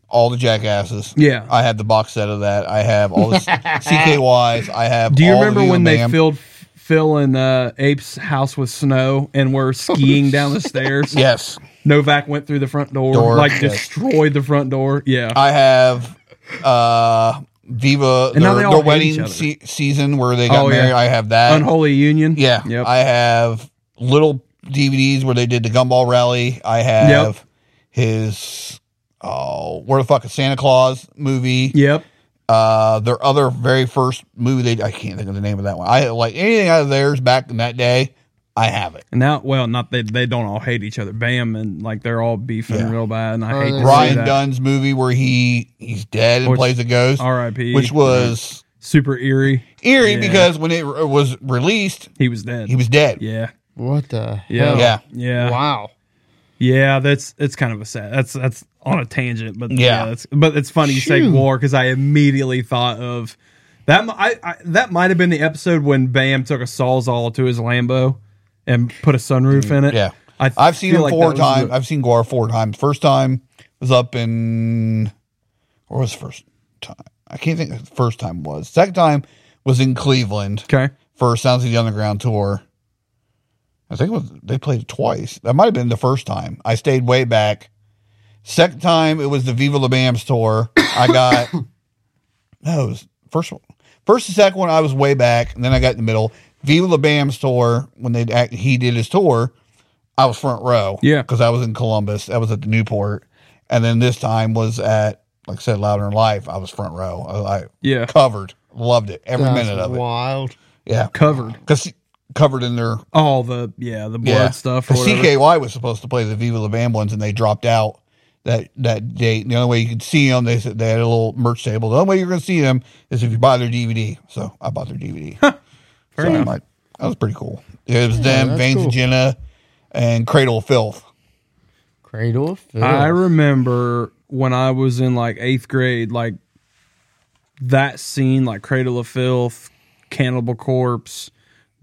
Speaker 4: all the jackasses.
Speaker 1: Yeah.
Speaker 4: I have the box set of that. I have all the CKYs. I have.
Speaker 1: Do you
Speaker 4: all the
Speaker 1: remember
Speaker 4: Viva
Speaker 1: when they
Speaker 4: Bam.
Speaker 1: filled Phil and uh, Ape's house with snow and were skiing down the stairs?
Speaker 4: Yes,
Speaker 1: Novak went through the front door,
Speaker 4: Door,
Speaker 1: like
Speaker 4: yes.
Speaker 1: destroyed the front door. Yeah.
Speaker 4: I have. uh Viva
Speaker 1: And now they
Speaker 4: their,
Speaker 1: all
Speaker 4: their
Speaker 1: hate each
Speaker 4: wedding
Speaker 1: other.
Speaker 4: se- season where they got
Speaker 1: Oh, yeah.
Speaker 4: married. I have that.
Speaker 1: Unholy Union.
Speaker 4: Yeah.
Speaker 1: Yep.
Speaker 4: I have little DVDs where they did the gumball rally. I have his oh, where the fuck is Santa Claus movie?
Speaker 1: yep.
Speaker 4: Uh, their other very first movie they I can't think of the name of that one. I like anything out of theirs back in that day. I have it.
Speaker 1: And now, well, not they, they don't all hate each other. Bam, and like they're all beefing
Speaker 4: Yeah.
Speaker 1: real bad. And I
Speaker 2: Oh,
Speaker 1: hate to
Speaker 2: yeah.
Speaker 1: see
Speaker 4: Ryan
Speaker 1: that.
Speaker 4: Dunn's movie where he he's dead and
Speaker 1: Which-
Speaker 4: plays a ghost,
Speaker 1: R.I.P.
Speaker 4: which was
Speaker 1: super eerie.
Speaker 4: eerie
Speaker 1: Yeah.
Speaker 4: because when it r- was released,
Speaker 1: He was dead.
Speaker 4: he was dead.
Speaker 1: yeah.
Speaker 2: What the
Speaker 1: Yeah.
Speaker 2: hell?
Speaker 4: Yeah.
Speaker 1: Yeah.
Speaker 2: Wow.
Speaker 1: Yeah, that's it's kind of a sad. That's that's on a tangent, but
Speaker 4: Yeah.
Speaker 1: yeah, that's, but it's funny you say
Speaker 2: Phew.
Speaker 1: war because I immediately thought of that. m- I, I- that might have been the episode when Bam took a sawzall to his Lambo and put a sunroof in it.
Speaker 4: Mm, Yeah.
Speaker 1: I th-
Speaker 4: I've seen
Speaker 1: feel
Speaker 4: him
Speaker 1: like that
Speaker 4: four
Speaker 1: was
Speaker 4: times.
Speaker 1: the-
Speaker 4: I've seen Guar four times. First time was up in where was the first time? I can't think of the first time was. Second time was in Cleveland
Speaker 1: okay,
Speaker 4: for Sounds of the Underground tour. I think it was they played it twice. That might have been the first time. I stayed way back. Second time it was the Viva La Bam's tour. I got no, it was first one. First and second one I was way back, and then I got in the middle. Viva La Bam's tour when they act, he did his tour, I was front row.
Speaker 1: Yeah.
Speaker 4: because I was in Columbus. I was at the Newport, and then this time was at like I said, Louder in Life. I was front row. I, I
Speaker 1: yeah,
Speaker 4: covered, loved it every
Speaker 2: That's
Speaker 4: minute of it.
Speaker 2: wild.
Speaker 4: Yeah,
Speaker 1: covered
Speaker 4: because covered in their
Speaker 1: all the yeah the blood
Speaker 4: yeah
Speaker 1: stuff or
Speaker 4: 'Cause
Speaker 1: whatever.
Speaker 4: CKY was supposed to play the Viva La Bam ones, and they dropped out that that date. And the only way you could see them, they said they had a little merch table. The only way you're going to see them is if you buy their DVD. So I bought their DVD.
Speaker 1: Fair
Speaker 4: So I'm
Speaker 1: enough.
Speaker 4: like, that was pretty cool. It was them,
Speaker 2: that's
Speaker 4: Veins
Speaker 2: cool.
Speaker 4: of Jenna, and Cradle of Filth.
Speaker 2: Cradle of filth.
Speaker 1: I remember when I was in like eighth grade, like that scene, like Cradle of Filth, Cannibal Corpse.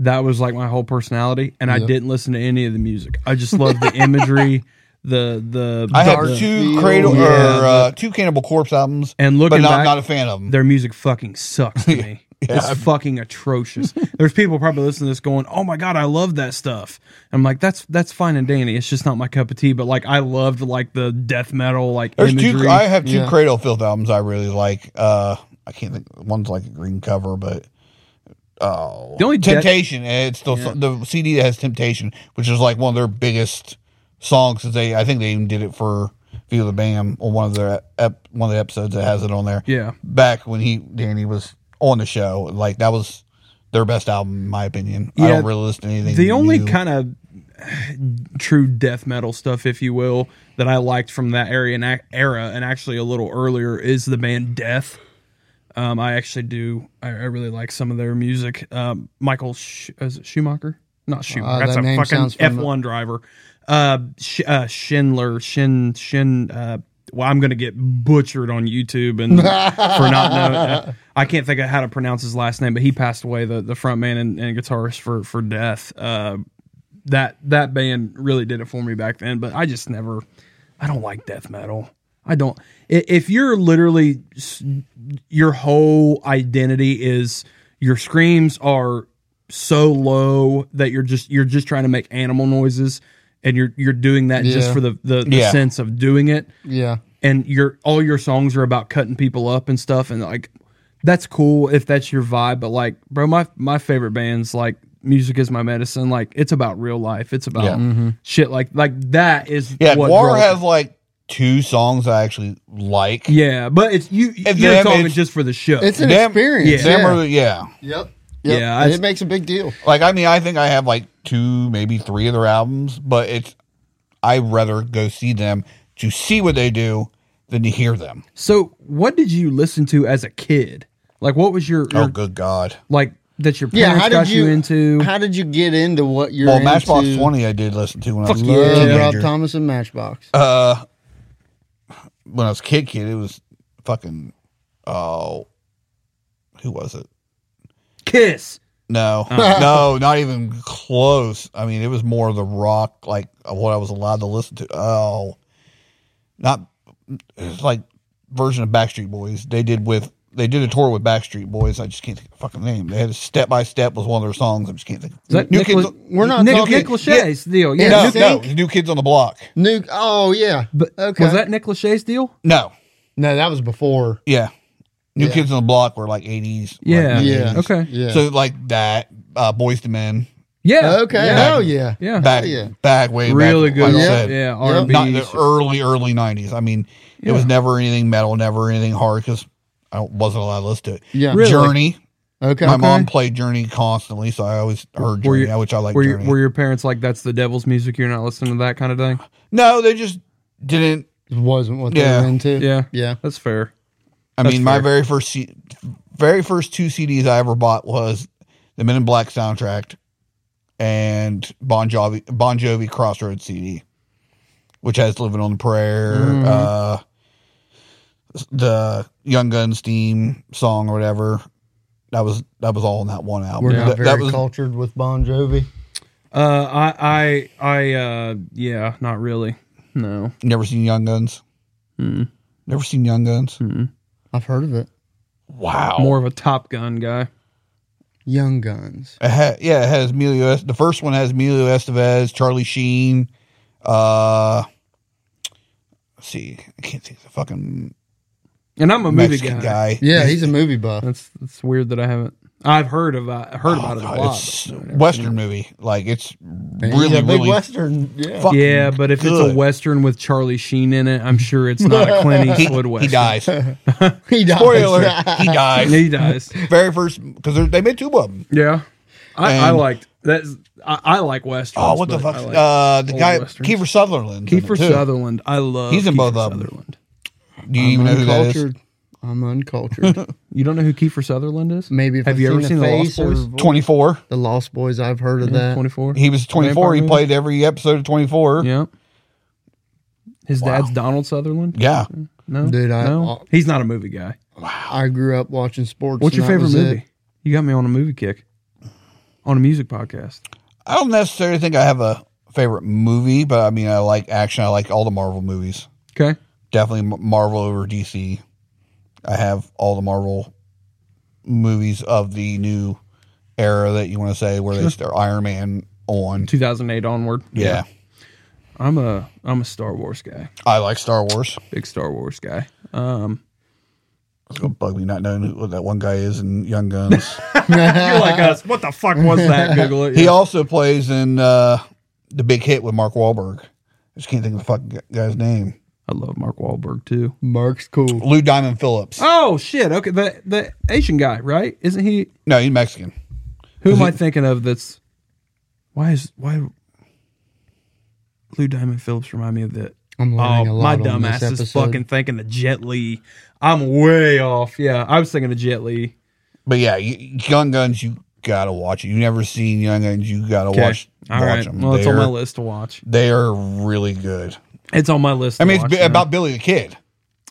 Speaker 1: That was like my whole personality, and I didn't listen to any of the music. I just loved the imagery, the the
Speaker 4: I
Speaker 1: the-
Speaker 4: have two
Speaker 2: Field.
Speaker 4: Cradle
Speaker 1: Yeah,
Speaker 4: or uh, two Cannibal Corpse albums,
Speaker 1: And
Speaker 4: but
Speaker 1: looking
Speaker 4: not,
Speaker 1: back-
Speaker 4: not a fan of them.
Speaker 1: their music fucking sucks to me. it's fucking atrocious. There's people probably listening to this going, "Oh my god, I love that stuff." I'm like, "That's that's fine and dandy. It's just not my cup of tea." But like, I loved like the death metal like
Speaker 4: There's
Speaker 1: imagery.
Speaker 4: two. I have two
Speaker 2: Yeah.
Speaker 4: Cradle of Filth albums I really like. Uh, I can't think. One's like a green cover, but oh,
Speaker 1: The only death-
Speaker 4: Temptation. and it's the the CD that has Temptation, which is like one of their biggest songs. Since they, I think they even did it for View the Bam on one of their ep, one of the episodes that has it on there.
Speaker 1: Yeah.
Speaker 4: back when he Danny was on the show, like that was their best album in my opinion. I
Speaker 1: Yeah,
Speaker 4: don't really listen to anything.
Speaker 1: the only
Speaker 4: new.
Speaker 1: kind of true death metal stuff, if you will, that I liked from that area and ac- era, and actually a little earlier, is the band Death. Um, I actually do. I, I really like some of their music. Um, Michael Sch- is it Schumacher, not Schumacher.
Speaker 2: Uh,
Speaker 1: That's
Speaker 2: that
Speaker 1: a
Speaker 2: name
Speaker 1: fucking
Speaker 2: sounds
Speaker 1: F
Speaker 2: familiar.
Speaker 1: one driver. Uh, Sch- uh, Schindler, Shin Shin. Uh, well, I'm going to get butchered on YouTube and for not knowing. uh, I can't think of how to pronounce his last name, but he passed away, the the front man and, and guitarist for for Death. Uh, that that band really did it for me back then, but I just never. I don't like death metal. I don't. i- If you're literally s- your whole identity is your screams are so low that you're just you're just trying to make animal noises and you're you're doing that just
Speaker 2: Yeah.
Speaker 1: for the the, the
Speaker 4: Yeah.
Speaker 1: sense of doing it
Speaker 2: Yeah.
Speaker 1: and your all your songs are about cutting people up and stuff and like that's cool if that's your vibe but like bro my my favorite bands like music is my medicine like it's about real life it's about
Speaker 4: Yeah. Mm-hmm.
Speaker 1: shit like like that is
Speaker 4: Yeah, Guar
Speaker 1: draws-
Speaker 4: has like two songs I actually like.
Speaker 1: yeah but it's you
Speaker 4: And
Speaker 1: you're
Speaker 4: them,
Speaker 1: talking
Speaker 4: it's-
Speaker 1: just for the show
Speaker 2: It's an
Speaker 4: Them-
Speaker 2: experience.
Speaker 1: yeah.
Speaker 4: Them
Speaker 2: Yeah.
Speaker 4: are- Uh, yeah.
Speaker 2: Yep.
Speaker 1: Yeah,
Speaker 2: Yep.
Speaker 1: that's-
Speaker 2: it makes a big deal.
Speaker 4: Like I mean, I think I have like two, maybe three of their albums, but it's I rather go see them to see what they do than to hear them.
Speaker 1: so what did you listen to as a kid like what was your, your
Speaker 4: Oh, good God!
Speaker 1: like that your
Speaker 2: Yeah.
Speaker 1: parents
Speaker 2: how
Speaker 1: got
Speaker 2: did you,
Speaker 1: into
Speaker 2: How did you get into what you're?
Speaker 4: well, Matchbox
Speaker 2: into?
Speaker 4: Twenty, I did listen to when I was a
Speaker 2: Love
Speaker 1: Yeah.
Speaker 2: Rob
Speaker 4: teenager.
Speaker 2: Thomas and Matchbox.
Speaker 4: Uh, when I was a kid, kid, it was fucking oh, who was it?
Speaker 1: kiss
Speaker 4: No,
Speaker 1: Oh.
Speaker 4: no, not even close. I mean, it was more of the rock, like of what I was allowed to listen to. Oh, not it's like version of Backstreet Boys. They did with they did a tour with Backstreet Boys. I just can't think of the fucking name. They had a step by step was one of their songs. I just can't think.
Speaker 1: Is that
Speaker 4: New
Speaker 1: Nick,
Speaker 4: Kids,
Speaker 2: We're not
Speaker 1: Nick,
Speaker 2: talking-
Speaker 1: Nick Lachey's deal yeah
Speaker 4: no,
Speaker 1: Nick-
Speaker 4: no,
Speaker 2: Sync?
Speaker 4: New Kids on the Block.
Speaker 2: Nuke. Oh yeah.
Speaker 1: but
Speaker 2: okay.
Speaker 1: was that Nick Lachey's deal
Speaker 4: No,
Speaker 2: no, that was before.
Speaker 4: yeah, New
Speaker 2: Yeah.
Speaker 4: Kids on the Block were like eighties.
Speaker 1: Yeah.
Speaker 2: Yeah.
Speaker 1: Okay.
Speaker 2: Yeah. Oh,
Speaker 4: So like that, uh, Boys to Men,
Speaker 1: yeah
Speaker 2: okay.
Speaker 1: yeah.
Speaker 2: Hell yeah.
Speaker 1: Yeah.
Speaker 4: back,
Speaker 2: yeah.
Speaker 4: back way, back,
Speaker 1: really good.
Speaker 4: Like I
Speaker 1: yeah.
Speaker 4: said,
Speaker 1: Yeah.
Speaker 2: Yep.
Speaker 1: R&B.
Speaker 4: not the early early nineties. I mean, it was never anything metal, never anything hard because I wasn't allowed to listen to it.
Speaker 2: Yeah.
Speaker 1: Really?
Speaker 4: Journey,
Speaker 2: Okay.
Speaker 4: my mom played Journey constantly, so I always heard
Speaker 1: Were
Speaker 4: Journey,
Speaker 1: your-
Speaker 4: which I like
Speaker 1: were, your,
Speaker 4: Journey.
Speaker 1: were your parents like, that's the devil's music? You're not listening to that kind of thing?
Speaker 4: no, they just didn't.
Speaker 2: wasn't what
Speaker 4: Yeah.
Speaker 2: they were into.
Speaker 1: Yeah.
Speaker 2: Yeah.
Speaker 1: That's fair.
Speaker 4: I
Speaker 1: That's
Speaker 4: mean, my
Speaker 1: fair.
Speaker 4: very first C- very first two CDs I ever bought was the Men in Black soundtrack and Bon Jovi Bon Jovi Crossroads CD, which has "Living on the Prayer,"
Speaker 2: Mm-hmm.
Speaker 4: uh, the Young Guns theme song or whatever. That was that was all in that one album.
Speaker 2: We're
Speaker 4: That-
Speaker 2: not
Speaker 4: that,
Speaker 2: very
Speaker 4: was
Speaker 2: cultured with Bon Jovi.
Speaker 1: Uh, I, I, I, uh, yeah, not really. No.
Speaker 4: never seen Young Guns.
Speaker 2: Hmm.
Speaker 4: Never seen Young Guns.
Speaker 2: I've heard of it.
Speaker 4: Wow.
Speaker 1: More of a Top Gun guy.
Speaker 2: Young Guns.
Speaker 4: It ha- yeah, it has Emilio. Es- the first one has Emilio Estevez, Charlie Sheen. Uh, let's see, I can't think of the fucking
Speaker 1: And I'm a
Speaker 4: Mexican
Speaker 1: movie guy.
Speaker 4: guy.
Speaker 2: Yeah, he's a movie buff.
Speaker 1: That's, that's weird that I haven't. I've heard of I heard about it a lot.
Speaker 4: Oh, It's
Speaker 1: but I've never
Speaker 4: Western movie. Like it's
Speaker 2: he's
Speaker 4: really,
Speaker 2: a big
Speaker 4: really.
Speaker 2: Western. Yeah.
Speaker 4: fucking
Speaker 1: Yeah, but if it's
Speaker 4: good.
Speaker 1: a western with Charlie Sheen in it, I'm sure it's not a Clint
Speaker 4: he,
Speaker 1: Eastwood
Speaker 4: he
Speaker 1: western.
Speaker 4: dies.
Speaker 2: He dies.
Speaker 4: Spoiler: He dies.
Speaker 1: He dies.
Speaker 4: Very first because they made two of them.
Speaker 1: Yeah, I, I
Speaker 4: And-
Speaker 1: liked that's I, I like westerns.
Speaker 4: Oh, what the
Speaker 1: but
Speaker 4: fuck?
Speaker 1: I like
Speaker 4: uh, the
Speaker 1: old
Speaker 4: guy
Speaker 1: westerns.
Speaker 4: Kiefer Sutherland.
Speaker 1: Kiefer Sutherland, I love.
Speaker 4: He's in
Speaker 1: Kiefer
Speaker 4: both of 'em.
Speaker 1: Sutherland.
Speaker 4: Do you even know who that is?
Speaker 2: uncultured. I'm uncultured.
Speaker 1: You don't know who Kiefer Sutherland is?
Speaker 2: Maybe if
Speaker 1: Have
Speaker 2: I've
Speaker 1: you ever seen
Speaker 2: a
Speaker 1: the Lost
Speaker 2: face or
Speaker 1: Boys?
Speaker 2: voice-
Speaker 4: Twenty four.
Speaker 2: The Lost Boys. I've heard of that.
Speaker 1: Twenty four.
Speaker 4: He was twenty four. He
Speaker 1: Vampire
Speaker 4: played every episode of twenty four.
Speaker 1: Yeah. His dad's Donald Sutherland.
Speaker 4: yeah.
Speaker 1: No,
Speaker 2: Dude, I-
Speaker 1: no,
Speaker 2: I-
Speaker 1: he's not a movie guy.
Speaker 2: I grew up watching sports.
Speaker 1: What's
Speaker 2: and
Speaker 1: your
Speaker 2: that
Speaker 1: favorite
Speaker 2: was it.
Speaker 1: movie? You got me on a movie kick, on a music podcast.
Speaker 4: I don't necessarily think I have a favorite movie, but I mean, I like action. I like all the Marvel movies.
Speaker 1: Okay,
Speaker 4: Definitely M- Marvel over DC. I have all the Marvel movies of the new era that you want to say where they start Iron Man on.
Speaker 1: two thousand eight onward.
Speaker 4: Yeah.
Speaker 1: I'm a I'm a Star Wars guy,
Speaker 4: I like Star Wars.
Speaker 1: big Star Wars guy. Um,
Speaker 4: It's gonna bug me not knowing who what that one guy is in Young Guns.
Speaker 1: you're like us. What the fuck was that? Google it.
Speaker 4: he
Speaker 1: Yeah.
Speaker 4: also plays in uh, the Big Hit with Mark Wahlberg. I just can't think of the fucking gu- guy's name.
Speaker 1: I love Mark Wahlberg too.
Speaker 2: Mark's cool.
Speaker 4: Lou Diamond Phillips.
Speaker 1: Oh shit! Okay, the the Asian guy, right? Isn't he?
Speaker 4: No, he's Mexican.
Speaker 1: Who am I thinking of? That's why is why Lou Diamond Phillips remind me of that.
Speaker 2: I'm
Speaker 1: Oh,
Speaker 2: learning a
Speaker 1: my
Speaker 2: lot on this
Speaker 1: dumbass is
Speaker 2: episode.
Speaker 1: fucking thinking the Jet Li. I'm way off. Yeah, I was thinking the Jet Li.
Speaker 4: But yeah, you, Young Guns, you gotta watch it. You never seen Young Guns, you gotta
Speaker 1: Okay.
Speaker 4: watch.
Speaker 1: All
Speaker 4: watch
Speaker 1: right.
Speaker 4: them.
Speaker 1: Well, it's
Speaker 4: They're-
Speaker 1: on my list to watch.
Speaker 4: They are really good.
Speaker 1: It's on my list.
Speaker 4: I
Speaker 1: to
Speaker 4: mean, it's
Speaker 1: watch
Speaker 4: bi-
Speaker 1: now.
Speaker 4: about Billy the Kid.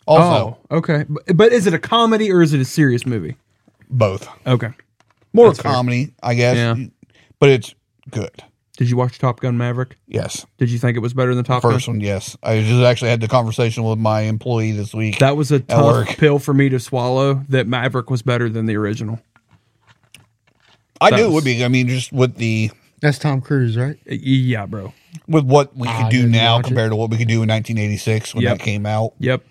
Speaker 4: Also,
Speaker 1: oh, okay. But, but is it a comedy or is it a serious movie?
Speaker 4: both.
Speaker 1: Okay.
Speaker 4: More
Speaker 1: fair.
Speaker 4: comedy, I guess.
Speaker 1: Yeah.
Speaker 4: But it's good.
Speaker 1: Did you watch Top Gun Maverick?
Speaker 4: Yes.
Speaker 1: Did you think it was better than Top
Speaker 4: First
Speaker 1: Gun?
Speaker 4: one, yes. I just actually had the conversation with my employee this week.
Speaker 1: That was a tough
Speaker 4: work.
Speaker 1: pill for me to swallow. That Maverick was better than the original.
Speaker 4: I
Speaker 1: that
Speaker 4: knew it
Speaker 1: was-
Speaker 4: would be. I mean, just with the
Speaker 2: That's Tom Cruise, right?
Speaker 1: Y- Yeah, bro.
Speaker 4: with what we
Speaker 2: I
Speaker 1: Ah,
Speaker 4: could do
Speaker 2: didn't
Speaker 4: now
Speaker 2: watch it.
Speaker 4: compared to what we could do in 1986 when
Speaker 1: Yep.
Speaker 4: that came out.
Speaker 1: Yep.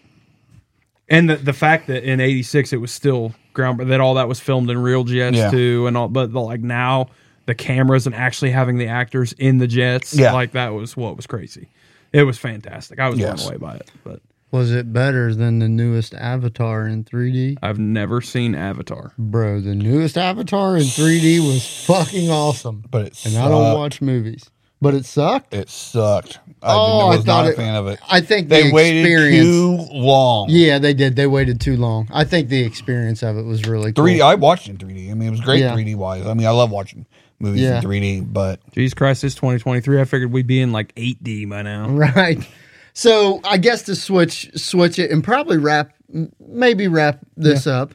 Speaker 1: And the the fact that in '86 it was still ground that all that was filmed in real jets
Speaker 4: Yeah.
Speaker 1: too, and all, but the, like now the cameras and actually having the actors in the jets,
Speaker 4: Yeah.
Speaker 1: like that was what was crazy. It was fantastic. I was
Speaker 4: Yes.
Speaker 1: blown away by it, but
Speaker 2: Was it better than the newest Avatar in 3D?
Speaker 1: I've never seen Avatar.
Speaker 2: Bro, the newest Avatar in 3D was fucking awesome.
Speaker 4: But it
Speaker 2: and I don't
Speaker 4: sucked.
Speaker 2: watch movies, but it sucked.
Speaker 4: It sucked. I
Speaker 2: Oh, I
Speaker 4: was not
Speaker 2: thought
Speaker 4: a
Speaker 2: it-
Speaker 4: fan of it.
Speaker 2: I think
Speaker 4: They
Speaker 2: the
Speaker 4: waited
Speaker 2: experience.
Speaker 4: too long.
Speaker 2: yeah, they did. They waited too long. I think the experience of it was really cool.
Speaker 4: 3D. I watched it in 3D. I mean, it was great
Speaker 2: Yeah.
Speaker 4: 3D wise. I mean, I love watching movies
Speaker 2: Yeah.
Speaker 4: in 3D, but
Speaker 1: Jesus Christ, it's 2023. I figured we'd be in like 8D by now.
Speaker 2: Right. So I guess to switch switch it and probably wrap m- maybe wrap this up.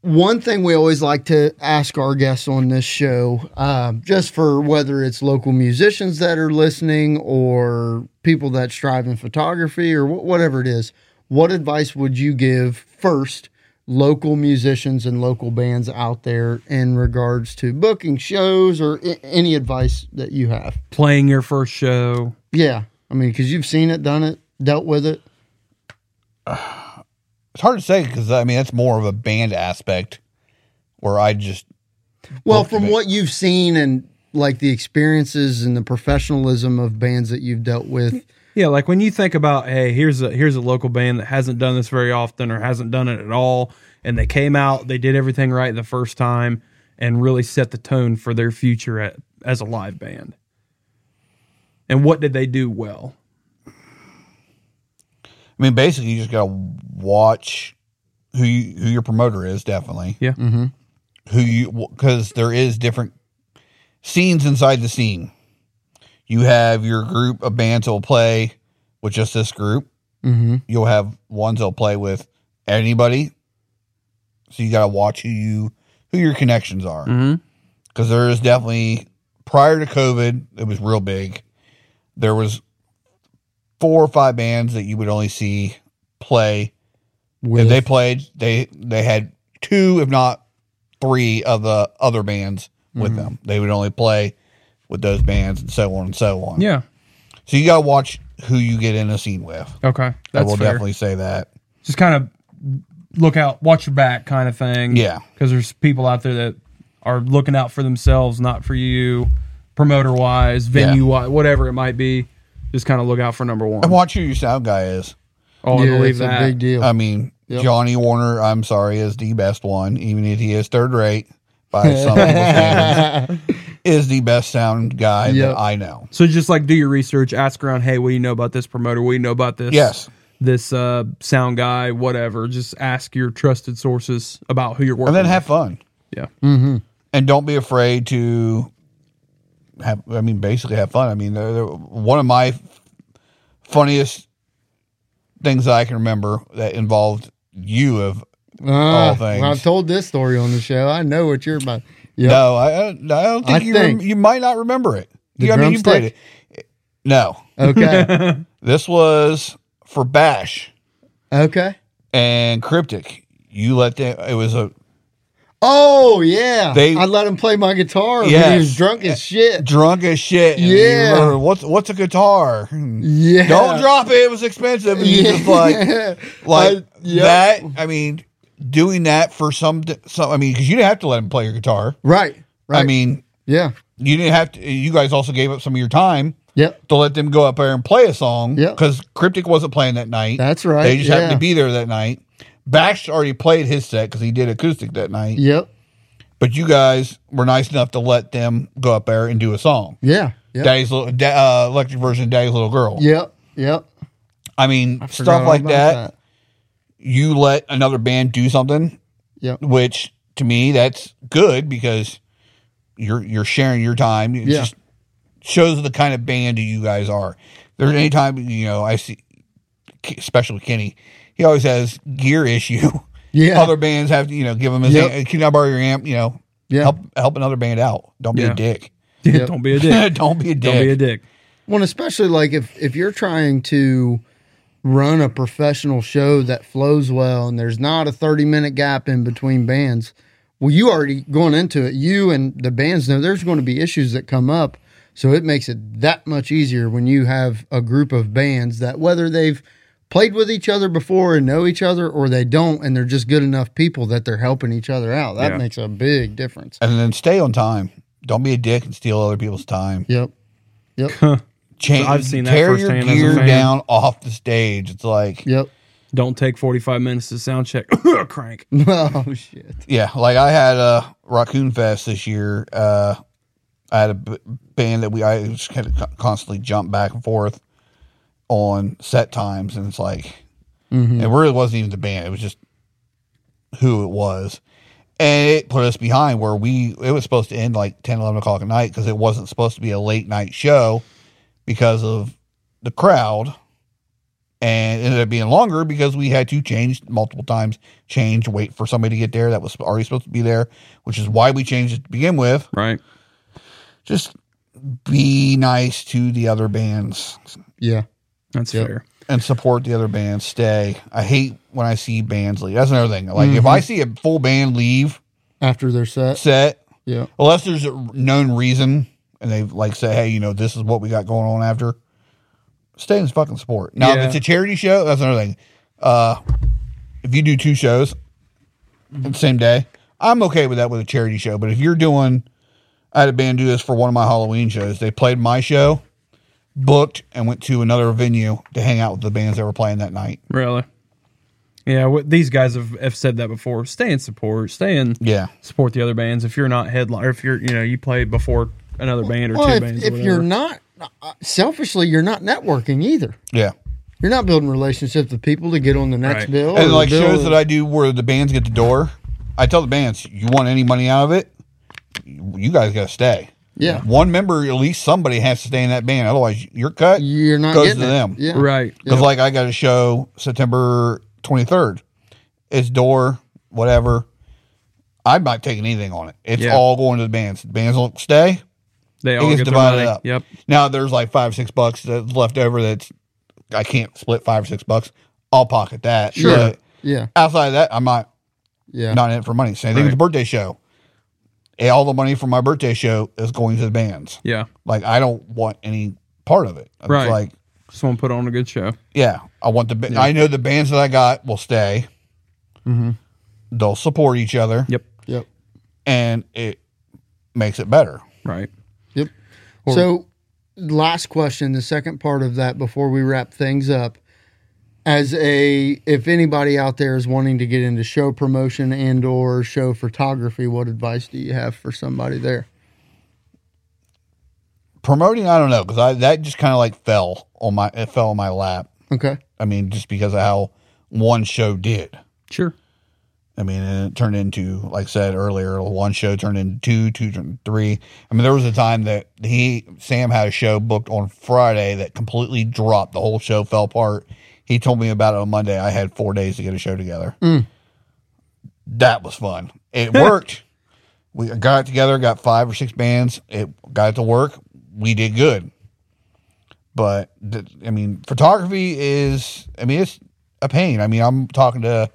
Speaker 2: One thing we always like to ask our guests on this show, um, just for whether it's local musicians that are listening or people that strive in photography or wh- whatever it is, what advice would you give first local musicians and local bands out there in regards to booking shows or I- any advice that you have?
Speaker 1: Playing your first show.
Speaker 2: Yeah, I mean, because you've seen it, done it, dealt with it.
Speaker 4: it's hard to say because I mean that's more of a band aspect where I just
Speaker 2: Well,
Speaker 4: Looked at
Speaker 2: from
Speaker 4: it.
Speaker 2: what you've seen and like the experiences and the professionalism of bands that you've dealt with,
Speaker 1: Yeah, like when you think about, hey, here's a here's a local band that hasn't done this very often or hasn't done it at all, and they came out, they did everything right the first time, and really set the tone for their future at, as a live band. And what did they do well?
Speaker 4: I mean basically you just gotta watch who you, who your promoter is definitely
Speaker 1: Yeah,
Speaker 2: Mm-hmm.
Speaker 4: who you because there is different scenes inside the scene. You have your group of bands that will play with just this group.
Speaker 2: mm-hmm.
Speaker 4: You'll have ones that'll play with anybody. So you gotta watch who you who your connections are.
Speaker 1: Mhm.
Speaker 4: because there is definitely prior to COVID, it was real big. There was four or five bands that you would only see play. If
Speaker 2: with
Speaker 4: they played, they they had two, if not three, of the other bands with
Speaker 1: Mm-hmm.
Speaker 4: them. They would only play with those bands, and so on and so on.
Speaker 1: yeah,
Speaker 4: So you gotta watch who you get in a scene with.
Speaker 1: okay,
Speaker 4: I
Speaker 1: that's
Speaker 4: will
Speaker 1: fair.
Speaker 4: definitely say that.
Speaker 1: Just kind of look out, watch your back, kind of thing.
Speaker 4: Yeah.
Speaker 1: because there's people out there that are looking out for themselves, not for you, promoter wise, venue wise, whatever it might be. Just kind of look out for number one.
Speaker 4: And watch who your sound guy is.
Speaker 1: Oh, I
Speaker 2: yeah,
Speaker 1: believe
Speaker 2: it's
Speaker 1: that.
Speaker 2: a big deal.
Speaker 4: I mean, Johnny Warner, I'm sorry, is the best one, even if he is third rate by some people's standards, is the best sound guy
Speaker 2: Yep.
Speaker 4: that I know.
Speaker 1: So just like do your research, ask around. Hey, what do you know about this promoter? What do you know about this?
Speaker 4: Yes.
Speaker 1: This uh, sound guy, whatever. Just ask your trusted sources about who you're working.
Speaker 4: And then
Speaker 1: with.
Speaker 4: have fun.
Speaker 1: yeah,
Speaker 2: Mm.
Speaker 4: And don't be afraid to have, I mean, basically have fun. I mean, they're- they're- one of my funniest things I can remember that involved you of,
Speaker 2: Ah,
Speaker 4: things.
Speaker 2: I've told this story on the show. I know what you're about. Yep.
Speaker 4: no, I, I don't think,
Speaker 2: I
Speaker 4: you, rem-
Speaker 2: think-
Speaker 4: you might not remember it.
Speaker 2: The
Speaker 4: You- I mean, you played
Speaker 2: drumstick?
Speaker 4: it. No,
Speaker 2: Okay.
Speaker 4: this was for Bash.
Speaker 2: okay.
Speaker 4: and Cryptic. You let them. It was a
Speaker 2: Oh yeah.
Speaker 4: They-
Speaker 2: I let him play my guitar when
Speaker 4: Yes.
Speaker 2: he was drunk as shit.
Speaker 4: drunk as shit. and you
Speaker 2: Yeah.
Speaker 4: were, What's what's a guitar? Hmm.
Speaker 2: Yeah.
Speaker 4: Don't drop it. It was expensive. And you just like like
Speaker 2: I- yep.
Speaker 4: that. I mean, doing that for some some. I mean, because you didn't have to let him play your guitar.
Speaker 2: Right. Right.
Speaker 4: I mean,
Speaker 2: Yeah.
Speaker 4: you didn't have to. You guys also gave up some of your time
Speaker 2: Yep.
Speaker 4: to let them go up there and play a song.
Speaker 2: Yep.
Speaker 4: because Cryptic wasn't playing that night.
Speaker 2: That's right.
Speaker 4: They just happened
Speaker 2: yeah.
Speaker 4: to be there that night. Bash already played his set because he did acoustic that night.
Speaker 2: Yep.
Speaker 4: but you guys were nice enough to let them go up there and do a song.
Speaker 2: Yeah. Yep.
Speaker 4: Daddy's little da- uh, electric version of Daddy's Little Girl.
Speaker 2: Yep. Yep.
Speaker 4: I mean,
Speaker 2: Forgot
Speaker 4: stuff
Speaker 2: all
Speaker 4: like
Speaker 2: about
Speaker 4: that, You let another band do something,
Speaker 2: Yep.
Speaker 4: which to me that's good because you're you're sharing your time. It
Speaker 2: Yeah.
Speaker 4: just shows the kind of band you guys are. There's any time you know I see especially Kenny, he always has gear issue.
Speaker 2: Yeah.
Speaker 4: Other bands have to, you know, give him his,
Speaker 2: Yep.
Speaker 4: amp, can I borrow your amp? You know,
Speaker 2: Yeah.
Speaker 4: help help another band out. Don't be
Speaker 1: Yeah.
Speaker 4: a dick.
Speaker 2: Yep.
Speaker 1: Don't be a dick.
Speaker 4: Don't be a dick.
Speaker 1: Don't be a dick.
Speaker 2: Well, and especially like if if you're trying to run a professional show that flows well and there's not a 30 minute gap in between bands, well, you already going into it, you and the bands know there's going to be issues that come up. So it makes it that much easier when you have a group of bands that whether they've played with each other before and know each other or they don't and they're just good enough people that they're helping each other out. That
Speaker 1: Yeah.
Speaker 2: makes a big difference.
Speaker 4: And then stay on time. Don't be a dick and steal other people's time.
Speaker 2: Yep.
Speaker 4: Change,
Speaker 1: I've seen that
Speaker 4: tear your
Speaker 1: firsthand as a
Speaker 4: gear
Speaker 1: fan.
Speaker 4: down off the stage. It's like,
Speaker 2: Yep.
Speaker 1: Don't take 45 minutes to sound check. Crank.
Speaker 2: oh shit.
Speaker 4: yeah, like I had a Raccoon Fest this year. Uh, I had a b- band that we I just kind of constantly jump back and forth on set times, and it's like
Speaker 2: Mm-hmm.
Speaker 4: it really wasn't even the band; it was just who it was, and it put us behind where we it was supposed to end like 10, 11 o'clock at night because it wasn't supposed to be a late night show because of the crowd. And it ended up being longer because we had to change multiple times, change, wait for somebody to get there that was already supposed to be there, which is why we changed it to begin with
Speaker 1: Right.
Speaker 4: just be nice to the other bands
Speaker 2: Yeah.
Speaker 1: That's
Speaker 2: Yep.
Speaker 1: fair.
Speaker 4: and support the other bands. Stay. I hate when I see bands leave. That's another thing. Like if I see a full band leave
Speaker 2: After they're set.
Speaker 4: set,
Speaker 2: Yeah.
Speaker 4: unless there's a known reason and they've like say, hey, you know, this is what we got going on after, stay and fucking support. Now
Speaker 1: Yeah.
Speaker 4: if it's a charity show, that's another thing. Uh if you do two shows the same day, I'm okay with that with a charity show. But if you're doing I had a band do this for one of my Halloween shows. They played my show, booked, and went to another venue to hang out with the bands that were playing that night.
Speaker 1: Really. Yeah. What, these guys have, have said that before. Stay in support. Stay in
Speaker 4: Yeah.
Speaker 1: support the other bands. If you're not headline, or if you're, you know, you play before another band or
Speaker 2: Well,
Speaker 1: two
Speaker 2: if,
Speaker 1: bands. or
Speaker 2: if you're
Speaker 1: whatever.
Speaker 2: not uh, selfishly, you're not networking either.
Speaker 4: Yeah.
Speaker 2: You're not building relationships with people to get on the next
Speaker 1: Right.
Speaker 2: bill.
Speaker 4: and like shows that I do where the bands get the door, I tell the bands, you want any money out of it, you guys got to stay.
Speaker 2: yeah,
Speaker 4: One member, at least somebody has to stay in that band. Otherwise, your cut
Speaker 2: you're not
Speaker 4: goes
Speaker 2: getting
Speaker 4: to
Speaker 2: it.
Speaker 4: them.
Speaker 2: Yeah,
Speaker 1: right.
Speaker 4: Because
Speaker 2: Yeah.
Speaker 4: like I got a show September 23rd. It's door, whatever. I'm not taking anything on it. It's
Speaker 1: Yeah.
Speaker 4: all going to the bands. The bands don't stay.
Speaker 1: They
Speaker 4: it
Speaker 1: all
Speaker 4: gets
Speaker 1: get their
Speaker 4: divided
Speaker 1: money.
Speaker 4: up.
Speaker 1: Yep.
Speaker 4: Now there's like five, six bucks that's left over. That's I can't split five or six bucks. I'll pocket that.
Speaker 2: Sure.
Speaker 4: But
Speaker 2: Yeah,
Speaker 4: outside of that, I'm not
Speaker 2: yeah,
Speaker 4: not in it for money. Same thing with the birthday show. Eh, All the money from my birthday show is going to the bands.
Speaker 1: Yeah.
Speaker 4: Like I don't want any part of it. It's
Speaker 1: Right.
Speaker 4: Like
Speaker 1: Someone put on a good show.
Speaker 4: yeah, I want the. Ba- I know the bands that I got will stay. They'll support each other,
Speaker 1: Mm-hmm. Yep.
Speaker 2: yep,
Speaker 4: and it makes it better.
Speaker 1: Right.
Speaker 2: yep. so, last question, the second part of that before we wrap things up. As a, if anybody out there is wanting to get into show promotion and or show photography, what advice do you have for somebody there?
Speaker 4: Promoting, I don't know, because I that just kind of like fell on my it fell on my lap.
Speaker 2: Okay,
Speaker 4: I mean, just because of how one show did.
Speaker 1: Sure.
Speaker 4: I mean, and it turned into, like I said earlier, one show turned into two, two turned into three. I mean, there was a time that he, Sam had a show booked on Friday that completely dropped. The whole show fell apart. He told me about it on Monday. I had four days to get a show together. That was fun. It worked. we got together, got five or six bands. It got it to work. We did good. But, th- I mean, photography is, I mean, it's a pain. I mean, I'm talking to,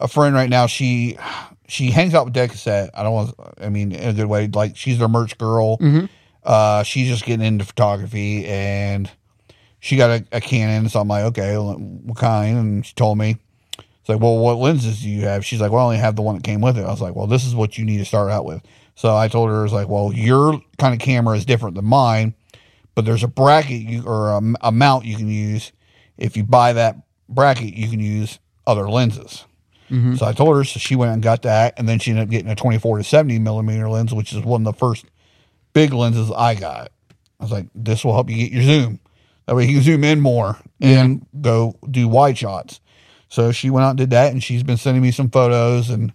Speaker 4: a friend right now. She she hangs out with Dead Cassette. I don't want. I mean, in a good way. Like she's their merch girl. Uh, she's just getting into photography, and she got a, a Canon. So I'm like, okay, what kind? And she told me. It's like, well, what lenses do you have? She's like, well, I only have the one that came with it. I was like, well, this is what you need to start out with. So I told her, I was like, well, your kind of camera is different than mine, but there's a bracket you, or a, a mount you can use. If you buy that bracket, you can use other lenses. So I told her, so she went and got that, and then she ended up getting a 24 to 70 millimeter lens, which is one of the first big lenses I got. I was like, this will help you get your zoom. That way you can zoom in more and go do wide shots. So she went out and did that, and she's been sending me some photos, and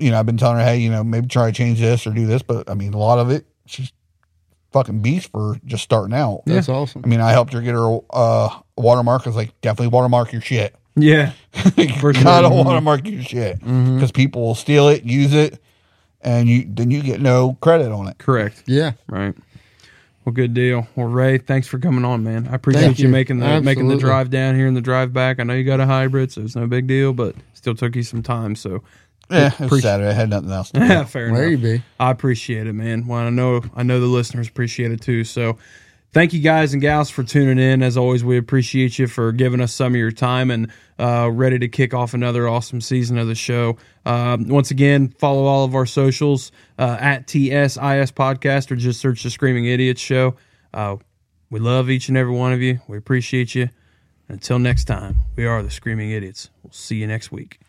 Speaker 4: you know, I've been telling her, hey, you know, maybe try to change this or do this, but I mean, a lot of it, she's fucking beast for just starting out.
Speaker 2: That's awesome.
Speaker 4: I mean, I helped her get her uh, watermark. I was like, definitely watermark your shit.
Speaker 1: Yeah.
Speaker 4: you
Speaker 1: For sure.
Speaker 4: gotta watermark your shit because people will steal it, use it, and you then you get no credit on it.
Speaker 1: Correct.
Speaker 2: Yeah.
Speaker 1: Right. Well, good deal. Well, Ray, thanks for coming on, man. I appreciate
Speaker 2: Thank
Speaker 1: you,
Speaker 2: you.
Speaker 1: making the making the
Speaker 2: Absolutely.
Speaker 1: drive down here and the drive back. I know you got a hybrid, so it's no big deal, but still took you some time. So
Speaker 4: Yeah, it was
Speaker 1: Appreciate-
Speaker 4: Saturday. I had nothing else. To do.
Speaker 1: yeah, fair
Speaker 2: There you
Speaker 1: enough.
Speaker 2: be.
Speaker 1: I appreciate it, man. Well, I know I know the listeners appreciate it too. So thank you guys and gals for tuning in. As always, we appreciate you for giving us some of your time and uh, ready to kick off another awesome season of the show. Um, once again, follow all of our socials uh, at TSIS Podcast or just search the Screaming Idiots Show. Uh, we love each and every one of you. We appreciate you. Until next time, we are the Screaming Idiots. We'll see you next week.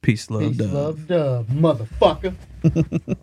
Speaker 1: Peace, love,
Speaker 2: Peace,
Speaker 1: love.
Speaker 2: love, dub, motherfucker.